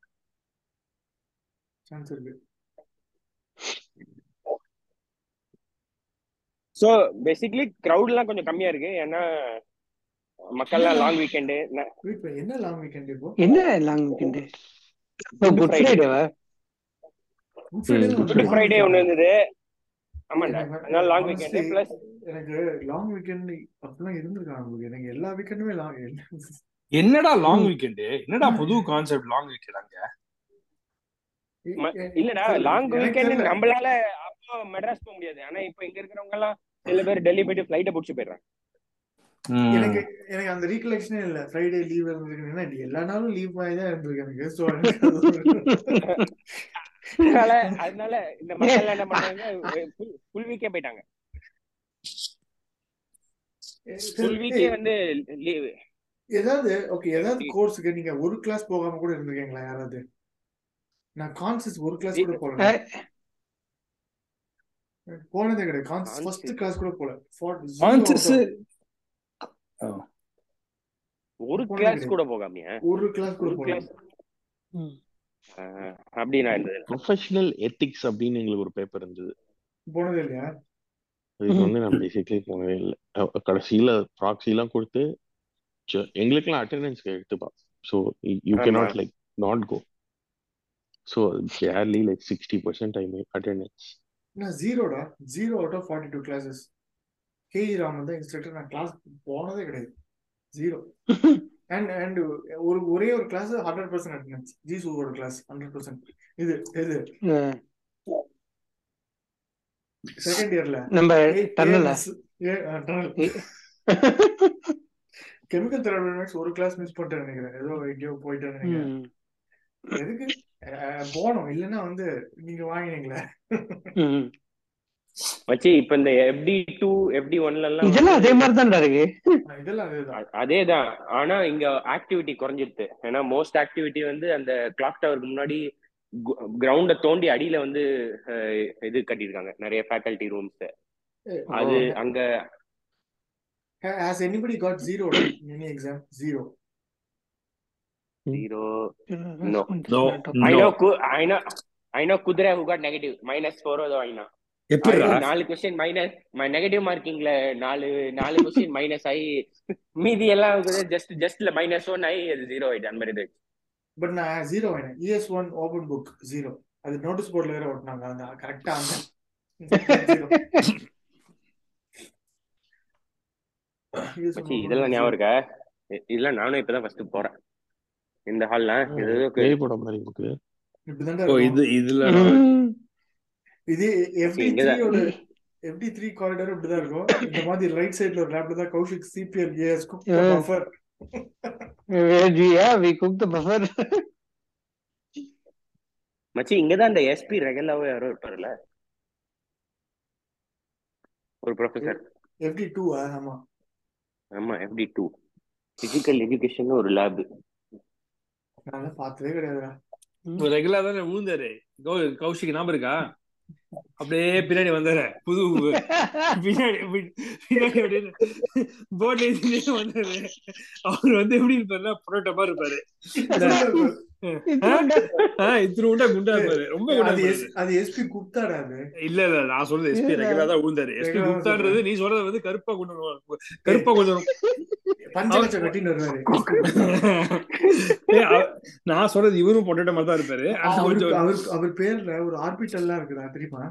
Speaker 1: சான்ஸ் இருக்கு
Speaker 4: ஸோ பேசிக்லி க்ரௌட்லாம் கொஞ்சம் கம்மியா இருக்கு ஏன்னா மக்கள்லாம் லாங் வீக்கெண்டு
Speaker 1: Wait, இப்ப என்ன லாங் வீக்கெண்ட் இப்போ
Speaker 6: என்ன லாங் வீக்கெண்டு குட்
Speaker 4: Friday.
Speaker 6: ஃப்ரைடேவா
Speaker 1: good Friday
Speaker 5: Good
Speaker 4: good Friday ஒன்று இருந்தது ஆமாண்டா அதனால லாங் வீக்கெண்டு ப்ளஸ்
Speaker 1: எனக்கு லாங் வீக்கெண்ட் அப்படிலாம் இருந்திருக்காங்க உங்களுக்கு எனக்கு எல்லா வீக்கெண்டுமே லாங்
Speaker 3: என்னடா லாங் வீக்கெண்ட் என்னடா புது கான்செப்ட் லாங் வீக்கெண்ட் அங்க
Speaker 4: இல்லடா லாங் வீக்கெண்டு நம்மளால அப்போ மெட்ராஸ் போக முடியாது ஆனா இப்போ இங்க இருக்கிறவங்க எல்லாம் சில பேர் டெல்லி போயிட்டு ஃப்ளைட்டை பிடிச்சி போயிடுறாங்க
Speaker 1: எனக்கு எனக்கு அந்த ரீகலெக்ஷனே இல்ல ஃப்ரைடே லீவ் இருந்திருக்குன்னா எல்லா நாளும் லீவ் மாதிரி தான் இருந்திருக்கு எனக்கு ஸோ
Speaker 4: அதனால அதனால இந்த மக்கள் என்ன பண்ணாங்க ஃபுல் வீக்கே போயிட்டாங்க ஃபுல் வீக்கே வந்து லீவு
Speaker 1: ஏதாவது ஓகே ஏதாவது கோர்ஸுக்கு நீங்க ஒரு கிளாஸ் போகாம கூட இருந்திருக்கீங்களா யாராவது நான் கான்சியஸ் ஒரு கிளாஸ் கூட போல போனதே கிடையாது கான்சியஸ் ஃபர்ஸ்ட் கிளாஸ் கூட போல For zero
Speaker 3: conscious
Speaker 1: out of-
Speaker 4: ஒரு
Speaker 1: போனது
Speaker 4: கிளாஸ்
Speaker 1: கிடையாது.
Speaker 4: கூட போகாமையா
Speaker 1: ஒரு கிளாஸ் கூட
Speaker 4: ஒரு
Speaker 1: போல
Speaker 4: கிளாஸ் அப்படி நான் இருந்தது
Speaker 5: ப்ரொஃபஷனல் எத்திக்ஸ் அப்படின்னு எங்களுக்கு ஒரு பேப்பர் இருந்தது
Speaker 1: போனதே இல்லையா
Speaker 5: அதுக்கு வந்து நான் பேசிக்லி போனவே இல்லை அஹ் கடைசியில ப்ராக்சிலாம் கொடுத்து ச- எங்களுக்கெல்லாம் அட்டெண்டன்ஸ் எடுத்துப்பா ஸோ யூ கே நாட்
Speaker 4: ஆமா.
Speaker 5: Like not go so girly like sixty percent time attendance
Speaker 1: நான் ஜீரோடா zero out of forty two classes K E Raman தான் இன்ஸ்ட்ரக்டர் நான் கிளாஸ் போனதே கிடையாது ஜீரோ அண்ட் அண்ட் ஒரு ஒரே ஒரு கிளாஸ் ஹண்ட்ரட் பர்சன்ட் அட்டண்டன்ஸ் ஜிசூவோட கிளாஸ் ஹண்ட்ரட் பர்சன்ட் இது இது செகண்ட் இயர்ல
Speaker 6: நம்ம டன்னல
Speaker 1: கெமிக்கல் தெரபிக்ஸ் ஒரு கிளாஸ் மிஸ் பண்ணிட்டேன் நினைக்கிறேன் ஏதோ எங்கேயோ போயிட்டேன் நினைக்கிறேன் எதுக்கு அஹ், போனோம் இல்லைன்னா வந்து நீங்க வாங்கினீங்களே
Speaker 4: மச்சி இப்ப இந்த எஃப்டி டூ எஃப்டி ஒன்ல எல்லாம்
Speaker 6: இதெல்லாம் அதே மாதிரி தான் இருக்கு
Speaker 1: இதெல்லாம் அதேதான்
Speaker 4: அ- அதேதான் ஆனா இங்க ஆக்டிவிட்டி குறைஞ்சிருச்சு ஏன்னா மோஸ்ட் ஆக்டிவிட்டி வந்து அந்த கிளாக் டவருக்கு முன்னாடி கிரவுண்ட தோண்டி அடியில வந்து அஹ், இது கட்டியிருக்காங்க நிறைய ஃபேக்கல்டி ரூம்ஸ் அது அங்க
Speaker 1: has anybody got zero mini exam zero
Speaker 4: zero No.
Speaker 3: No.
Speaker 4: I know I know I know குதிரை who got negative minus four ஏதோ ஐநோ
Speaker 3: எப்படிடா
Speaker 4: நாலு கொஸ்டின் மைனஸ் நெகட்டிவ் மார்க்கிங்ல நாலு நாலு கொஸ்டின் மைனஸ் ஆகி மீதி எல்லாம் ஜஸ்ட் ஜஸ்ட்ல மைனஸ் ஒன் ஆகி அது ஜீரோ ஆயிட்டு அந்த மாதிரி இது
Speaker 1: பட் நான் ஜீரோ வாங்கினேன் E ES one open book zero அது நோட்டீஸ் போர்டில் வேற ஓட்டினாங்க அந்த கரெக்டா அந்த zero. ES1 E
Speaker 4: மச்சி
Speaker 1: open
Speaker 4: இதெல்லாம்
Speaker 1: book
Speaker 4: ஞாபகம்
Speaker 1: zero.
Speaker 4: இருக்கா இ- இதெல்லாம் நானும் இப்பதான் ஃபர்ஸ்ட் போறேன் இந்த ஹால்லாம் இது
Speaker 5: பேய் படம் மாதிரி இருக்கு
Speaker 1: இப்படிதான்டா
Speaker 3: ஓ
Speaker 1: இருக்கும்.
Speaker 3: இது இதுல
Speaker 6: Mm.
Speaker 1: இது FD3
Speaker 4: இங்கதான்.
Speaker 1: யோட FD3 corridor இப்படிதான் இருக்கும். இந்த மாதிரி right side ல ஒரு lap ல தான் Kaushik CPL AS cook the
Speaker 6: Yeah.
Speaker 1: buffer.
Speaker 6: Buffer
Speaker 4: மச்சி இங்கதான் அந்த எஸ்பி ரெகுலாவே யாரோ இருப்பாருல்ல ஒரு ப்ரொஃபசர்
Speaker 1: எஃப்டி டூ ஆமா
Speaker 4: ஆமா எஃப்டி டூ பிசிக்கல் எஜுகேஷன் ஒரு லேப்
Speaker 1: நான் பார்த்ததே கிடையாதுடா
Speaker 3: ரெகுலரா தானே விழுந்தாரு கௌ- கௌஷிக் ஞாபகம் இருக்கா அப்படியே பின்னாடி வந்தாரு புது பின்னாடி பி- பின்னாடி அப்படின்னு போர்ட்ல எழுதிட்டு வந்தாரு அவர் வந்து எப்படி இருப்பாருன்னா புரோட்டமா இருப்பாரு இத்திரி உண்டா குண்டா இருப்பாரு ரொம்ப குண்டா
Speaker 1: அது
Speaker 3: இருப்பாரு.
Speaker 1: எஸ்- அது எஸ்பி குப்தாடா அது
Speaker 3: இல்ல இல்ல நான் சொல்றது எஸ்பி ரெகுலரா தான் விழுந்தாரு எஸ்பி
Speaker 1: ரெகுலரா
Speaker 3: குப்தான்றது நீ சொல்றது வந்து கருப்பா கொண்டு வருவாங்க கருப்பா கொண்டு வருவாங்க
Speaker 1: பஞ்ச கச்ச கட்டின்னு வருவாரு
Speaker 3: ஏய், அவ- நான் சொல்றது இவரும் பொட்டட்ட மாதிரி தான் இருப்பாரு ஆனா
Speaker 1: அவருக்கு
Speaker 3: கொஞ்சம்
Speaker 1: அவர் அவர் பேர்ல ஒரு ஆர்பிட்டல் எல்லாம் இருக்குடா தெரியுமா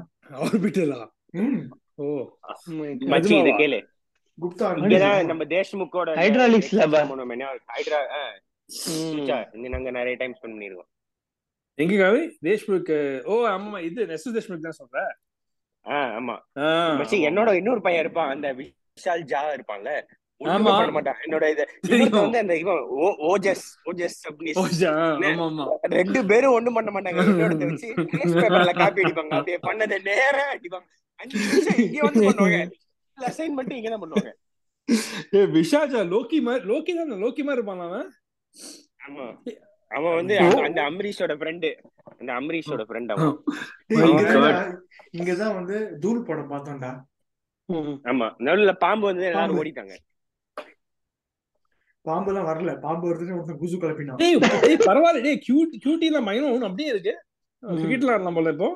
Speaker 3: ஆர்பிட்டலா
Speaker 1: ம்
Speaker 3: ஓ
Speaker 6: Mm.
Speaker 4: மச்சி இத
Speaker 3: நிஜமாவா?
Speaker 4: கேளு
Speaker 1: குப்தா
Speaker 4: இங்கதான் நம்ம தேஷ்முக்கோட
Speaker 6: Hydraulics lab ஆ?
Speaker 4: Hydra Mm.
Speaker 6: ம்.
Speaker 4: இங்க நாங்க நிறைய டைம் ஸ்பெண்ட் பண்ணிருக்கோம்
Speaker 3: எங்க காவி தேஷ்முக் ஓ ஆமா இது நெசு தேஷ்முக் தான் சொல்ற
Speaker 4: ஆ, ஆமா
Speaker 3: ஆ,
Speaker 4: மச்சி
Speaker 3: ஆமா.
Speaker 4: என்னோட இன்னொரு பையன் இருப்பான் அந்த விஷால் ஜா இருப்பான்ல
Speaker 3: ஆமா.
Speaker 4: ஒண்ணுமே பண்ண மாட்டான் என்னோட இது
Speaker 3: தெரியும்.
Speaker 4: இன்னொருத்தன் வந்து அந்த இவன் ஓ- ஓஜஸ் ஓஜஸ்
Speaker 3: ஓ,
Speaker 4: அப்படின்னு
Speaker 3: ஜா, ஆமா ஆமா
Speaker 4: ரெண்டு பேரும் ஒண்ணும் பண்ண மாட்டாங்க என்னோட வச்சு நியூஸ் பேப்பர்ல காப்பி அடிப்பாங்க அப்படியே பண்ணதை நேரா அடிப்பாங்க அஞ்சு நிமிஷம் இங்க வந்து பண்ணுவாங்க அசைன்மெண்ட் இங்க தான் பண்ணுவாங்க
Speaker 3: ஏய், விஷாஜா லோக்கி மாதிரி லோக்கி தான் லோக்கி மாதிரி இருப்பான் அவன்
Speaker 4: ஆமா அவன் வந்து அந்த- அந்த அம்ரீஷோட ஃப்ரெண்டு அந்த அம்ரீஷோட ஃப்ரெண்ட் அவன்
Speaker 1: டேய்,
Speaker 3: My
Speaker 1: இங்கதான்டா-
Speaker 3: God.
Speaker 1: இங்கதான் வந்து தூள் படம் பார்த்தோம்டா
Speaker 4: ஆமா நடுவுல பாம்பு வந்து எல்லாரும்
Speaker 1: பாம்பு.
Speaker 4: ஓடிட்டாங்க
Speaker 1: பாம்பு எல்லாம் வரல பாம்பு வருதுன்னு ஒருத்தன் குசு கலப்பினான்
Speaker 3: டேய் டேய் பரவாயில்ல டேய் கியூட் கியூட்டிலாம் மயனும் அவனும் அப்படியே இருக்கு கிரிக்கெட்ல ஆடலாம் போல இப்போ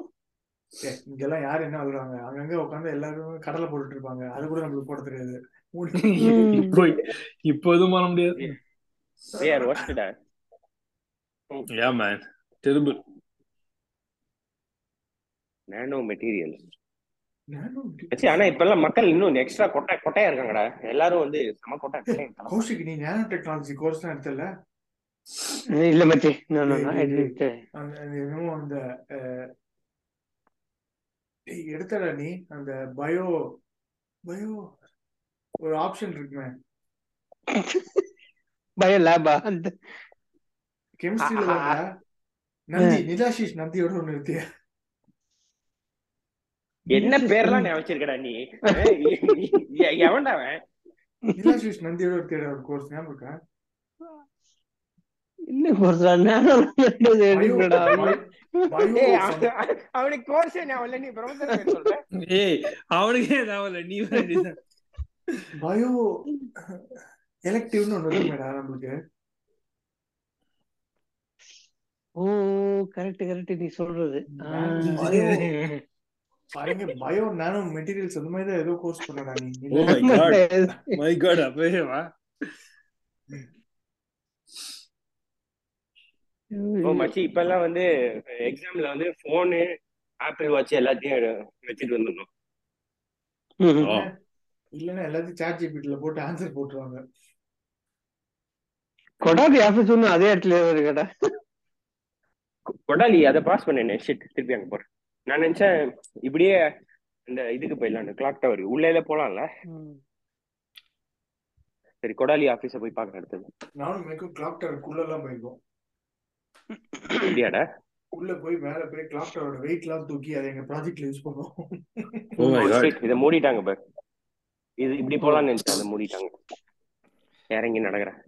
Speaker 1: டேய், இங்கெல்லாம் யாரு என்ன வருவாங்க அங்கங்க உட்காந்து எல்லாரும் கடலை போட்டுட்டு இருப்பாங்க அது கூட நம்மளுக்கு போட தெரியாது மூடி-
Speaker 6: Mm.
Speaker 3: இப்போ இப்போ எதுவும் பண்ண முடியாது
Speaker 4: தே ஆர் வாஸ்டடா
Speaker 3: yeah man terrible
Speaker 4: nano material
Speaker 1: நானும் இப்படி-
Speaker 4: சரி ஆனா இப்ப எல்லாம் மக்கள் இன்னும் எக்ஸ்ட்ரா கொட்டை கொட்டையா இருக்காங்கடா எல்லாரும் வந்து செம கொட்டை கொட்டை
Speaker 1: கௌஷிக் நீ நேனோ டெக்னாலஜி கோர்ஸ் தான் எடுத்தல
Speaker 6: இல்ல Mm. மச்சி no, no, no, I
Speaker 1: டேய், டேய்,
Speaker 6: didn't.
Speaker 1: அந்த அந்த என்னமோ அந்த அஹ், டேய், எடுத்தடா நீ அந்த பயோ பயோ ஒரு ஆப்ஷன் இருக்குமே
Speaker 6: Bio lab ஆ? அந்த
Speaker 1: கெமிஸ்ட்ரியில
Speaker 6: ஆ, ஆ, ஆ.
Speaker 1: தான்டா நந்தி நிலாஷிஷ் நந்தியோட ஒண்ணு இருக்கியா
Speaker 4: என்ன பேர்லாம் நான் வச்சிருக்கடா நீ எ- எவன்டா அவன்
Speaker 1: நிலாஷிஷ் நந்தியோட ஒரு தேட ஒரு கோர்ஸ் ஞாபகம் இருக்கா
Speaker 6: என்ன கோர்ஸா நானும் எடுக்கலடா.
Speaker 1: பயோ
Speaker 4: ஏய், அவன்- அவனுக்கு கோர்ஸ் ஞாபகம் இல்ல நீ பிரபஞ்சன் பேர் சொல்ற
Speaker 3: ஏய் அவனுக்கே தேவையில்ல நீ வேற
Speaker 1: பயோ எலக்டிவ்னு ஒண்ணு இருக்குமேடா நம்மளுக்கு
Speaker 6: ஓ கரெக்ட் கரெக்ட் நீ சொல்றது
Speaker 4: Oh
Speaker 6: ஆ.
Speaker 1: Bio. பாருங்க பயோ நானோ மெட்டீரியல்ஸ் அந்த மாதிரி தான் ஏதோ கோர்ஸ் பண்ணடா நீ
Speaker 3: Oh my
Speaker 1: இல்ல,
Speaker 3: God. மை காட் அப்பவே வா
Speaker 4: ஓ மச்சி இப்ப எல்லாம் வந்து எக்ஸாம்ல வந்து போனு ஆப்பிள் வாட்ச் எல்லாத்தையும் எடு- வச்சுட்டு வந்துடணும்
Speaker 6: ம்.
Speaker 3: ஆ.
Speaker 1: இல்லன்னா எல்லாத்தையும் சாட் ஜிபிடில போட்டு ஆன்சர் போட்டுருவாங்க
Speaker 6: கொடாதி ஆபீஸ் ஒண்ணு அதே இடத்துல இருக்கடா
Speaker 4: கொடாலி அதை பாஸ் பண்ணேன் ஷிட் திருப்பி அங்க போறேன் நான் நினைச்சேன் இப்படியே இந்த இதுக்கு போயிடலாம் கிளாக் டவர் உள்ளே போலாம்ல சரி கொடாலி ஆபீஸ போய் பாக்க அடுத்தது
Speaker 1: நானும் மேக்கும் கிளாக் டவருக்குள்ள எல்லாம் போயிருக்கோம்
Speaker 4: அப்படியாடா
Speaker 1: உள்ள போய் மேல போய் கிளாக் டவரோட வெயிட் எல்லாம் தூக்கி அதை எங்க ப்ராஜெக்ட்ல யூஸ் பண்ணுவோம்
Speaker 3: Oh my
Speaker 4: Oh,
Speaker 3: God.
Speaker 4: shit, இத மூடிட்டாங்க பாரு இது இப்படி போலாம்னு நினைச்சேன் அதை மூடிட்டாங்க இறங்கி நடக்கிறேன்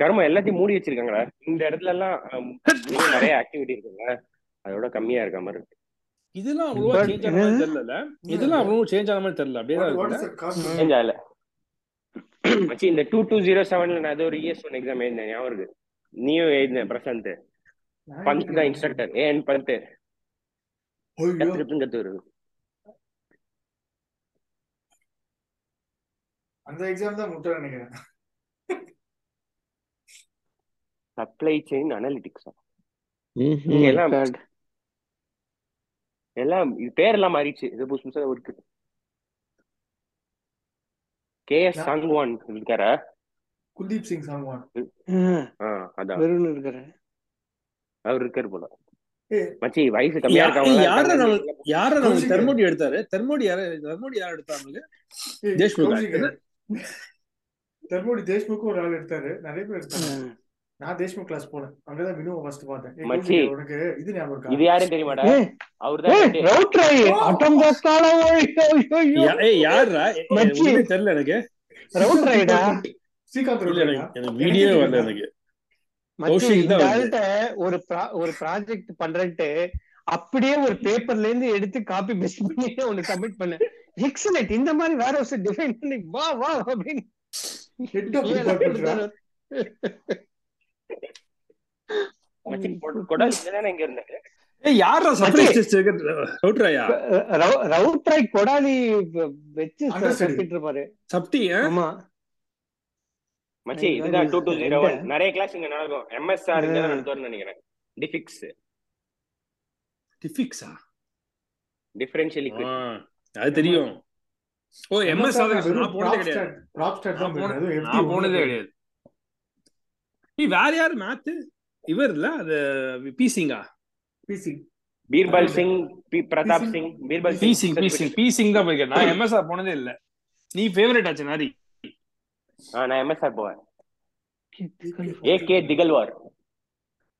Speaker 4: கரும எல்லாத்தையும் மூடி வச்சிருக்காங்கடா இந்த இடத்துல எல்லாம் ஆம், இன்னும் நிறைய ஆக்டிவிட்டி இருக்குல்ல அதோட கம்மியா இருக்க மாதிரி இருக்கு
Speaker 3: இதெல்லாம் அவ்வளவா
Speaker 6: But
Speaker 3: சேஞ்ச் ஆன மாதிரி
Speaker 6: என்னது?
Speaker 3: தெரியல இதெல்லாம் அவ்வளவு சேஞ்ச் ஆன மாதிரி தெரியல அப்படியே தான்
Speaker 1: வாட்
Speaker 3: இருக்குல்ல
Speaker 1: இஸ் காஸ்ட்
Speaker 4: ஏன் இல்ல மச்சி இந்த டூ டூ ஜீரோ செவன்ல நான் ஏதோ ஒரு E இஎஸ் ஒன் எக்ஸாம் எழுதினேன் ஞாபகம் இருக்கு நீயும் எழுதினேன் பிரசாந்த் பந்த் தான் இன்ஸ்ட்ரக்டர் ஏன் பந்த் கத்துக்கிட்டு கத்து வருது
Speaker 1: அந்த எக்ஸாம் தான் முட்டை நினைக்கிறேன்
Speaker 4: சப்ளை செயின் அனலிட்டிக்ஸ்
Speaker 5: ம்ஹும்.
Speaker 4: எல்லாம்
Speaker 6: Oh God.
Speaker 4: எல்லாம் இது பேரெல்லாம் மாறிடுச்சு இது புதுசு புதுசா இருக்கு கே எஸ் சாங்வான் இருக்காரா
Speaker 1: குல்தீப் சிங் சாங்வான்
Speaker 6: ஆ,
Speaker 4: ஆ, அதான்
Speaker 6: வெறும்னு இருக்கிறேன்
Speaker 4: அவர் இருக்காரு போல
Speaker 1: ஏய்.
Speaker 4: மச்சி வயசு கம்மியா இருக்கவங்க
Speaker 3: யார
Speaker 4: எல்லாம்
Speaker 3: நம்ம
Speaker 4: இருக்காங்க.
Speaker 3: யார நம்ம
Speaker 1: கௌஷிக்.
Speaker 3: தெர்மோடி எடுத்தாரு தெர்மோடி யார தெர்மோடி யார எடுத்தாங்க தேஷ்முக்
Speaker 1: தர்மோடி தேஷ்முக்கு ஒரு ஆள் எடுத்தாரு நிறைய பேர் எடுத்தாங்க நான் தேஷ்முக் கிளாஸ் போனேன் அங்கதான் வினுவை ஃபர்ஸ்ட் பார்த்தேன் ஏய்,
Speaker 4: மச்சி.
Speaker 1: கோபி, உனக்கு இது ஞாபகம் இருக்கா?
Speaker 4: இது யாரும் தெரியுமாடா
Speaker 6: ஏய்,
Speaker 4: அவர்தான்
Speaker 6: ரவுட்ரா, ஏய், அட்டம் பாஸ்டாலா, ஓய், ஓய், ஓய், ஓய்.
Speaker 3: யா- ஏய், யாருடா? ஏய்,
Speaker 6: மச்சி.
Speaker 3: ஒண்ணுமே தெரியல எனக்கு
Speaker 6: ரவுட்ரா இதா?
Speaker 1: ஸ்ரீகாந்த்
Speaker 3: இல்ல,
Speaker 1: ரோட்டரியா?
Speaker 3: எனக்கு- எனக்கு வீடியோ வரல எனக்கு
Speaker 6: மச்சி,
Speaker 3: கௌஷிக்
Speaker 6: இந்த
Speaker 3: தான்
Speaker 6: ஆள்கிட்ட ஒரு pro- ஒரு ப்ராஜெக்ட் பண்றேன்ட்டு அப்படியே ஒரு பேப்பர்ல இருந்து எடுத்து காப்பி பேஸ்ட் பண்ணி உனக்கு சப்மிட் பண்ண எக்ஸலென்ட் இந்த மாதிரி வேற ஒரு டிஃபைன் பண்ணி வா வா அப்படின்னு
Speaker 1: Head of department ரா?
Speaker 4: மச்சி கூட இங்கதானே இங்க இருந்தேன்
Speaker 3: ஏய் யாரா சர்ப்ரைஸ் டெஸ்ட் ரவுட்ராயா
Speaker 6: ரவு- ரவுட்ராய் கொடாலி வ- வச்சு
Speaker 1: Understudy.
Speaker 6: சப்பிட்டு இருப்பாரு
Speaker 3: சப்டி ஆ?
Speaker 6: ஆமா
Speaker 4: மச்சி
Speaker 6: ஐயோ,
Speaker 4: இதுதான் டூ டூ ஜீரோ ஒன்
Speaker 6: எங்க?
Speaker 4: நிறைய கிளாஸ் இங்க நடக்கும் எம்எஸ்ஆர் இங்க தான் நடத்துவார்னு நினைக்கிறேன் டிஃபிக்ஸ்
Speaker 3: டிஃபிக்ஸா
Speaker 4: டிஃபரன்ஷியல் ஈக்குவேஷன்
Speaker 3: ஆ, அது தெரியும் ஓ எம்எஸ்
Speaker 1: MSR
Speaker 3: ஆதர்ஷ்
Speaker 1: வெறும்
Speaker 3: நான் போனதே
Speaker 1: prop
Speaker 3: கிடையாது
Speaker 1: stat- prop stat தான்
Speaker 3: நான் போன-
Speaker 1: போயிருக்காரு. அதுவும் FD
Speaker 3: நான் போனதே
Speaker 1: ஒண்ணுமே
Speaker 3: கிடையாது நீ வேற யாரு மேத் இவர் இல்ல அது பி சிங்கா
Speaker 1: PC.
Speaker 4: பீர்பால் சிங் பி பிரதாப்
Speaker 1: பீசிங்.
Speaker 4: Singh Birbal
Speaker 3: P Singh P Singh P Singh தான் போயிருக்கேன் நான் எம்எஸ்ஆர் போனதே இல்ல நீ ஃபேவரட் ஆச்சு நாரி
Speaker 4: ஆ, நான் எம்எஸ்ஆர் போவேன் ஏகே திகழ்வார்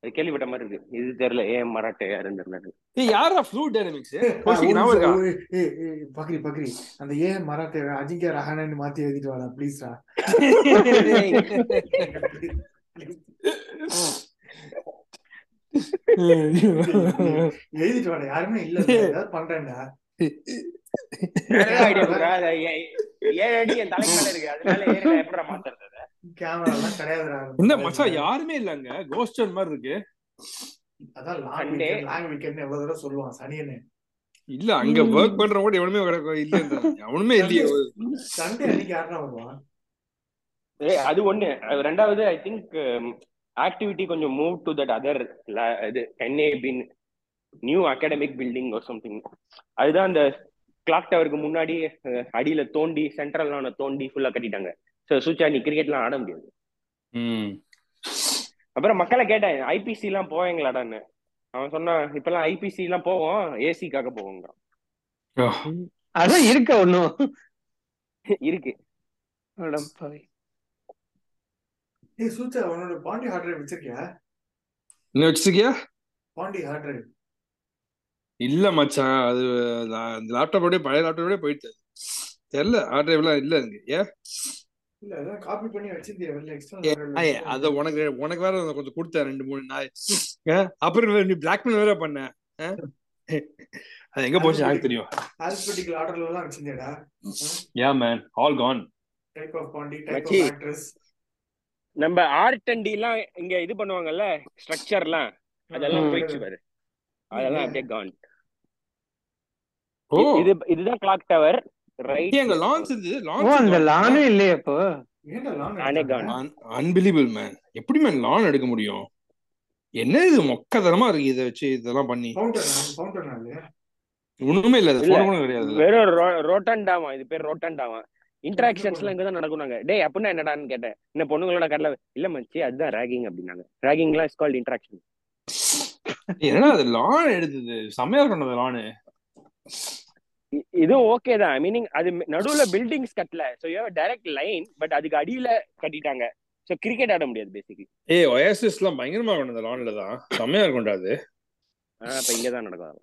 Speaker 4: அது கேள்விப்பட்ட மாதிரி இருக்கு இது தெரியல ஏன் மராட்டை யாருன்னு தெரியல
Speaker 3: ஏய் யாரா ஃப்ளூட் டைனமிக்ஸ்
Speaker 1: ஒரு
Speaker 3: கோஷிக்கு ஞாபகம் இருக்கா
Speaker 1: நிமிஷம், ஏய், ஏய், ஏய், பக்ரி, பக்ரி. அந்த ஏன் மராட்டை அஜிங்கியா ரஹானன்னு மாத்தி எழுதிட்டு வாடா, please டா. எழுதிட்டு வாடா, யாருமே இல்ல ஏதாவது பண்றேன்டா
Speaker 4: ஐடியா கொடுக்குறா அது ஏ- ஏழு அடி என் தலைக்கு மேல இருக்கு அதனால ஏறி நான் எப்படிடா மாத்துறது அதை?
Speaker 1: கேமரா எல்லாம் கிடையாதுடா
Speaker 3: இந்த மச்சான் யாருமே இல்லங்க கோஸ்டன் மாதிரி இருக்கு
Speaker 1: அதான் long
Speaker 4: Sunday.
Speaker 1: Weekend long weekend எவ்வளவு தடவை சொல்லுவான் சனியனு
Speaker 3: இல்ல அங்க ஒர்க் பண்ற கூட எவனுமே கிடக்கும் இல்ல எவனுமே இல்லையே
Speaker 1: சண்டே அன்னைக்கு யாருன்னா வருவான்
Speaker 4: ஏய், அது ஒண்ணு அது ரெண்டாவது ஐ திங்க் ஆக்டிவிட்டி கொஞ்சம் மூவ் டு தட் அதர் இது என்ஏ பின் நியூ அகாடமிக் பில்டிங் ஒரு சம்திங் அதுதான் அந்த கிளாக் டவருக்கு முன்னாடி அஹ், அடியில தோண்டி சென்ட்ரல் லான தோண்டி ஃபுல்லா கட்டிட்டாங்க ஸோ சுச்சா நீ கிரிக்கெட்லாம் ஆட முடியாது
Speaker 3: ம்.
Speaker 4: அப்புறம் மக்களை கேட்டேன் ஐபிசி எல்லாம் போவீங்களாடான்னு அவன் சொன்னான் இப்பெல்லாம் ஐபிசி எல்லாம் போவோம் ஏசிக்காக போவோங்க
Speaker 3: ஆ.
Speaker 6: அதான் இருக்க ஒண்ணும்
Speaker 4: இருக்கு
Speaker 6: அடப்பாவி.
Speaker 1: ஏய் சூச்சா உன்னோட பாண்டி ஹார்ட் டிரைவ் வச்சிருக்கியா
Speaker 3: இன்னும் வச்சிருக்கியா
Speaker 1: பாண்டி ஹார்ட் டிரைவ்
Speaker 3: இல்ல மச்சான் அது லேப்டாப்போடய பழைய லேப்டாப்போடய போயிடுச்சு அது. தெரியல ஹார்ட் டிரைவ்லாம் இல்ல எனக்கு ஏன்
Speaker 1: இல்ல அதான் காப்பி பண்ணி வச்சிருந்தியா வெளில
Speaker 3: ஏ, ஐய, அத
Speaker 1: எக்ஸ்டர்னல்
Speaker 3: உனக்கு உனக்கு வேற நான் கொஞ்சம் கொடுத்தேன் ரெண்டு மூணு நாள் ஆ, அப்புறம் வேற நீ பிளாக்மெயில் வேற பண்ண ஆ? அது எங்க போச்சு எனக்கு தெரியும்
Speaker 1: ஆல்பபெட்டிக்கல் ஆர்டர்ல எல்லாம் வச்சிருந்தியாடா
Speaker 3: yeah man all Khan
Speaker 1: type of Pandi type
Speaker 4: மச்சி.
Speaker 1: ஆஃப் ஆக்ட்ரஸ்
Speaker 4: நம்ம ஆர்ட் அண்ட் எல்லாம் இங்க இது பண்ணுவாங்கல்ல ஸ்ட்ரக்சர்லாம் அதெல்லாம்
Speaker 6: ம்.
Speaker 4: போயிடுச்சு பாரு அதெல்லாம் அப்படியே கான்
Speaker 3: ஓ
Speaker 4: இது இதுதான் கிளாக் டவர்
Speaker 3: ஏய், அங்க
Speaker 4: ரைட்
Speaker 3: லான்ச் இது
Speaker 6: ஓ அந்த
Speaker 3: லான்ச்
Speaker 6: லானே இல்லையே இப்போ
Speaker 1: ஏன்டா லாங்
Speaker 4: நானே காணோம்.
Speaker 3: அன்பிலீபிள் மேன் எப்படி மேன் லான் எடுக்க முடியும் என்ன இது மொக்கதனமா இருக்கு இதை வச்சு இதெல்லாம் பண்ணி
Speaker 1: ஃபவுண்டர் ஃபவுண்டர் நாள்
Speaker 3: ஒண்ணுமே இல்ல
Speaker 4: இல்ல.
Speaker 3: போன கூட கிடையாது இதுல.
Speaker 4: வெறும் ரோ- ரோட்டாண்டாவா இது பேர் ரோட்டாண்டாவா இன்டராக்ஷன்ஸ் எல்லாம் இங்கதான் நடக்கும் நாங்க டேய் அப்படின்னா என்னடான்னு கேட்டேன் இந்த பொண்ணுங்களோட கடல இல்ல மச்சி அதுதான் ரேகிங் அப்படின்னாங்க ரேகிங் எல்லாம் இஸ் கால்ட் இன்டராக்ஷன்
Speaker 3: என்னடா அது லான் எடுத்தது செம்மையா இருக்கும் அந்த லானு
Speaker 4: இதுவும் ஓகே தான் மீனிங் அது ம- நடுவுல பில்டிங்ஸ் கட்டல so you direct line but அதுக்கு அடியில கட்டிட்டாங்க சோ கிரிக்கெட் ஆட முடியாது பேசிக்கலி
Speaker 3: ஏய் ஒயாசிஸ் எல்லாம் பயங்கரமா இருக்கும் அந்த லான்ல தான் செம்மையா இருக்கும்டா அது
Speaker 4: ஆனா அப்ப இங்க தான் நடக்கும்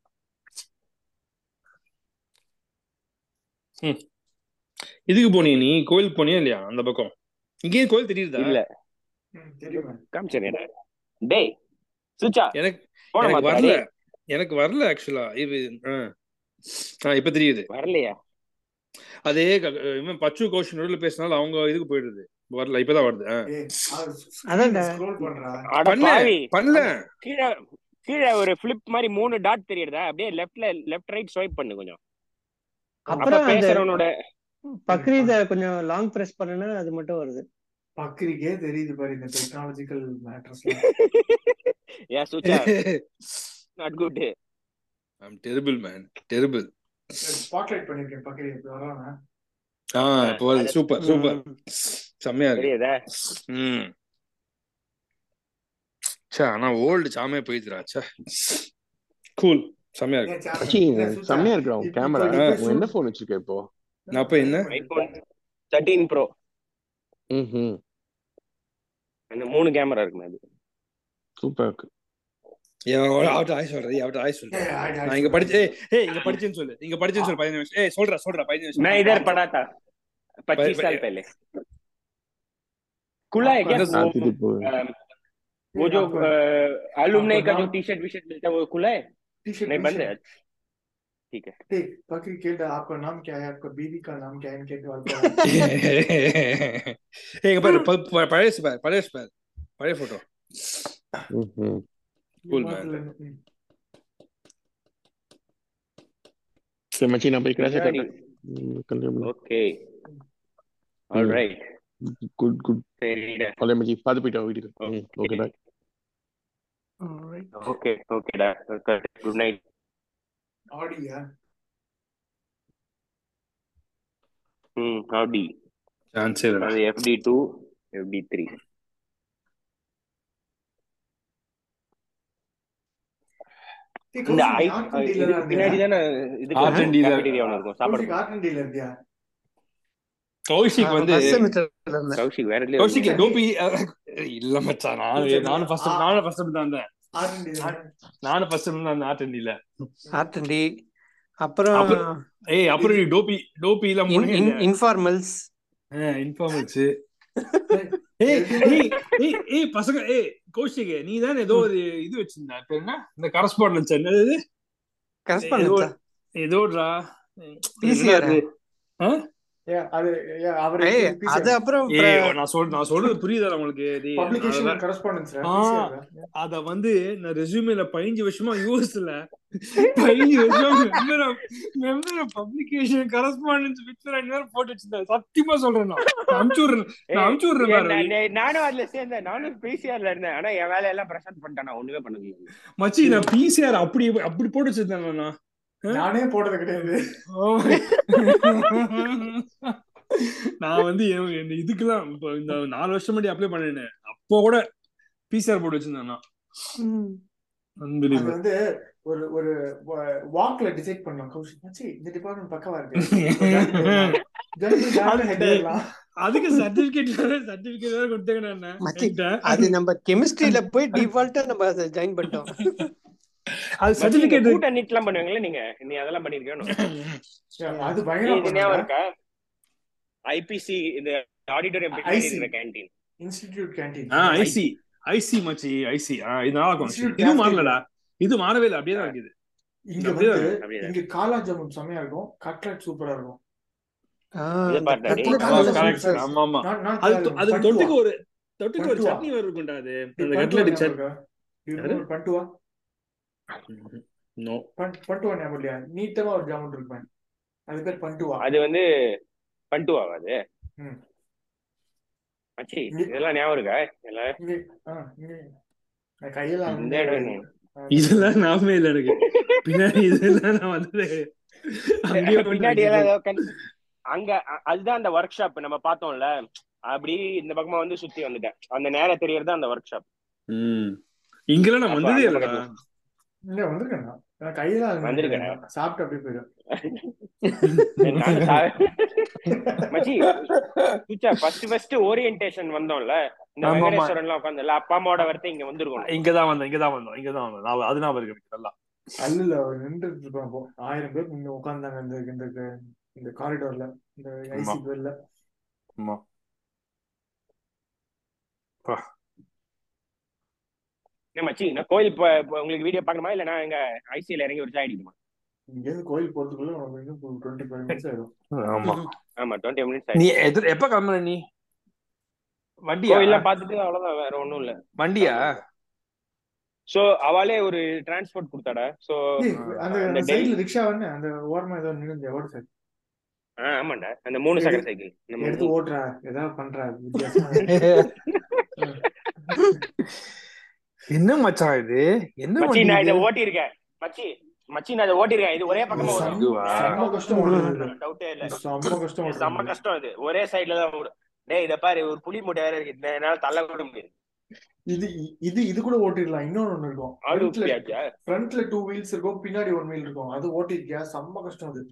Speaker 3: இதுக்கு போனியா நீ கோயிலுக்கு போனியா இல்லையா அந்த பக்கம் இங்கேயும் கோயில் தெரியுதா
Speaker 4: இல்ல
Speaker 1: தெரியுமா
Speaker 4: காமிச்சேன் டேய் சுச்சா
Speaker 3: எனக்கு
Speaker 4: போன
Speaker 3: எனக்கு
Speaker 4: மாத்திரா
Speaker 3: வரல
Speaker 4: டேய்
Speaker 3: எனக்கு வரல ஆக்சுவலா இது ஆ. ஆ, இப்ப தெரியுது
Speaker 4: வரலையா
Speaker 3: அதே க- இவன் பச்சு கோஷன் நடுவில் பேசினாலும் அவங்க இதுக்கு போயிடுது வரல இப்பதான் வருது ஆ.
Speaker 1: ஏய்
Speaker 6: அதான்டா.
Speaker 1: ஸ்க்ரோல் பண்றா
Speaker 4: அட
Speaker 3: பண்ணேன்
Speaker 4: பாவி
Speaker 3: பண்ணல
Speaker 4: கீழே கீழே ஒரு ஃபிளிப் மாதிரி மூணு டாட் தெரியுதா அப்படியே லெஃப்ட்ல லெஃப்ட் ரைட் ஸ்வைப் பண்ணு கொஞ்சம் அப்ப
Speaker 6: அப்புறம் அந்த
Speaker 4: பேசுறவனோட
Speaker 6: பக்ரீத கொஞ்சம் லாங் பிரஸ் பண்ணுனா அது மட்டும் வருது
Speaker 1: பக்ரிக்கே தெரியுது பாரு இந்த technological matters
Speaker 4: yeah சுச்சா not good
Speaker 3: I'm terrible man terrible
Speaker 1: spotlight பண்ணிருக்கேன் பக்ரி இப்ப வரானா
Speaker 3: ஆ இப்போ வருது சூப்பர் சூப்பர்
Speaker 6: ம்.
Speaker 3: செம்மையா இருக்கு
Speaker 4: தெரியுதா
Speaker 3: ம் சே ஆனா ஓல்டு சாமே போயிடுறா சே கூல் செம்மையா இருக்கு
Speaker 1: ஏன் சாமி?
Speaker 5: மச்சி,
Speaker 1: ஏன் சுத்தா?
Speaker 5: செம்மையா இருக்கு அவன்
Speaker 1: இப்ப-
Speaker 5: கேமரா
Speaker 1: இப்ப- இப்ப
Speaker 5: உன் என்ன போன் வச்சிருக்க இப்போ
Speaker 3: நான் போய் என்ன?
Speaker 4: ஐபோன் தேர்ட்டீன் ப்ரோ
Speaker 5: ம்ஹும்.
Speaker 4: அந்த மூணு கேமரா இருக்குமே அது
Speaker 5: சூப்பரா இருக்கு
Speaker 3: அவட்ட ஆய் சொல்றது அவட்ட ஆய் சொல்றது நான் இங்க படிச்சு ஏய், ஏய் இங்க படிச்சேன்னு சொல்லு இங்க படிச்சேன்னு சொல்லு பதினஞ்சு நிமிஷம் ஏய் சொல்றா சொல்றா பதினஞ்சு நிமிஷம்
Speaker 4: मैं इधर पढ़ा था पच्चीस साल पहले खुला है क्या
Speaker 5: நான்
Speaker 4: वो,
Speaker 5: திருப்பி போவேன்.
Speaker 4: अम, वो जो अलुमनाई का जो टी शर्ट वी शर्ट मिलता है वो खुला है
Speaker 1: टी-शर्ट
Speaker 4: नहीं बंद
Speaker 1: टी-शर्ट।
Speaker 4: है
Speaker 1: देख बकरी खेल आपका नाम क्या है आपका बीवी का नाम क्या है इनके वाल पर
Speaker 3: ஏய், இங்க பாரு ப- ப- பழைய பாரு பழைய பாரு பழைய போட்டோ
Speaker 5: ம்ஹும்.
Speaker 3: Cool,
Speaker 5: சரி மச்சி நான் போய் கிராஷ்
Speaker 4: Sorry.
Speaker 5: கண்டிப்பா
Speaker 4: ओके ऑलराइट
Speaker 5: குட் குட்
Speaker 4: சரிடா
Speaker 5: பழைய மச்சி பார்த்து போயிட்டா வீட்டுக்கு ம்,
Speaker 4: Okay.
Speaker 5: ஓகேடா
Speaker 4: ஓகே ஓகேடா குட் நைட்
Speaker 1: ஆடியா
Speaker 4: ம் அப்படி
Speaker 3: சான்ஸ் இல்லடா
Speaker 4: அது எஃப்டி டூ எஃப்டி த்ரீ இந்த ஐ இதுக்கு பின்னாடி தானே இது
Speaker 3: Art and dealer.
Speaker 4: இருக்கும் சாப்பாடு
Speaker 1: இருந்தியா
Speaker 3: கௌஷிக் வந்து
Speaker 4: கௌஷிக் வேற இல்லையா
Speaker 3: கௌஷிக் டோபி அஹ், இல்ல மச்சான் நான் நானும் ஃபர்ஸ்ட் நானும் ஃபர்ஸ்ட் தான் இருந்தேன்
Speaker 1: ஆர் அண்ட் டி
Speaker 3: நானும் ஃபர்ஸ்ட் தான் அந்த ஆட்டண்டில
Speaker 2: ஆர்டண்டி அப்புறம்
Speaker 3: அப்புறம் ஏய் அப்புறம் நீ டோபி டோபி எல்லாம் முடிஞ்சு
Speaker 2: இன்ஃபார்மல்ஸ்
Speaker 3: இன்ஃபார்மல்ஸ் ஏய் ஏய் ஏய் ஏய் பசங்க ஏய் கௌஷிக் நீ தானே ஏதோ ஒரு இது வச்சிருந்தா பேர் என்ன இந்த கரஸ்பாண்டன்ஸ் என்னது
Speaker 2: கரஸ்பாண்டன்ஸ்
Speaker 3: ஏதோடா
Speaker 2: PCR -ஆ?
Speaker 1: அது yeah, அவர்
Speaker 2: ஏய்
Speaker 1: இது PC
Speaker 2: அது அப்புறம்
Speaker 3: ஏய் நான் சொல் நான் சொல்றது புரியுதா உங்களுக்கு டேய், நான்
Speaker 1: publication
Speaker 3: அதெல்லாம்-
Speaker 1: and correspondence ரா,
Speaker 3: ஆ.
Speaker 1: PCR ரா.
Speaker 3: அத வந்து நான் ரெஸ்யூமேல பதினஞ்சு வருஷமா யூஎஸ்ல பதினஞ்சு வருஷம் member of member of publication correspondence with ரெண்டு பேரும் போட்டு வச்சிருந்தேன் சத்தியமா சொல்றேன் நான் நான் அனுப்பிச்சு விடுறேன் நான் அனுப்பிச்சு விடுறேன் பாரு.
Speaker 4: நானும் அதுல சேர்ந்தேன் நானும் பிசிஆர்ல இருந்தேன் ஆனா என் வேலை எல்லாம் பிரசன்ட் பண்ணிட்டேன் நான் ஒண்ணுமே பண்ண முடியாது
Speaker 3: மச்சி நான் பிசிஆர் அப்படி அப்படி போட்டு வச்சிருந்தேன் நான்
Speaker 1: நானே போட்டது கிடையாது
Speaker 3: Oh my- நான் வந்து என் என் இதுக்கெல்லாம் இப்போ இந்த நாலு வருஷம் முன்னாடி அப்ளை பண்ணினேன் அப்போ கூட பிசிஆர் போட்டு வச்சிருந்தேன் நான்
Speaker 1: அது
Speaker 3: Unbelievable.
Speaker 1: வந்து ஒரு ஒரு வாக்ல டிசைட் பண்ணலாம் கௌஷிக் மச்சி இந்த டிபார்ட்மெண்ட் பக்கவா இருக்கு ஜல்தி ஜாலியா head ஆயிடலாம்.
Speaker 3: அதுக்கு சர்டிபிகேட் சர்டிபிகேட் வேற கொடுத்தேங்க நான்
Speaker 2: மச்சி,
Speaker 3: என்கிட்ட.
Speaker 2: அது நம்ம கெமிஸ்ட்ரியில போய் டிஃபால்ட்டா நம்ம ஜாயின் பண்ணிட்டோம்
Speaker 3: அது சர்டிபிகேட்
Speaker 4: கூட்ட நீட்லாம் பண்ணுவீங்களா நீங்க நீ அதெல்லாம் பண்ணிருக்கணும்
Speaker 1: அது பயங்கரமா
Speaker 4: இது ஞாபகம்
Speaker 1: பண்ணுவாங்க
Speaker 4: இருக்கா ஐபிசி இந்த ஆடிட்டோரியம்
Speaker 1: IC.
Speaker 4: பின்னாடி இருக்கிற கேண்டீன்
Speaker 1: இன்ஸ்டிடியூட் கேண்டீன்
Speaker 3: ஆ ஐசி ஐசி மச்சி ஐசி ஆ இது நல்லா இருக்கும் actually.
Speaker 1: Institute
Speaker 3: இது
Speaker 1: cafeteria.
Speaker 3: மாறலடா இது மாறவே இல்லை அப்படியே தான் இருக்குது
Speaker 1: இங்க
Speaker 3: அப்படியே
Speaker 1: வந்து
Speaker 4: அப்படியே
Speaker 1: இங்க காலா ஜாமுன் செமையா இருக்கும் கட்லட் சூப்பரா இருக்கும்
Speaker 2: ஆ,
Speaker 4: இதை
Speaker 2: அந்த
Speaker 4: பாருடா, டேய்.
Speaker 2: கட்லட்
Speaker 1: ஆமா,
Speaker 2: நல்லா
Speaker 1: correct.
Speaker 2: சூப்பரா
Speaker 3: கரெக்ட்
Speaker 2: இருக்கும்.
Speaker 3: ஆமா ஆமா
Speaker 1: Not- not
Speaker 3: அது
Speaker 1: காளாஜாமுன்,
Speaker 3: அது
Speaker 1: பட்டுவா.
Speaker 3: தொட்டுக்கு ஒரு தொட்டுக்கு ஒரு
Speaker 1: பட்டுவா.
Speaker 3: சட்னி வேற இருக்கும்டா அது
Speaker 1: டேய்,
Speaker 3: அந்த
Speaker 1: பட்டுவா ஞாபகம்
Speaker 3: கட்லட்
Speaker 1: இருக்கா? You
Speaker 3: யாரு?
Speaker 1: remember பட்டுவா?
Speaker 3: சட்னி நோ
Speaker 1: பட்- பட்டுவா ஞாபகம் இல்லையா? நீட்டமா ஒரு ஜாமுன் இருக்கும். அது பேர் பட்டுவா.
Speaker 4: அது வந்து பண்டு ஆகாது
Speaker 1: ம்.
Speaker 4: மச்சி இதெல்லாம் ஞாபகம் இருக்கா இதெல்லாம்
Speaker 1: இங்க- ஆ, இங்க. நான் கையில
Speaker 4: இந்த
Speaker 1: அமுக்குனேன்.
Speaker 4: இடம் என்ன?
Speaker 1: ஆ,
Speaker 3: இதெல்லாம் ஞாபகமே இல்லை எனக்கு பின்னாடி இதெல்லாம் நான் வந்து அங்கேயே வந்து
Speaker 4: பின்னாடி எல்லாம் ஏதோ கன்ஸ்- அங்க அ- அதுதான் அந்த ஒர்க் ஷாப் நம்ம பார்த்தோம்ல அப்படி இந்த பக்கமா வந்து சுத்தி வந்துட்டேன் அந்த நேரம் தெரியறது அந்த ஒர்க் ஷாப்
Speaker 3: ம். இங்கெல்லாம் நான்
Speaker 4: அப்ப
Speaker 3: வந்ததே
Speaker 4: அந்த
Speaker 3: இல்லடா
Speaker 1: இங்க வந்திருக்கேன் நான். நான் கையில அமுக்குனேன்.
Speaker 4: வந்திருக்கேடா.
Speaker 1: சாப்பிட்டு அப்படியே போயிடும்
Speaker 4: நானும் சா- மச்சி சுச்சா ஃபர்ஸ்ட் ஃபர்ஸ்ட் ஓரியன்டேஷன் வந்தோம்ல இந்த
Speaker 3: ஆமா, ஆமா.
Speaker 4: வெங்கடேஸ்வரன் எல்லாம் உட்காந்துல அப்பா அம்மாவோட வரத்தை இங்க வந்திருக்கோம்
Speaker 3: இங்கதான் வந்தோம் இங்கதான் வந்தோம் இங்கதான் வந்தோம் நான் அது ஞாபகம் இருக்கு எனக்கு நல்லா
Speaker 1: அல்லுல அவர் நின்றுட்டு இருப்பான் அப்போ. ஆயிரம் பேர் நின்னு உட்கார்ந்தாங்க இந்த இந்த இந்த காரிடோர்ல இந்த
Speaker 3: ஆமா.
Speaker 1: ஐசிக்கு வெளில
Speaker 3: ஆமா
Speaker 4: என்ன மச்சி நான் கோயில் ப- ப- உங்களுக்கு வீடியோ பார்க்கணுமா இல்ல நான் எங்க ஐசியில இறங்கி ஒரு சாய் அடிக்கணுமா
Speaker 1: இங்க இருந்து கோயில் போறதுக்குள்ள நமக்கு இன்னும் டுவெண்ட்டி ஃபைவ் மினிட்ஸ் ஆயிடும்
Speaker 3: ஆமா
Speaker 4: ஆமா டுவெண்ட்டி மினிட்ஸ்
Speaker 3: நீ
Speaker 4: ஆயிடுச்சு
Speaker 3: எதிர் எப்ப கிளம்புற நீ வண்டியா
Speaker 4: கோயில்லாம் பார்த்துட்டு அவ்வளவுதான் வேற ஒண்ணும் இல்ல
Speaker 3: வண்டியா
Speaker 4: சோ அவளே ஒரு டிரான்ஸ்போர்ட் கொடுத்தாடா சோ
Speaker 1: ஏய், அந்த
Speaker 4: அந்த
Speaker 1: அந்த
Speaker 4: டெல்லி-
Speaker 1: சைடுல ரிக்ஷா வந்து அந்த ஓரமா ஏதோ நின்று ஓடு சைடு
Speaker 4: ஆமாண்டா அந்த மூணு சக்கர சைக்கிள் நம்ம
Speaker 1: எடுத்து
Speaker 4: மூ-
Speaker 1: ஓடுறா ஏதாவது பண்றா வித்தியாசம்
Speaker 3: என்ன மச்சான் இது என்ன
Speaker 4: மச்சி
Speaker 3: வண்டி
Speaker 4: நான்
Speaker 3: இது
Speaker 4: இதை ஓட்டியிருக்கேன் மச்சி மச்சி நான் இதை ஓட்டியிருக்கேன் இது ஒரே பக்கமா ஓடும்
Speaker 3: இதுவா?
Speaker 4: நேரா
Speaker 1: செம்ம கஷ்டம் ஓடுறது
Speaker 4: ஓடும் டவுட்டே இல்ல
Speaker 1: இது செம்ம கஷ்டம்
Speaker 4: இது செம்ம
Speaker 1: ஓடுறது
Speaker 4: கஷ்டம் இது ஒரே சைடுல தான் ஓடும் டேய் இத பாரு ஒரு புலி மூட்டை வேற இருக்கு இதை என்னால தள்ள கூட முடியாது
Speaker 1: இது இது இது கூட ஓட்டிடலாம் இன்னொன்னு ஒண்ணு இருக்கும்
Speaker 4: ஆளு
Speaker 1: ஃப்ரண்ட்ல
Speaker 4: உப்பியாச்சா
Speaker 1: ஃப்ரண்ட்ல டூ வீல்ஸ் இருக்கும் பின்னாடி ஒன் வீல் இருக்கும் அது ஓட்டிருக்கியா செம்ம கஷ்டம் அது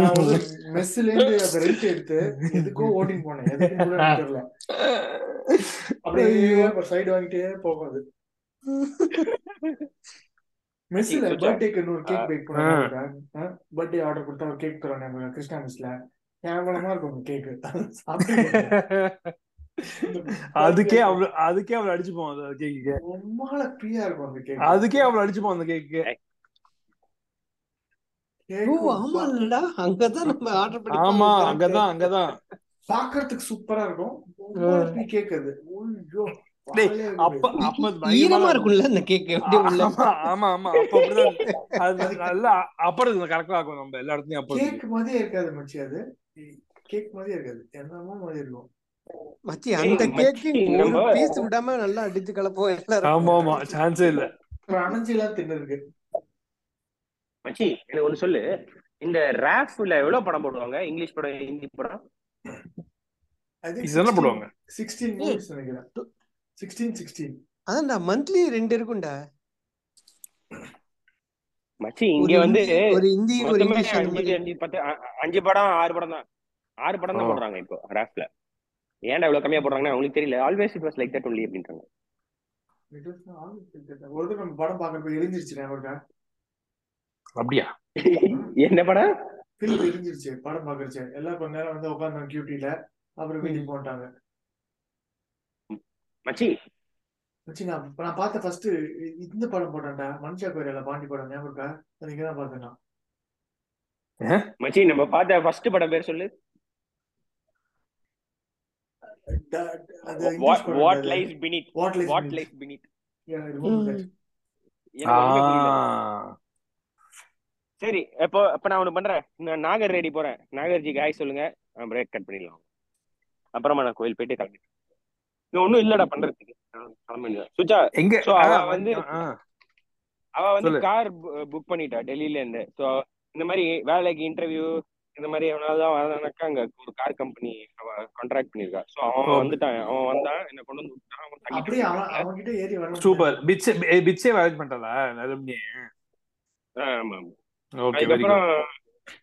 Speaker 1: நான் வந்து மெஸ்ல இருந்து அந்த ரெண்ட் எடுத்து எதுக்கும் ஓட்டிங் போனேன் எதுக்கும் கூட எனக்கு தெரியல அப்படியே சைடு வாங்கிட்டே போகாது மெஸ்ல பர்த்டேக்கு இன்னொரு கேக் பேக் பண்ணாங்க பர்த்டே ஆர்டர் கொடுத்தா ஒரு கேக் தராங்க கிருஷ்ணா மெஸ்ல கேவலமா இருக்கும் அந்த கேக்
Speaker 3: அதுக்கே அவ்வளவு அதுக்கே அவ்வளவு அடிச்சுப்போம் அந்த கேக்குக்கு
Speaker 1: ரொம்ப பிரியா இருக்கும் அந்த கேக்
Speaker 3: அதுக்கே அவ்வளவு அடிச்சுப்போம் அந்த கேக்குக்கு
Speaker 2: ஓ ஆமாடா அங்கதான் நம்ம ஆர்டர் பண்ணி
Speaker 3: ஆமா அங்கதான் அங்கதான்
Speaker 1: பாக்குறதுக்கு சூப்பரா இருக்கும் ரொம்ப கேக் அது ஐயோ
Speaker 3: டேய், அப்ப அப்ப அது பயங்கரமா
Speaker 2: ஈரமா
Speaker 3: இருக்கும்.
Speaker 2: இருக்கும்ல அந்த கேக் எப்படி உள்ள
Speaker 3: ஆமா ஆமா ஆமா அப்ப அப்படிதான் அது நல்லா அப்புறம் கரெக்டா ஆகும் நம்ம எல்லா இடத்துலயும் அப்புறம்
Speaker 1: கேக் மாதிரியே இருக்காது மச்சி அது கேக் மாதிரியே இருக்காது என்னமோ மாதிரி இருக்கும்
Speaker 2: மச்சி அந்த கேக்
Speaker 4: மச்சி,
Speaker 2: ஒரு
Speaker 4: நம்ம-
Speaker 2: பீஸ் விடாம நல்லா அடிச்சு கலப்போம் எல்லாரும்
Speaker 3: ஆமா ஆமா சான்ஸே இல்ல
Speaker 1: அப்புறம் அணைஞ்சு எல்லாம் தின்னு இருக்கு
Speaker 4: மச்சி எனக்கு ஒண்ணு சொல்லு இந்த ராஃப்ல எவ்வளவு படம் போடுவாங்க இங்கிலீஷ் படம் ஹிந்தி படம்
Speaker 3: இது என்ன போடுவாங்க
Speaker 1: சிக்ஸ்டீன் மூவிஸ் நினைக்கிறேன் சிக்ஸ்டீன் சிக்ஸ்டீன்
Speaker 2: அதான்டா மந்த்லி ரெண்டு இருக்கும்டா
Speaker 4: மச்சி
Speaker 2: ஒரு
Speaker 4: இங்க வந்து
Speaker 2: ஹிந்தி ஒரு ஹிந்தி ஒரு
Speaker 4: மொத்தமே
Speaker 2: இங்கிலீஷ் அந்த
Speaker 4: அஞ்சு
Speaker 2: மாதிரி
Speaker 4: அஞ்சு பத்து அ- அ- அஞ்சு படம் ஆறு படம் தான் ஆறு படம் தான்
Speaker 3: ஆ.
Speaker 4: போடுறாங்க இப்போ ராஃப்ல ஏன்டா இவ்வளவு கம்மியா போடுறாங்கன்னு அவங்களுக்கு தெரியல always it was like that only அப்படின்றாங்க
Speaker 1: ஒரு தடவை நம்ம படம் பாக்குறப்ப எரிஞ்சிருச்சு ஞாபகம்
Speaker 3: அப்படியா
Speaker 4: என்ன படம்
Speaker 1: பில் எரிஞ்சிருச்சு படம் பாக்குறச்சு எல்லாம் கொஞ்ச நேரம் வந்து உட்கார்ந்தோம் டியூட்டில அப்புறம் வீட்டுக்கு போட்டாங்க
Speaker 4: மச்சி
Speaker 1: மச்சி நான் இப்ப நான் பார்த்த ஃபர்ஸ்ட் இந்த படம் போட்டேன்டா மனுஷா கோயில பாண்டி படம் ஞாபகம் இருக்கா அது இங்க தான் பார்த்தேன் நான்.
Speaker 4: மச்சி நம்ம பார்த்த ஃபர்ஸ்ட் படம் பேர் சொல்லு
Speaker 1: ட- அது இங்கிலீஷ் படம்
Speaker 4: வாட்
Speaker 1: அது.
Speaker 4: Lies beneath
Speaker 1: What Lies
Speaker 4: what
Speaker 1: Beneath.
Speaker 4: Lies beneath
Speaker 1: Yeah, I remember that.
Speaker 4: எனக்கு ஒண்ணுமே புரியல
Speaker 3: ஆ.
Speaker 4: சரி இப்போ அப்ப நான் ஒண்ணு பண்றேன் நான் நாகர் ரெடி போறேன் நாகர்ஜிக்கு ஹாய் சொல்லுங்க பிரேக் கட் பண்ணிடலாம் அப்புறமா நான் கோயில் போயிட்டு கிளம்பி இது ஒண்ணும் இல்லடா பண்றதுக்கு நான் கிளம்பிடுவேன். சுஜா
Speaker 3: எங்க
Speaker 4: So,
Speaker 3: ஆ,
Speaker 4: அவ வந்து-
Speaker 3: ஆ.
Speaker 4: அவ வந்து
Speaker 3: சொல்லு.
Speaker 4: கார் புக் பண்ணிட்டா டெல்லியில இருந்து ஸோ இந்த மாதிரி வேலைக்கு இன்டர்வியூ இந்த மாதிரி எவனாவதுதான் வரனாக்கா அங்க ஒரு கார் கம்பெனி அவ கான்ட்ராக்ட் பண்ணிருக்கா ஸோ அவன்
Speaker 3: Okay.
Speaker 4: வந்துட்டான் அவன் வந்தான் என்ன கொண்டு வந்து விட்டான் அவன்
Speaker 1: அப்படியே
Speaker 4: தங்கிட்டு
Speaker 1: அவன் அவன் கிட்ட ஏறி வரணும்
Speaker 3: சூப்பர் பிச்சே ஏய், பிச்சே அரேஞ்ச் பண்றல நல்லபடியே
Speaker 4: ஆ, ஆமா ஆமா.
Speaker 3: ஓகே வெரி
Speaker 4: அதுக்கப்புறம்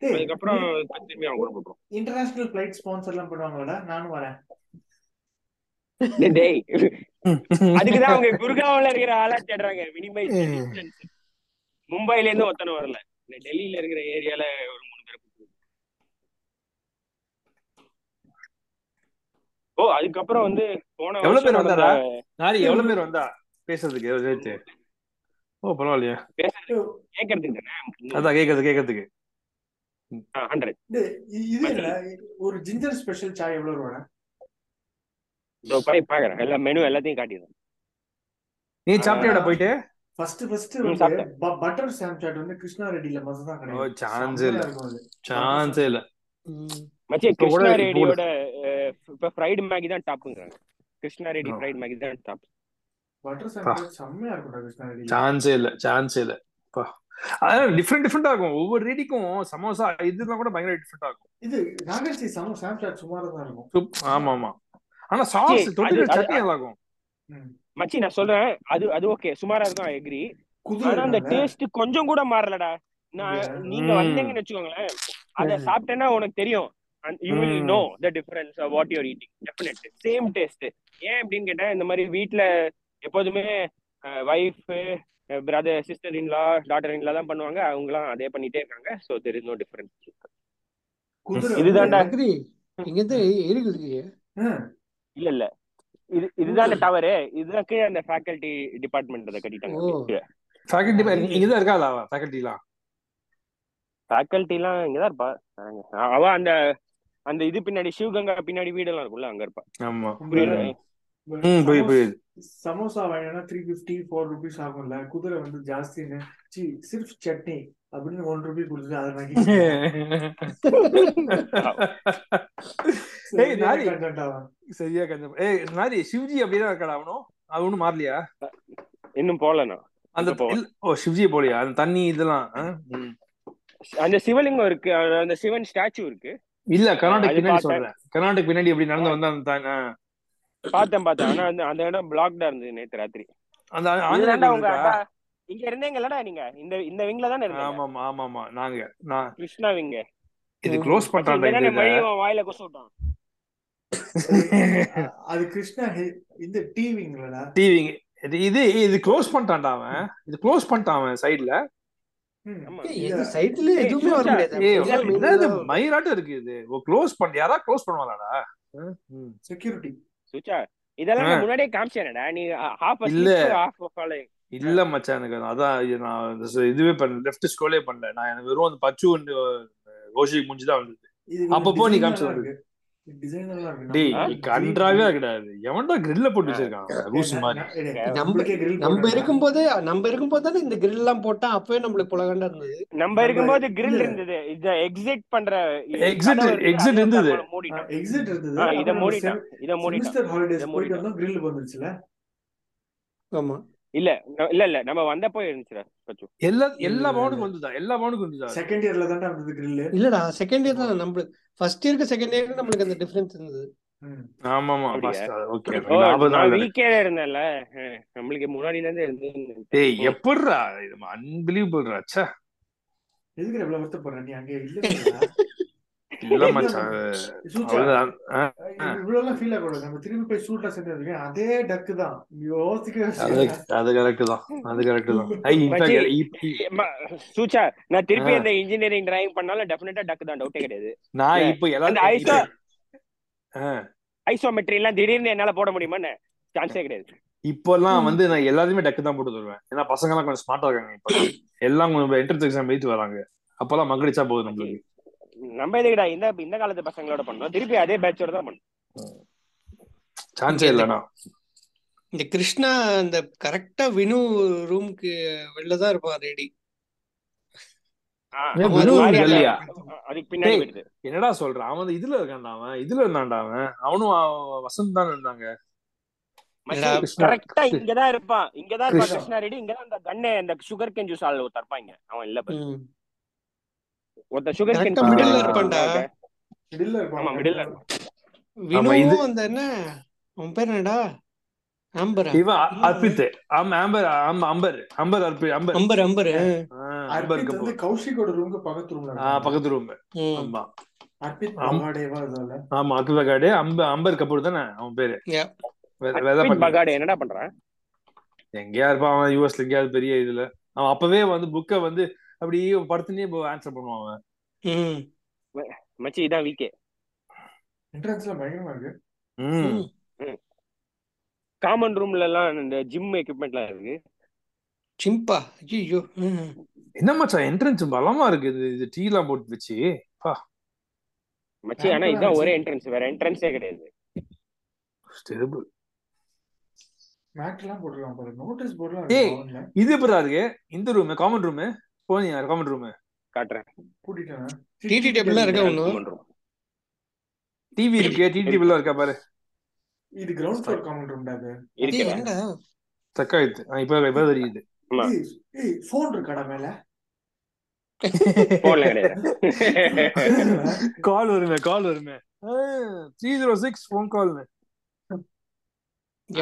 Speaker 1: டேய்
Speaker 4: அதுக்கப்புறம் இப்ப திரும்பி அவன் கூட போட்டுரும்
Speaker 1: இன்டர்நேஷனல் ஃபிளைட் ஸ்பான்சர் எல்லாம் பண்ணுவாங்களா நானும் வரேன்
Speaker 4: டேய், டேய்
Speaker 3: குட்
Speaker 4: அதுக்குதான் அவங்க குர்காவ்ல இருக்கிற ஆளா தேடுறாங்க மினிமைஸ் டிஸ்டன்ஸ் மும்பைல இருந்து ஒத்தனை வரல இந்த டெல்லியில இருக்கிற ஏரியால ஒரு மூணு பேர் கூப்பிட்டு வந்தாங்க. ஓ அதுக்கப்புறம் வந்து போன
Speaker 3: எவ்வளவு
Speaker 4: வருஷம்
Speaker 3: பேர்
Speaker 4: நடந்த
Speaker 3: வந்தாரா நாரி எவ்வளவு பேர் வந்தா பேசுறதுக்கு எவ்வளவு சேர்த்து ஓ பரவாயில்லையா
Speaker 4: கேக்குறதுக்கு தானே
Speaker 3: அதான் கேக்குறது கேக்குறதுக்கு
Speaker 4: ஹண்ட்ரட்
Speaker 1: டேய், இ- இது என்ன ஒரு ஜிஞ்சர் ஸ்பெஷல் சாய் எவ்வளவு ரூபா
Speaker 4: பாக்குறேன் எல்லா மெனு எல்லாத்தையும் காட்டிடுறேன்
Speaker 3: நீ சாப்பிட்டியாடா போயிட்டு
Speaker 1: ஃபர்ஸ்ட் ஃபர்ஸ்ட்
Speaker 4: ம்,
Speaker 1: வந்து
Speaker 4: சாப்பிட்டேன்.
Speaker 1: ப- பட்டர் சாம் சாட் வந்து கிருஷ்ணா ரெட்டில மட்டும் தான்
Speaker 3: ஓ,
Speaker 1: கிடைக்கும்
Speaker 3: chance
Speaker 1: செம்மையா
Speaker 3: இல்ல.
Speaker 1: இருக்கும் அது
Speaker 3: சான்ஸே இல்ல
Speaker 4: மச்சி
Speaker 3: இப்ப கூட-
Speaker 4: கிருஷ்ணா
Speaker 3: இப்ப கூட-
Speaker 4: ரேடியோட அஹ், இப்ப ஃப்ரைடு மேகி தான் டாப்புங்கிறாங்க கிருஷ்ணா ரெடி
Speaker 3: ஆ.
Speaker 4: ஃப்ரைடு மேகி தான் டாப்
Speaker 1: பட்டர் சாம்
Speaker 3: பா.
Speaker 1: சாட் செம்மையா இருக்கும்டா கிருஷ்ணா ரெட்டில
Speaker 3: சான்ஸே இல்ல சான்ஸே இல்ல பா. அதான் டிஃப்ரெண்ட் டிஃப்ரெண்டா இருக்கும் ஒவ்வொரு ரேடிக்கும் சமோசா இதுனா கூட பயங்கர டிஃப்ரெண்டா இருக்கும்
Speaker 1: இது நாகர்ஜி சாம் சாம் சாட் சுமாரா தான் இருக்கும்
Speaker 3: சூப் ஆமா ஆமா ஆனா சாஸ்
Speaker 4: அது-
Speaker 3: தொட்டுக்கிற
Speaker 4: அது-
Speaker 3: சட்னி நல்லா இருக்கும்
Speaker 1: ம்.
Speaker 4: மச்சி நான் சொல்றேன் அது அது ஓகே சுமாரா இருக்கும் ஐ எக்ரி ஆனா அந்த
Speaker 1: குதிரை
Speaker 4: டேஸ்ட் கொஞ்சம் கூட மாறலடா நான்
Speaker 1: Yeah.
Speaker 4: நீங்க
Speaker 3: ம்.
Speaker 4: வந்தீங்கன்னு வச்சுக்கோங்களேன் அத
Speaker 3: ம்.
Speaker 4: சாப்பிட்டேன்னா உனக்கு தெரியும் and you will
Speaker 3: ம்.
Speaker 4: know the difference of what you're eating definite same taste ஏன் அப்படின்னு கேட்டா இந்த மாதிரி வீட்ல எப்போதுமே wife brother sister in law daughter in law தான் பண்ணுவாங்க அவங்கலாம் அதே பண்ணிட்டே இருக்காங்க so there is no difference
Speaker 1: குதிரை
Speaker 4: இதுதான்டா.
Speaker 2: அக்ரி இங்க இருந்து ஏறி குதிக்கிறியே
Speaker 4: இல்ல இல்ல இது இதுதான் அந்த டவரு இதுதான் கீழே அந்த ஃபேக்கல்டி டிபார்ட்மெண்ட் அதை கட்டிட்டாங்க
Speaker 2: ஓ.
Speaker 4: அப்படியே
Speaker 3: ஃபேக்கல்டி இங்கதான் இருக்காளா ஃபேக்கல்டிலாம்
Speaker 4: ஃபேக்கல்டி எல்லாம் இங்கதான் இருப்பா வராங்க. அவ- அவ அந்த அந்த இது பின்னாடி சிவகங்கா பின்னாடி வீடெல்லாம் இருக்கும்ல அங்க இருப்பா
Speaker 3: ஆமா
Speaker 4: புரியுதா
Speaker 3: ம். ம், புரியுது புரியுது
Speaker 1: சமோசா வாங்கினா த்ரீ பிப்டி ஃபோர் ருபீஸ் ஆகும்ல குதிரை வந்து ஜாஸ்தின்னு சி சிர்ஃப் சட்னி அப்படின்னு ஒன் ருபி கொடுத்துட்டு அதை நக்கி
Speaker 3: ஏய் நாரி
Speaker 1: கண்டென்ட் ஆகும்
Speaker 3: சரியா கஞ்சம் ஏய் நாரி சிவ்ஜி அப்படிதான் இருக்காடா அவனும் அது ஒண்ணும் மாறலையா
Speaker 4: இன்னும் போலண்ணா
Speaker 3: அந்த
Speaker 4: இப்ப போவா.
Speaker 3: இல்ல, ஓ சிவ்ஜி போலியா அந்த தண்ணி இதெல்லாம் ஆ? ம்.
Speaker 4: அந்த சிவலிங்கம் இருக்கு அந்த- அந்த சிவன் ஸ்டாச்சு இருக்கு
Speaker 3: இல்ல கர்நாடக்
Speaker 4: அது
Speaker 3: பின்னாடி
Speaker 4: பார்த்தேன்.
Speaker 3: சொல்றேன் கர்நாடக் பின்னாடி இப்படி நடந்து வந்தா அந்த தா- ஆ.
Speaker 4: பார்த்தேன் பார்த்தேன் ஆனா அந்த அந்த இடம் பிளாக்டா இருந்தது நேத்து ராத்திரி
Speaker 3: அந்த ஆந்திரா
Speaker 4: இதுதான்டா உங்க
Speaker 3: இருக்கா
Speaker 4: அக்கா இங்க இருந்தீங்கல்லடா நீங்க இந்த இந்த விங்ல தானே இருந்தீங்க
Speaker 3: ஆமாமா ஆமாமா நாங்க நான்
Speaker 4: கிருஷ்ணா விங்க
Speaker 3: இது க்ளோஸ் பண்றாங்க இந்த இதை.
Speaker 4: வாயில கொசு விட்டான்
Speaker 1: அது கிருஷ்ணா ஹே- இந்த டிவிங்களடா
Speaker 3: டிவிங்க இது இது இது க்ளோஸ் பண்றான்டா அவன் இது க்ளோஸ் பண்ணிட்டான் அவன் சைடுல
Speaker 4: ஆமா.
Speaker 2: எங்க சைட்ல எதுவுமே வர
Speaker 3: ஏய் என்ன இது
Speaker 2: முடியாது
Speaker 3: மயிராட்டம் இருக்கு இது க்ளோஸ் பண்ண யாரா க்ளோஸ் பண்ணுவாங்களாடா
Speaker 1: செக்யூரிட்டி
Speaker 4: சுச்சா இதெல்லாம்
Speaker 3: ஆ.
Speaker 4: நான் முன்னாடியே காமிச்சேனடா நீ ஹாஃப்
Speaker 3: இல்ல.
Speaker 4: ஹாஃப் ஃபாலோயிங்
Speaker 3: இல்ல மச்சான் எனக்கு அதான் இது நான் இந்த ச- இதுவே பண்ணல லெஃப்ட் ஸ்க்ரோலே பண்ணல நான் எனக்கு வெறும் அந்த பச்சு ஒன்று ரோஷிக்கு முடிஞ்சுதான் வந்தது
Speaker 1: இது
Speaker 3: அப்பப்போ நீ காமிச்சு விடு.
Speaker 1: டிசைன் நல்லா இருக்கு
Speaker 3: டேய்
Speaker 1: நம்ம-
Speaker 3: நீ கன்றாவே கிடையாது எவன்டா கிரில்ல போட்டு வச்சிருக்கான் லூசு மாதிரி
Speaker 1: நம்ம-
Speaker 2: நம்ம-
Speaker 1: நம்மளுக்கே grill
Speaker 2: நம்ம
Speaker 1: போடுறா.
Speaker 2: இருக்கும்போது நம்ம இருக்கும்போது தானே இந்த grill எல்லாம் போட்டா அப்பவே நம்மளுக்கு புலகண்டா இருந்தது
Speaker 4: நம்ம இருக்கும்போது கிரில்
Speaker 1: இல்ல.
Speaker 4: இருந்தது இத எக்ஸிட் பண்ற
Speaker 3: Exit- exit இருந்தது.
Speaker 4: மூடிட்டான்
Speaker 1: எக்ஸிட் இருந்தது
Speaker 4: ஆ, இத
Speaker 1: அப்புறம்
Speaker 4: மூடிட்டான்
Speaker 1: செம-
Speaker 4: இத மூடிட்டான்
Speaker 1: செமஸ்டர் ஹாலிடேஸ்
Speaker 4: இதை
Speaker 1: போயிட்டு
Speaker 4: மூடிட்டான்.
Speaker 1: வந்தோம் கிரில் வந்துருச்சுல
Speaker 2: ஆமா
Speaker 4: இல்ல ந- இல்ல இல்ல நம்ம வந்தப்போ இருந்துச்சுடா பச்சு
Speaker 3: எல்லா எல்லா
Speaker 1: இல்ல,
Speaker 3: பவுனுக்கும் வந்துதான் எல்லா பவுனுக்கும் வந்துதான்
Speaker 1: செகண்ட் இயர்ல தான்டா இருந்தது கிரில்
Speaker 2: இல்லடா செகண்ட் இயர் தான் நம்மளுக்கு ஃபர்ஸ்ட் இயருக்கு செகண்ட் இயருக்கு நம்மளுக்கு அந்த டிஃபரன்ஸ் இருந்தது
Speaker 3: ஆமா ஆமா
Speaker 4: அப்படியா?
Speaker 3: ஓகே
Speaker 4: ஓ
Speaker 3: ஞாபகம் தான்
Speaker 4: நான்
Speaker 3: இருக்கு.
Speaker 4: வீக்கேல இருந்தேன்ல ஆ, நம்மளுக்கு முன்னாடில இருந்து இருந்து
Speaker 3: டேய் எப்படிடா இது அன்பிலீவபிள்ரா ச்சே
Speaker 1: எதுக்கு எவ்வளவு வருத்தப்படுற நீ அங்க இல்லடா
Speaker 3: இல்ல மச்சான்
Speaker 1: சூச்சா
Speaker 3: அவ்வளவுதான் ஆ,
Speaker 1: இவ்வளவு எல்லாம் ஃபீல் ஆகக்கூடாது நம்ம திரும்பி போய் ஷூட்டா செஞ்சதுக்கு அதே டக்கு தான் யோசிக்கவே
Speaker 3: அது
Speaker 1: செய்யாத.
Speaker 3: அது கரெக்ட் தான் அது கரெக்ட் தான் ஐய்
Speaker 4: மச்சி.
Speaker 3: இன்ஃபேக்ட் இப்ப இ-
Speaker 4: சூச்சா நான் திருப்பி
Speaker 3: ஆ.
Speaker 4: அந்த இன்ஜினியரிங் டிராயிங் பண்ணாலும் டெஃபினட்டா டக்கு தான் டவுட்டே கிடையாது
Speaker 3: நான் இப்ப
Speaker 4: அந்த
Speaker 3: எல்லாரும்
Speaker 4: ஐசோ
Speaker 3: ஆ.
Speaker 4: ஐசோமெட்ரி எல்லாம் திடீர்னு என்னால போட முடியுமா சான்ஸே கிடையாது
Speaker 3: இப்போல்லாம் வந்து நான் எல்லாத்தையுமே டக்கு தான் போட்டு தருவேன் ஏன்னா பசங்க எல்லாம் கொஞ்சம் ஸ்மார்ட்டா இருக்காங்க இப்ப எல்லாம் கொஞ்சம் என்ட்ரன்ஸ் எக்ஸாம் எழுதி வராங்க அப்பெல்லாம் மகடிச்சா போகுது நம்மளுக்கு
Speaker 4: நம்ம எதுக்குடா இந்த இந்த காலத்து பசங்களோட பண்ணோம் திருப்பி அதே பேட்சோட தான் பண்ணோம்
Speaker 3: சான்ஸே இல்லடா
Speaker 2: இந்த கிருஷ்ணா அந்த கரெக்டா வினு ரூம்க்கு வெளில தான் இருப்பான் ரெடி
Speaker 4: ஆ,
Speaker 3: ஏன்
Speaker 4: அது
Speaker 3: வினு
Speaker 4: மாதிரி அந்த-
Speaker 3: வெளியா?
Speaker 4: அதுக்கு பின்னாடி
Speaker 3: டேய்.
Speaker 4: போயிடுது
Speaker 3: என்னடா சொல்றான் அவன் இதுல இருக்கான்டா அவன் இதுல இருந்தான்டா அவன் அவனும் அவன் வசந்த் தான் இருந்தாங்க கிருஷ்ணா.
Speaker 4: கரெக்டா இங்கதான் இருப்பான் இங்கதான் இருப்பான்
Speaker 1: கிருஷ்ணா.
Speaker 4: கிருஷ்ணா ரெடி இங்கதான் அந்த கண்ணு அந்த சுகர் கேன் ஜூஸ் ஆள் ஒருத்தர் இருப்பாங்க அவன் இல்ல பாரு. ஒருத்தன் சுகர் கேன்
Speaker 2: கரெக்டா
Speaker 3: ஆ.
Speaker 2: மிடில் இருப்பான்டா
Speaker 1: மிடில்ல இருப்பான்.
Speaker 4: ஆமா, மிடில்ல
Speaker 2: வினுவும்
Speaker 3: இது-
Speaker 2: அந்த என்ன உன் பேர் என்னடா ஆம்பரா
Speaker 3: இவன் அ- அர்ப்பித் ஆமா ஆம்பர் ஆமா அம்பர் அம்பர் அர்ப்பி அம்பர்
Speaker 2: அம்பர் அம்பர்
Speaker 3: ஆ, அம்பர்
Speaker 1: அர்பித் வந்து
Speaker 3: கபூர்
Speaker 1: கௌஷிகோட ரூமுக்கு பக்கத்து ரூம்ல
Speaker 3: ஆ, பக்கத்து ரூம் ஆமா
Speaker 1: அர்பித்
Speaker 3: ஆம்.
Speaker 1: பவாடேவா இருந்தால
Speaker 3: ஆமா அத்துல காடு அம்ப அம்பர் கபூர் தானே அவன் பேரு
Speaker 2: Yeah.
Speaker 3: வெ- வெதை
Speaker 4: அர்பித்
Speaker 3: பண்ணி
Speaker 4: பகாடு என்னடா பண்றான்
Speaker 3: எங்கேயா இருப்பான் அவன் யூஎஸ்ல எங்கேயாவது பெரிய இதுல அவன் அப்பவே வந்து புக்கை வந்து அப்படியே படுத்துனே ஆன்சர் பண்ணுவான் அவன்
Speaker 4: மச்சி இதான் விகே
Speaker 1: என்ட்ரன்ஸ்ல பயங்கரமா இருக்கு
Speaker 3: ம்.
Speaker 4: காமன் ரூம்ல எல்லாம் இந்த ஜிம் எக்யூப்மெண்ட்லாம் இருக்கு
Speaker 2: சிம்பா ஐயோ
Speaker 3: என்ன மச்சான் என்ட்ரன்ஸ் பலமா இருக்கு இது இது டீ எல்லாம் போட்டு வச்சு பா
Speaker 4: மச்சி ஆனா இதுதான் ஒரே என்ட்ரன்ஸ் வேற என்ட்ரன்ஸே கிடையாது
Speaker 3: terrible.
Speaker 1: மேட் எல்லாம் போட்டுருக்கான் பாரு நோட்டீஸ் போர்டுலாம்
Speaker 3: ஏய்.
Speaker 1: இருக்கு அவன்ல.
Speaker 3: இது எப்படா இருக்கு இந்த ரூம் காமன் ரூம் போனியா காமன் ரூம்
Speaker 4: காட்டுறேன்
Speaker 1: கூட்டிட்டானா
Speaker 2: டிடி டேபிள்ல இருக்கா ஒண்ணு
Speaker 4: காமன் ரூம்
Speaker 3: டிவி இருக்கு டிடி எல்லாம் இருக்கா பாரு
Speaker 1: இது கிரவுண்ட் ஃப்ளோர் காமன் ரூம்டா அது
Speaker 2: டேய்,
Speaker 4: இருக்கு
Speaker 2: என்னடா
Speaker 3: தக்காயித்து இப்ப இப்ப தெரியுது
Speaker 4: ஆமா.
Speaker 1: ஏய், ஏய் ஃபோன் இருக்காடா மேல
Speaker 4: போன்ல கிடையாது
Speaker 3: கால் வருமே கால் வருமே three zero six phone call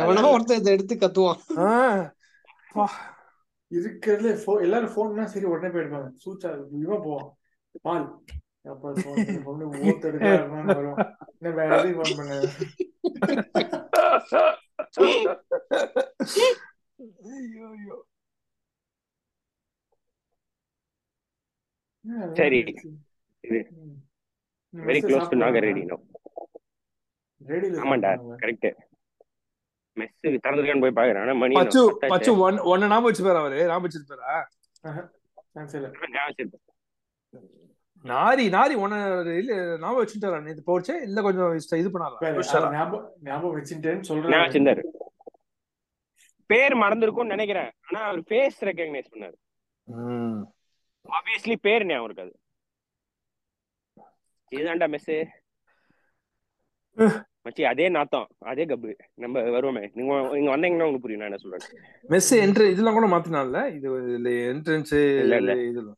Speaker 2: எவனோ ஒருத்தன் இதை எடுத்து கத்துவான்
Speaker 1: இருக்கிறதுல ஃபோ எல்லாரும் ஃபோன்னா சரி உடனே போயிடுவாங்க சூச்சா இவன் போவான் பால் அப்ப பொண்ணு ஊத்து எடுக்கிறான்னு வரும் என்ன வேற எதையும் ஃபோன் பண்ண
Speaker 4: சரி. இது. Very close to Nagar Reddy
Speaker 1: Reddy
Speaker 4: no ஆமாண்டா கரெக்ட் மெஸ் திறந்துருக்கான்னு போய் பாக்குறேன் ஆனா மணி
Speaker 3: பச்சு
Speaker 4: இன்னும் பத்தாச்சு.
Speaker 3: பச்சு ஒன் ஒன்னு ஞாபகம் வச்சுப்பாரு அவரு ஞாபகம் வச்சிருப்பாரா
Speaker 4: ஞாபகம் வச்சிருப்பேன்.
Speaker 3: நாரி நாரி ஒன்னு இல்ல ஞாபகம் வச்சுட்டாரா நேத்து போச்சே இல்ல கொஞ்சம் இது பண்ணாரா
Speaker 1: ஞாபகம் வச்சுட்டேன்னு
Speaker 4: ஞாபகம்
Speaker 1: சொல்றேன்
Speaker 4: வச்சிருந்தாரு பேர் மறந்துருக்கும்னு நினைக்கிறேன் ஆனா அவர் ஃபேஸ் ரெகக்னைஸ் பண்ணாரு
Speaker 3: ம்.
Speaker 4: ஆப்வியஸ்லி பேர் ஞாபகம் இருக்காது இதுதான்டா மெஸ் மச்சி அதே நாத்தம் அதே கப்பு நம்ம வருவோமே நீங்க நீங்க வந்தீங்கன்னா உங்களுக்கு புரியும் நான் என்ன சொல்றேன்
Speaker 3: மெஸ் என்ட்ரி இதெல்லாம் கூட மாத்தினால இது இதுல என்ட்ரன்ஸ்
Speaker 4: இல்ல, இல்ல.
Speaker 3: இதெல்லாம்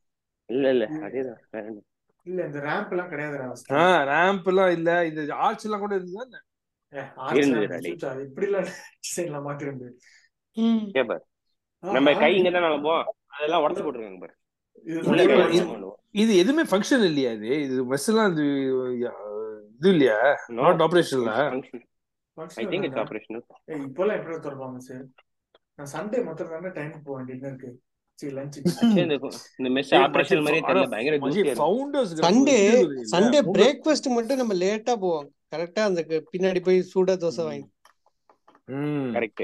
Speaker 4: இல்ல இல்ல அதேதான் வேற என்ன?
Speaker 1: இல்ல இந்த ரேம்ப் எல்லாம் கிடையாது
Speaker 3: ஆ ரேம்ப் எல்லாம் இல்ல இந்த ஆர்ச் எல்லாம் கூட இருந்தா
Speaker 4: இருந்ததுடா டேய்.
Speaker 1: இப்படி எல்லாம் design எல்லாம் மாத்திருந்து
Speaker 2: ம்.
Speaker 4: ஏன் பாரு நம்ம கை இங்க தான் போவோம் அதெல்லாம் உடச்சு போட்டுருக்காங்க பாரு
Speaker 1: இது
Speaker 4: உள்ள
Speaker 3: இது-
Speaker 4: கவனிச்சு பண்ணுவோம்.
Speaker 3: இது எதுவுமே ஃபங்க்ஷன் இல்லையா இது இது மெஸ் எல்லாம் இது இது இல்லையா
Speaker 4: No,
Speaker 3: நாட் ஆபரேஷன்ல
Speaker 4: function. I
Speaker 1: function
Speaker 4: think it's
Speaker 1: இல்லடா.
Speaker 4: operational.
Speaker 1: ஏய், இப்பெல்லாம் எப்படி திறப்பாங்க சார் நான் சண்டே மட்டும் தானே டைமுக்கு போக வேண்டியது இருக்கு சரி லஞ்சுக்கு
Speaker 4: சரி, இந்த- இந்த மெஸ் operational மாதிரியே தெரியல, பயங்கர goosey ஆ இருக்கு.
Speaker 3: ஃபவுண்டர்ஸ்
Speaker 2: சண்டே சண்டே பிரேக்ஃபாஸ்ட் மட்டும் நம்ம லேட்டா போவோம் கரெக்டா அந்த க- பின்னாடி போய் சூடா தோசை வாங்கி
Speaker 4: Correct.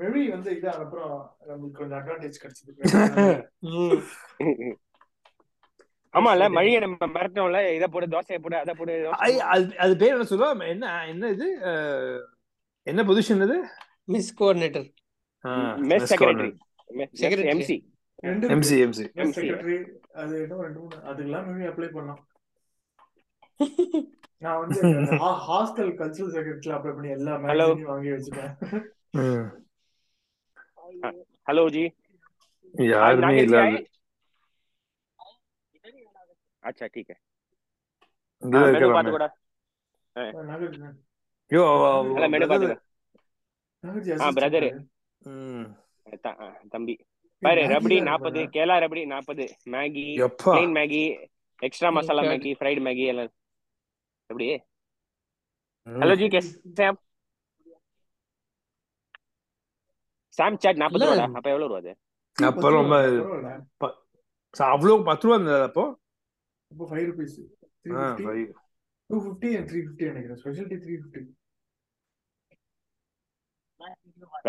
Speaker 1: மேபி வந்து இது அப்புறம் நம்மளுக்கு கொஞ்சம் அட்வான்டேஜ் கிடைச்சது
Speaker 2: ம்.
Speaker 4: ஆமால மழியை நம்ம மிரட்டோம்ல இதை போடு தோசையை போடு அதை போடு இதை
Speaker 3: ஐ
Speaker 4: போடு.
Speaker 3: அது அது பேர் என்ன சொல்லுவா என்ன என்ன இது அஹ், என்ன பொசிஷன் இது
Speaker 2: mess coordinator
Speaker 4: mess secretary
Speaker 2: Secretary.
Speaker 4: MC
Speaker 1: ரெண்டு
Speaker 3: எம்சி எம்சி
Speaker 1: மெஸ் செக்ரட்டரி அது இன்னும் ரெண்டு மூணு அதுக்கெல்லாம் மேபி அப்ளை பண்ணலாம் நான் வந்து ஹாஸ்டல் கல்ச்சரல் செக்ரட்டரியில அப்ளை பண்ணி எல்லா
Speaker 4: Hello.
Speaker 1: மேகசினையும் வாங்கி வச்சுட்டேன்
Speaker 4: ஹலோ ஜி
Speaker 3: யாருமே
Speaker 4: நாகரிகா?
Speaker 3: இல்ல
Speaker 4: அச்சா अच्छा, ठीक है हाँ,
Speaker 3: இங்க
Speaker 4: மெனு
Speaker 3: இருக்கலாமே
Speaker 4: பாத்து கூட
Speaker 1: நாகர்ஜி
Speaker 3: யோ
Speaker 4: இல்ல மெனு பாத்து கூட
Speaker 1: நாகர்ஜி
Speaker 4: ஆ, brother. த- ஆ, தம்பி பாரு ரபடி 40 கேலா ரபடி 40 மேகி
Speaker 3: எப்பா
Speaker 4: plain Maggi extra masala
Speaker 2: Okay.
Speaker 4: Maggi fried Maggi எல்லாம் எப்படி ஹலோ ஜி கேஸ் சாம் சாம் சாட் 40
Speaker 2: இல்ல.
Speaker 4: ரூபாடா அப்ப எவ்வளவு ரூபா அது
Speaker 3: அப்ப ரொம்ப அவ்வளோ பத்து ரூபா இருந்தது அப்போ
Speaker 1: அப்போ ஃபைவ் ருபீஸ் த்ரீ
Speaker 3: ஆ,
Speaker 1: fifty
Speaker 3: five.
Speaker 1: Two fifty and three fifty நினைக்கிறேன் ஸ்பெஷாலிட்டி த்ரீ ஃபிஃப்டி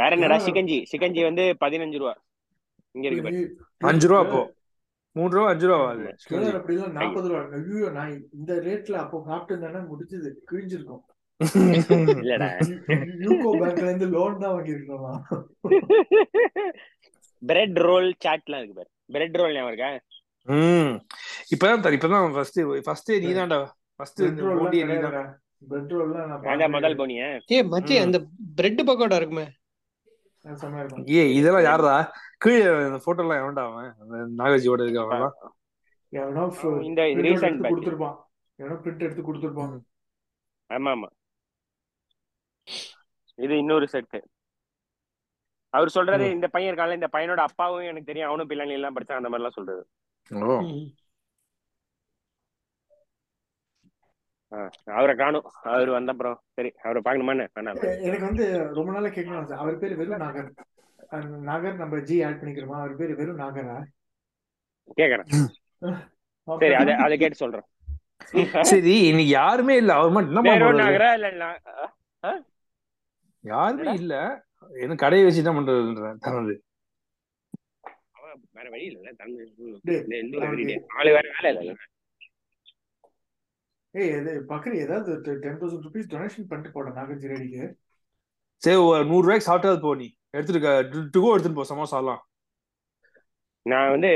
Speaker 4: வேற என்னடா
Speaker 1: ஆ.
Speaker 4: சிக்கன்ஜி சிக்கன்ஜி வந்து 15 ரூபா இங்க
Speaker 1: हम्म।
Speaker 4: இருக்கு பாரு.
Speaker 3: அஞ்சு ரூபா அப்போ மூணு ரூபா அஞ்சு ரூபா அது
Speaker 1: கேரளா அப்படி எல்லாம் நாற்பது ரூபா ஐயோ நான் இந்த ரேட்ல அப்போ சாப்பிட்டு முடிச்சது கிழிஞ்சிருக்கும்
Speaker 4: இல்லடா
Speaker 1: யூகோ பேங்க்ல இருந்து லோன் தான் வாங்கியிருக்கோமா
Speaker 4: பிரெட் ரோல் சாட்லாம் இருக்கு பாரு பிரெட் ரோல் ஞாபகம் இருக்கா
Speaker 3: ம் இப்பதான் தர இப்பதான் ஃபர்ஸ்ட் ஃபர்ஸ்ட் நீ தான்டா ஃபர்ஸ்ட்
Speaker 1: பெட்ரோல்லாம்
Speaker 3: போண்டிய நீ தான்
Speaker 1: கிடையாதுடா பெட்ரோல்லாம் நான்
Speaker 4: நான் தான் முதல்
Speaker 1: பார்த்தேன்
Speaker 4: போனியே
Speaker 2: ஏ மச்சி
Speaker 3: ம்.
Speaker 2: அந்த பிரெட் பக்கோடா இருக்குமே
Speaker 1: செம்மையா இருக்கும்
Speaker 3: ஏய் இதெல்லாம் யாரா கீழே போட்டோ எல்லாம் எவன்டா அவன் அந்த நாகாஜியோட இருக்க அவன் எல்லாம்.
Speaker 1: எவனோ
Speaker 4: அவன் இந்த
Speaker 1: பிரிண்ட்
Speaker 4: ரீசன்ட்
Speaker 1: எடுத்து
Speaker 4: பேட்ச்
Speaker 1: கொடுத்துருப்பான் எவனோ பிரிண்ட் எடுத்து கொடுத்துருப்பான்
Speaker 4: ஆமா ஆமா இது இன்னொரு செட் அவர் சொல்றது இந்த பையன் இருக்கான்ல இந்த பையனோட அப்பாவும் எனக்கு தெரியும் அவனும் பிள்ளைங்க எல்லாம் படிச்சான் அந்த மாதிரி எல்லாம் சொல்றது
Speaker 3: ஓ
Speaker 2: ம்.
Speaker 4: ஆ, அவரை காணும் அவர் வந்த அப்புறம் சரி அவரை பார்க்கணுமா என்ன வேணாம்
Speaker 1: எனக்கு வந்து ரொம்ப நாளா கேட்கணும் ஆசை. அவர் பேர் வெறும் நாகர் அந்த நாகர் நம்ம ஜி ஆட் பண்ணிக்கிறோமா அவர் பேர் வெறும் நாகரா
Speaker 4: கேக்குறேன் சரி அதை அதை கேட்டு சொல்றேன்
Speaker 3: சரி இன்னைக்கு யாருமே இல்ல அவர் மட்டும் என்னமா
Speaker 4: வேற ஒண்ணு
Speaker 3: பண்றது
Speaker 4: ஆகுறா இல்ல நான்
Speaker 3: யாருமே இல்ல என்ன கடையை வச்சு என்ன பண்றதுன்றேன் தனது
Speaker 4: அவன் வேற வழி இல்ல தமிழ்
Speaker 1: டேய்,
Speaker 4: இந்த இந்த ஒரு
Speaker 1: அவனுக்கு-
Speaker 4: வெறிடி. ஆளு வேற வேலை இல்ல
Speaker 1: ஏய் இது பக்கரி ஏதாவது டென் தௌசண்ட் ருபீஸ் டொனேஷன் பண்ணிட்டு போட நாகர்ஜி ரெடிக்கு
Speaker 3: சரி ஒரு நூறு ரூபாய்க்கு சாப்பிட்டாது போ நீ எடுத்துட்டு டுகோ எடுத்துட்டு போ சமோசா எல்லாம்
Speaker 4: நான் வந்து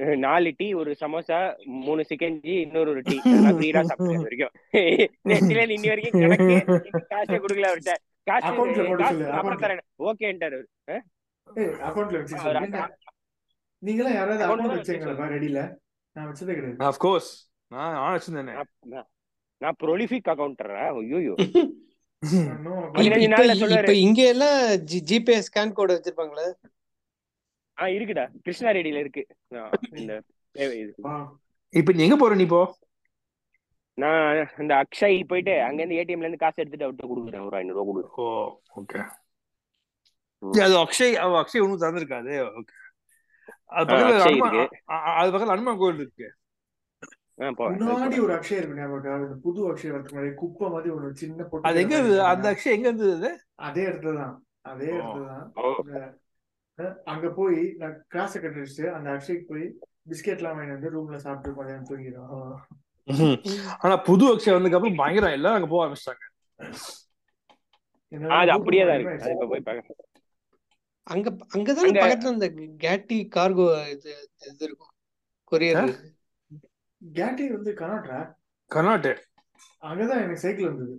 Speaker 4: அஹ், நாலு டீ ஒரு சமோசா மூணு சிக்கன் ஜி இன்னொரு ஒரு டீ அதெல்லாம் ஃப்ரீடா சாப்பிட்டேன் இது வரைக்கும் நெத்தில இன்னி வரைக்கும் கணக்கு இன்னும் காசே கொடுக்கல அவர்கிட்ட காசு
Speaker 1: Account ல போட சொல்லு,
Speaker 4: காசு
Speaker 1: account
Speaker 4: அப்புறம்
Speaker 1: ல.
Speaker 4: தரேன் ஓகேன்ட்டாரு அவரு.
Speaker 1: ஏய் அக்கௌண்ட்ல வச்சு
Speaker 4: அவர்
Speaker 1: சொல்லுங்க
Speaker 4: account-
Speaker 1: நீங்க எல்லாம் யாராவது
Speaker 4: account
Speaker 1: அக்கௌண்ட்
Speaker 4: ல
Speaker 1: வச்சீங்களா ரெடியில நான் வச்சதே கிடையாது
Speaker 3: ஆஃப் கோர்ஸ் நான் நான் வச்சிருந்தேனே
Speaker 4: நான் நான்- நான் ப்ரொலிஃபிக் அக்கௌண்டரா ஐயோ
Speaker 1: நான் no account.
Speaker 2: இப்ப-
Speaker 4: பதினஞ்சு நாள்ல
Speaker 2: இப்ப
Speaker 4: சொல்லுவாரு.
Speaker 2: இப்ப இங்க எல்லாம் ஜி- ஜிபே ஸ்கேன் கோடு வச்சிருப்பாங்களே
Speaker 4: ஆ இருக்குடா கிருஷ்ணா ரெடியில இருக்கு ஆ, இந்த தேவை இது.
Speaker 1: வா.
Speaker 3: இப்ப நீ எங்க போற நீ இப்போ
Speaker 4: நான் இந்த அக்ஷய் போயிட்டு அங்க இருந்து ஏடிஎம்ல இருந்து காசு எடுத்துட்டு அவர்கிட்ட கொடுக்குறேன் ஒரு ஐநூறு ரூபா கொடுக்குறேன்
Speaker 3: ஓ ஓகே அது அக்ஷய் அவ அக்ஷய் ஒன்றும் தந்திருக்காது ஓகே அது பக்கத்துல
Speaker 4: அக்ஷய்
Speaker 3: அனுமன்
Speaker 4: இருக்கு.
Speaker 3: அ- அ- அது பக்கத்துல அனுமன் கோயில் இருக்கு
Speaker 4: ஆ, போ.
Speaker 1: முன்னாடி ஒரு அக்ஷய் இருக்கு ஞாபகம் அந்த புது அக்ஷய் வரதுக்கு முன்னாடி குப்பை மாதிரி ஒரு சின்ன பொட்டு
Speaker 3: அது எங்க
Speaker 1: கடை
Speaker 3: இருந்தது அந்த
Speaker 1: வச்சிருக்காங்க.
Speaker 3: அக்ஷய் எங்க இருந்தது அது
Speaker 1: அதே இடத்துல தான் அதே
Speaker 3: ஓ.
Speaker 1: இடத்துல தான்
Speaker 4: ஓ,
Speaker 1: அங்க போய் நான் கிளாஸ் கட் அடிச்சுட்டு அந்த அக்ஷய்க்கு போய் பிஸ்கெட் எல்லாம் வாங்கிட்டு வந்து ரூம்ல சாப்பிட்டு மதியானம் தூங்கிடும்
Speaker 3: ஆனா புது அக்ஷய் வந்ததுக்கு அப்புறம் பயங்கரம் எல்லாரும் அங்க போக ஆரம்பிச்சிட்டாங்க
Speaker 4: அது அப்படியே தான் இருக்கு அது இப்ப போய் பாக்க
Speaker 2: அங்க அங்கதானே
Speaker 4: அங்க-
Speaker 2: பக்கத்துல அந்த கேட்டி கார்கோ இது இது இருக்கும் கொரியர்
Speaker 3: ஆ?
Speaker 2: இருக்கு.
Speaker 1: கேட்டி வந்து கனாட்ரா
Speaker 3: கர்நாட்டு
Speaker 1: அங்கதான் எனக்கு சைக்கிள் வந்தது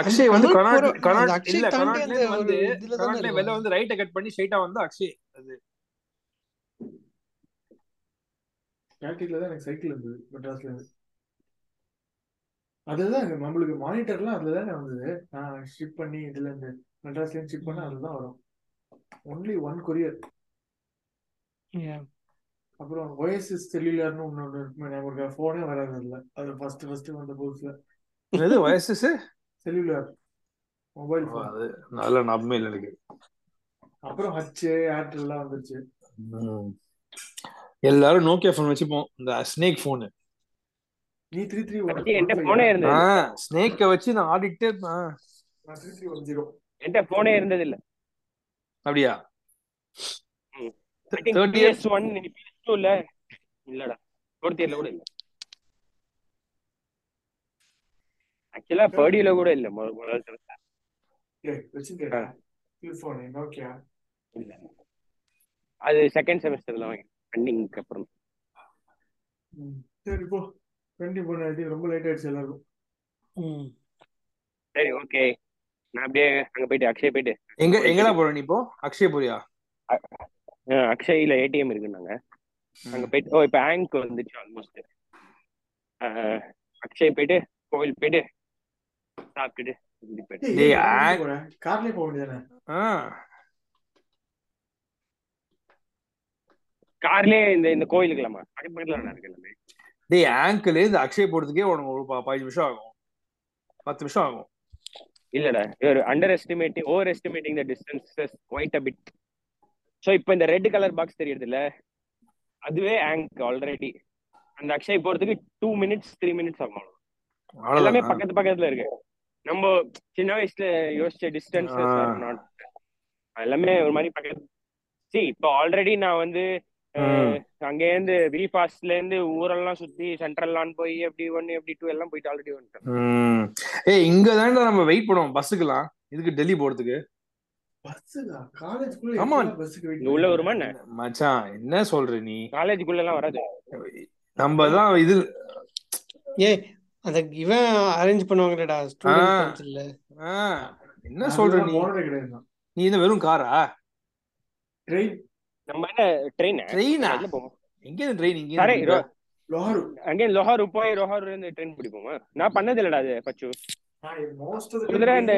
Speaker 3: அக்ஷய் வந்து
Speaker 2: கனால்
Speaker 3: கர்நாட்
Speaker 2: போற- அந்த
Speaker 3: கர்நாட்
Speaker 2: அக்ஷய்
Speaker 3: இல்ல
Speaker 2: தாண்டி
Speaker 3: கர்நாட்ல
Speaker 2: அந்த
Speaker 3: இருந்து வந்து
Speaker 2: ஒரு இதுலதானே
Speaker 3: கர்நாட்ல
Speaker 2: இருக்கும்.
Speaker 3: வெளில வந்து ரைட்ட கட் பண்ணி ஸ்ட்ரைட்டா வந்து அக்ஷய் அது
Speaker 1: கேட்டில தான் எனக்கு சைக்கிள் இருந்தது மெட்ராஸ்ல இருந்து அதுதான் எனக்கு நம்மளுக்கு மானிட்டர்லாம் அதுல தானே வந்தது நான் ஷிப் பண்ணி இதுல இருந்து மெட்ராஸ்ல இருந்து ஷிப் பண்ண அதுதான் வரும் ஒன்லி ஒன் கொரியர் அப்புறம் ஒயசிஸ் செல்லுலர்னு ஒன்று இருக்குமே நமக்கு ஃபோனே வராது இல்லை அது ஃபர்ஸ்ட் ஃபர்ஸ்ட் வந்த புதுசுல
Speaker 3: எது வயசு
Speaker 1: செல்லுலர் மொபைல் ஃபோன்
Speaker 3: அது நல்ல நம்பமே இல்லை எனக்கு
Speaker 1: அப்புறம் ஹச்சு ஏர்டெல்லாம் வந்துருச்சு
Speaker 3: ம். எல்லாரும் நோக்கியா ஃபோன் வச்சுப்போம் இந்த ஸ்னேக் ஃபோனு
Speaker 1: நீ த்ரீ த்ரீ ஒன்
Speaker 4: மச்சி, என்கிட்ட போனே இருந்தது
Speaker 3: ஆ ஸ்னேக்கை வச்சு நான் ஆடிட்டே இருப்பேன்
Speaker 1: நான் த்ரீ த்ரீ ஒன் ஜீரோ
Speaker 4: என்கிட்ட போனே இருந்தது இல்ல
Speaker 3: அப்படியா
Speaker 4: ம்.
Speaker 3: Third years
Speaker 4: PS one PS two இல்ல இல்லடா ஃபோர்த் இயர்ல கூட இல்ல ஆக்சுவலா பேர்டியில கூட இல்ல முதல் முதல் semester.
Speaker 1: ஏ வச்சுக்கேன் ஃபோன் நோக்கியா
Speaker 4: இல்ல அது செகண்ட் செமஸ்டர்ல வாங்கி ரன்னிங்க்கு அப்புறம்
Speaker 1: ம். சரி போ டுவெண்ட்டி போன ரொம்ப லேட் ஆயிடுச்சு எல்லாருக்கும்
Speaker 4: சரி ஓகே நான் அப்படியே அங்க போயிட்டு அக்ஷய் போயிட்டு
Speaker 3: எங்க எங்கடா போற நீ இப்போ அக்ஷயபுரியா
Speaker 4: ஆ, அக்ஷய்ல ஏடிஎம் இருக்குன்னாங்க அங்க போயிட்டு ஓ இப்ப ஆங்க் வந்துச்சு ஆல்மோஸ்ட் அக்ஷய் போயிட்டு கோவில் போயிட்டு சாப்பிட்டுட்டு இப்படி போயிட்டு
Speaker 1: ஏய்,
Speaker 3: டேய்,
Speaker 1: ஏன் car
Speaker 3: ஆ-
Speaker 1: ல போற? car லயே போக வேண்டியதானே
Speaker 3: ஆ
Speaker 4: கார்லயே இந்த இந்த கோயிலுக்கலாமா பக்கத்து பக்கத்துல நான் இருக்கு எல்லாமே
Speaker 3: டேய் ஆங்கிள் இந்த அக்ஷய் போடுறதுக்கே உனக்கு ஒரு ப- பதினஞ்சு நிமிஷம் ஆகும் பத்து நிமிஷம் ஆகும்
Speaker 4: இல்லடா இவர் under estimating over estimating the distances quite a bit so இப்போ இந்த ரெட் கலர் பாக்ஸ் தெரியுது இல்ல அதுவே ஆங்க் ஆல்ரெடி அந்த அக்ஷய் போறதுக்கு டூ மினிட்ஸ் த்ரீ மினிட்ஸ் ஆகும் அவ்வளவுதான். எல்லாமே
Speaker 3: அவ்வளவுதானா?
Speaker 4: பக்கத்து பக்கத்துல இருக்கு நம்ம சின்ன வயசுல யோசிச்ச டிஸ்டன்சஸ்
Speaker 3: ஆ.
Speaker 4: நாட் எல்லாமே ஒரு மாதிரி பக்கத்து சி இப்போ ஆல்ரெடி நான் வந்து
Speaker 3: ம்.
Speaker 4: அங்கே இருந்து வி ஃபாஸ்ட்ல இருந்து ஊரெல்லாம் சுத்தி சென்ட்ரல்லாம் போய் எப்படி ஒன்னு எப்படி டூ எல்லாம் போயிட்டு ஆல்ரெடி வந்துட்டேன்
Speaker 3: ம். ஏய் இங்க தான்டா நம்ம வெயிட் பண்ணுவோம் பஸ்ஸுக்கெல்லாம் இதுக்கு டெல்லி போறதுக்கு
Speaker 1: பஸ்ஸுக்கா காலேஜ்குள்ள
Speaker 3: ஆமா.
Speaker 1: எப்படா பஸ்ஸுக்கு
Speaker 4: இங்க உள்ள வருமா என்ன
Speaker 3: மச்சான் என்ன சொல்ற நீ
Speaker 4: காலேஜுக்குள்ள எல்லாம் வராது
Speaker 3: நம்ம தான் இது
Speaker 2: ஏய் அந்த இவன் அரேஞ்ச் பண்ணுவாங்கடா
Speaker 3: ஆ.
Speaker 2: ஸ்டூடெண்ட் கவுன்சில்ல
Speaker 3: ஆ, என்ன சொல்ற நீ
Speaker 1: போனதே கிடையாது நான்.
Speaker 3: நீ என்ன வெறும் காரா
Speaker 1: ட்ரெயின்
Speaker 4: நம்ம என்ன ட்ரெயின்
Speaker 3: ட்ரெயினா
Speaker 4: அதுல போவோம்
Speaker 3: எங்க இருந்து ட்ரெயின் இங்க
Speaker 4: அரே,
Speaker 3: இருந்து
Speaker 1: லோஹாரு
Speaker 4: அங்கே லொஹாரு போய் லொஹாருல இருந்து ட்ரெயின் பிடிப்போமா நான் பண்ணது இல்லடா அது பச்சு
Speaker 1: மோஸ்ட் ஆஃப்
Speaker 4: ஒரு தடவை அந்த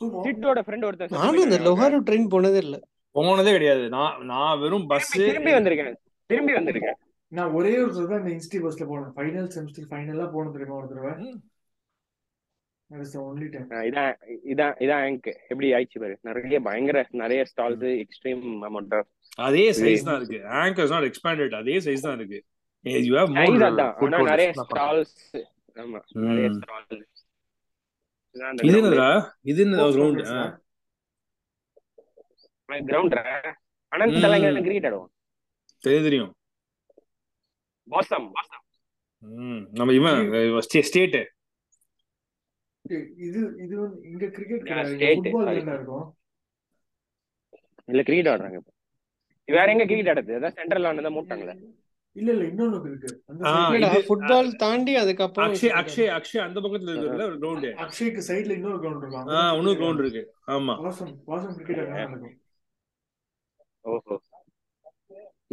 Speaker 1: சும்மா
Speaker 4: சிட்டோட ஃப்ரெண்ட் ஒருத்தன் செத்து
Speaker 2: நானும் இந்த
Speaker 4: போயிட்டானே, அவன்
Speaker 2: லொஹாரு ட்ரெயின் போனதே இல்ல
Speaker 3: போனதே கிடையாது நான் நான் வெறும் பஸ்
Speaker 4: திரும்பி திரும்பி வந்திருக்கேன் திரும்பி வந்திருக்கேன்
Speaker 1: நான் ஒரே ஒரு தடவை தான் இந்த இன்ஸ்டி பஸ்ல போனேன் ஃபைனல் செமஸ்டர் ஃபைனலா போன தெரியுமா ஒரு தடவை
Speaker 3: ம்.
Speaker 1: ஒன்லி டைம்
Speaker 4: ஆ, இதான் இதான் இதான் எனக்கு எப்படி ஆயிடுச்சு பாரு நிறைய பயங்கர நிறைய ஸ்டால்ஸ் எக்ஸ்ட்ரீம் அமௌண்ட்
Speaker 3: அதே சைஸ் தான் இருக்கு ஆங்கர்ஸ் நாட் எக்ஸ்பேண்டட் அதே சைஸ் தான் இருக்கு ஏய், you have more
Speaker 4: சைஸ் அதான்
Speaker 3: food
Speaker 4: ஆனா
Speaker 3: court
Speaker 4: நிறைய
Speaker 3: left.
Speaker 4: ஸ்டால்ஸ் ஆமா
Speaker 3: ம்.
Speaker 4: நிறைய ஸ்டால்ஸ்
Speaker 3: இது என்னடா இது என்ன கிரவுண்ட்
Speaker 4: கிரவுண்ட் அனந்த் தலைங்க கிரிக்கெட் ஆடுவோம்
Speaker 3: தெரியும் தெரியும்
Speaker 4: பாசம் பாசம்
Speaker 3: ம். Hmm. நம்ம இவன் ஸ்டேட்
Speaker 1: இது இது வந்து இங்க கிரிக்கெட்
Speaker 4: Yeah,
Speaker 1: கிடையாது இங்க
Speaker 4: state,
Speaker 1: ஃபுட்பால்
Speaker 4: sorry.
Speaker 1: கிரவுண்டா இருக்கும்
Speaker 4: இல்ல கிரிக்கெட் ஆடுறாங்க இப்ப வேற எங்க கிரிக்கெட் ஆடுறது அதான் சென்ட்ரல் ஆனதான் மூட்டாங்களே
Speaker 1: இல்ல இல்ல இன்னொன்னு இருக்கு அந்த
Speaker 3: ஆ,
Speaker 1: side-
Speaker 2: இல்லடா
Speaker 3: இது,
Speaker 2: ஃபுட்பால் தாண்டி அதுக்கப்புறம்
Speaker 3: அக்ஷய் அக்ஷய் அக்ஷய் அந்த பக்கத்துல இருக்குல்ல ஒரு கிரவுண்ட்
Speaker 1: அக்ஷய்க்கு சைடுல இன்னொரு கிரவுண்ட்
Speaker 3: ஆ
Speaker 1: இருக்கும்
Speaker 3: இன்னொரு கிரவுண்ட் இருக்கு ஆமா
Speaker 1: வாசம் வாசம் கிரிக்கெட் நடக்கும்
Speaker 4: ஓஹோ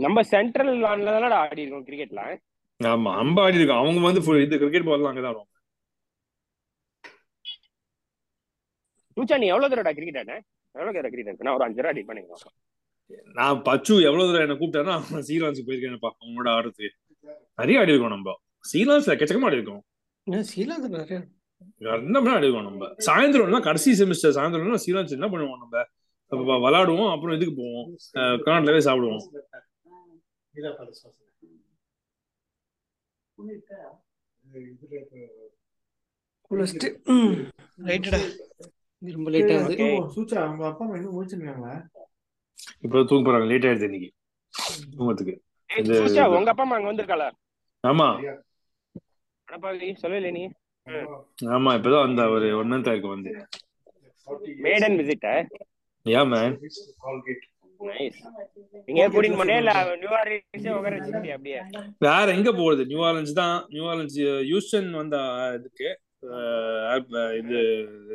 Speaker 4: நம்ம சென்ட்ரல் லான்ல தானடா ஆடி இருக்கோம் கிரிக்கெட்ல
Speaker 3: ஆமா அம்ப ஆடி இருக்கு அவங்க வந்து full இது கிரிக்கெட் பால் அங்கதான் ஆடுவாங்க
Speaker 4: தூச்சா நீ எவ்வளவு தடவை கிரிக்கெட் ஆட எவ்வளவு தடவை கிரிக்கெட் ஆட நான் ஒரு அஞ்சு ரூபா அடி பண்ணிக்கிறேன்
Speaker 3: நான் பச்சு எவ்வளவு தடவை என்ன கூப்பிட்டானா அவன் சீலான்ஸ் போயிருக்கேன்ப்பா அவங்களோட ஆடுறதுக்கு நிறைய ஆடி இருக்கோம் நம்ம சீலான்ஸ்ல கச்சக்கமா ஆடி இருக்கோம்
Speaker 2: ஸ்ரீலங்கா நிறைய
Speaker 3: என்ன பண்ண ஆடி இருக்கோம் நம்ம சாயந்தரம்னா கடைசி செமஸ்டர் சாயந்தரம்னா சீலான்ஸ் என்ன பண்ணுவோம் நம்ம அப்ப விளாடுவோம் அப்புறம் இதுக்கு போவோம் அஹ், கர்நாடகாவே சாப்பிடுவோம்
Speaker 2: குளிச்சுட்டு ம் ரைட்டடா ரொம்ப லேட் ஆகுது
Speaker 4: Okay.
Speaker 1: சூச்சா அவங்க அப்பா அம்மா இன்னும் முடிச்சிருக்காங்க
Speaker 3: இப்போ தூங்க போறாங்க லேட் ஆயிடுது இன்னைக்கு தூங்கத்துக்கு
Speaker 4: ஏய்
Speaker 3: இது-
Speaker 4: தூச்சா உங்க அப்பா அம்மா அங்க வந்திருக்காளா
Speaker 3: ஆமா
Speaker 4: அடப்பாவி சொல்லல நீ
Speaker 3: ஆமா இப்பதான் வந்தா ஒரு ஒன் மந்த் ஆயிருக்கு வந்து
Speaker 4: maiden visit
Speaker 3: yeah man
Speaker 4: nice நீங்க கூட்டிட்டு போனே இல்ல நியூ ஆர்லிஸ் உட்கார வச்சுக்கிட்டியா அப்படியே
Speaker 3: வேற எங்க போறது நியூ ஆர்லன்ஸ் தான் நியூ ஆர்லன்ஸ் ஹியூஸ்டன் வந்த இதுக்கு அஹ், ஆப்- இது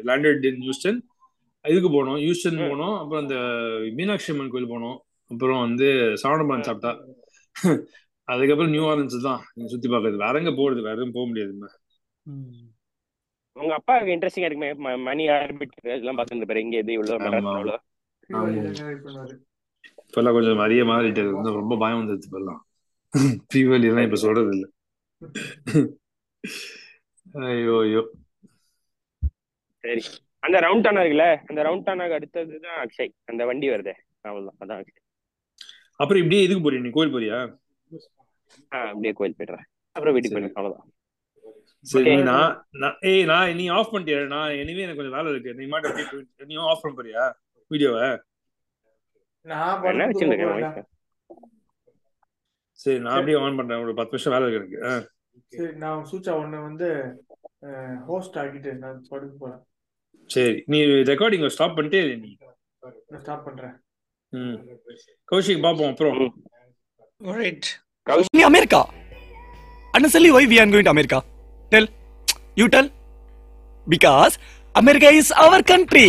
Speaker 3: லேண்டட் இன் ஹியூஸ்டன் இதுக்கு போனோம் ஹியூஸ்டன் போனோம் அப்புறம் அந்த மீனாட்சி அம்மன் கோயில் போனோம் அப்புறம் வந்து சாவணமான் சாப்பிட்டா அதுக்கப்புறம் நியூ ஆர்லன்ஸ் தான் இங்க சுத்தி பார்க்கறது வேற எங்க போறது வேற எதுவும் போக முடியாது
Speaker 4: உங்க அப்பாவுக்கு இன்ட்ரெஸ்டிங்கா இருக்குமே ம- மணி ஆர்பிட் இதெல்லாம் பாத்துட்டு பாரு இங்க இது இவ்வளவு
Speaker 3: ஆமா.
Speaker 4: மெட்ராஸ் இவ்வளவு
Speaker 1: கீழ்வழியில guide பண்ணுவாரு.
Speaker 5: இப்பெல்லாம் கொஞ்சம் நிறைய மாறிட்டது வந்து ரொம்ப பயம் வந்துருச்சு இப்பெல்லாம் தீவலி எல்லாம் இப்ப சொல்றது இல்ல ஐயோ ஐயோ
Speaker 4: சரி அந்த ரவுண்ட் டானா இருக்குல்ல அந்த ரவுண்ட் டானாக்கு அடுத்ததுதான் அக்ஷய் அந்த வண்டி வருதே அவ்வளவுதான் அதான் அக்ஷய்
Speaker 3: அப்புறம் இப்படியே இதுக்கு போறியா நீ கோயில் போறியா
Speaker 4: ஆ அப்படியே கோயில் போயிடுறேன் அப்புறம் வீட்டுக்கு போயிடுறேன் அவ்வளவுதான்
Speaker 3: சரி
Speaker 4: Okay.
Speaker 3: நீ நான் நான்- ஏய் நான் நீ ஆஃப் பண்ணிட்டியா நான் எனவே எனக்கு கொஞ்சம் வேலை இருக்கு நீ மாட்ட அப்படியே போயிட்டு- நீ ஆஃப் பண்ண போறியா வீடியோவை
Speaker 1: நான்
Speaker 4: என்ன
Speaker 1: படத்துக்கு
Speaker 4: வச்சிருக்கேன்
Speaker 1: போகல.
Speaker 4: voice?
Speaker 3: சரி நான் அப்படியே ஆன் பண்றேன் ஒரு பத்து நிமிஷம் வேலை இருக்கு எனக்கு ஆ.
Speaker 1: சரி நான் சூச்சா ஒண்ணு வந்து ஹோஸ்ட் ஆக்கிட்டு நான் படுக்க போறேன்
Speaker 3: சரி நீ ரெக்கார்டிங் ஸ்டாப் பண்ணிட்டே இரு நீ
Speaker 1: நான் ஸ்டாப் பண்றேன்
Speaker 3: ம் கௌஷிக் பாப்போம் அப்புறம்
Speaker 2: right
Speaker 7: me America. Honestly, why we are going to America? Tell. You tell. Because America is our country.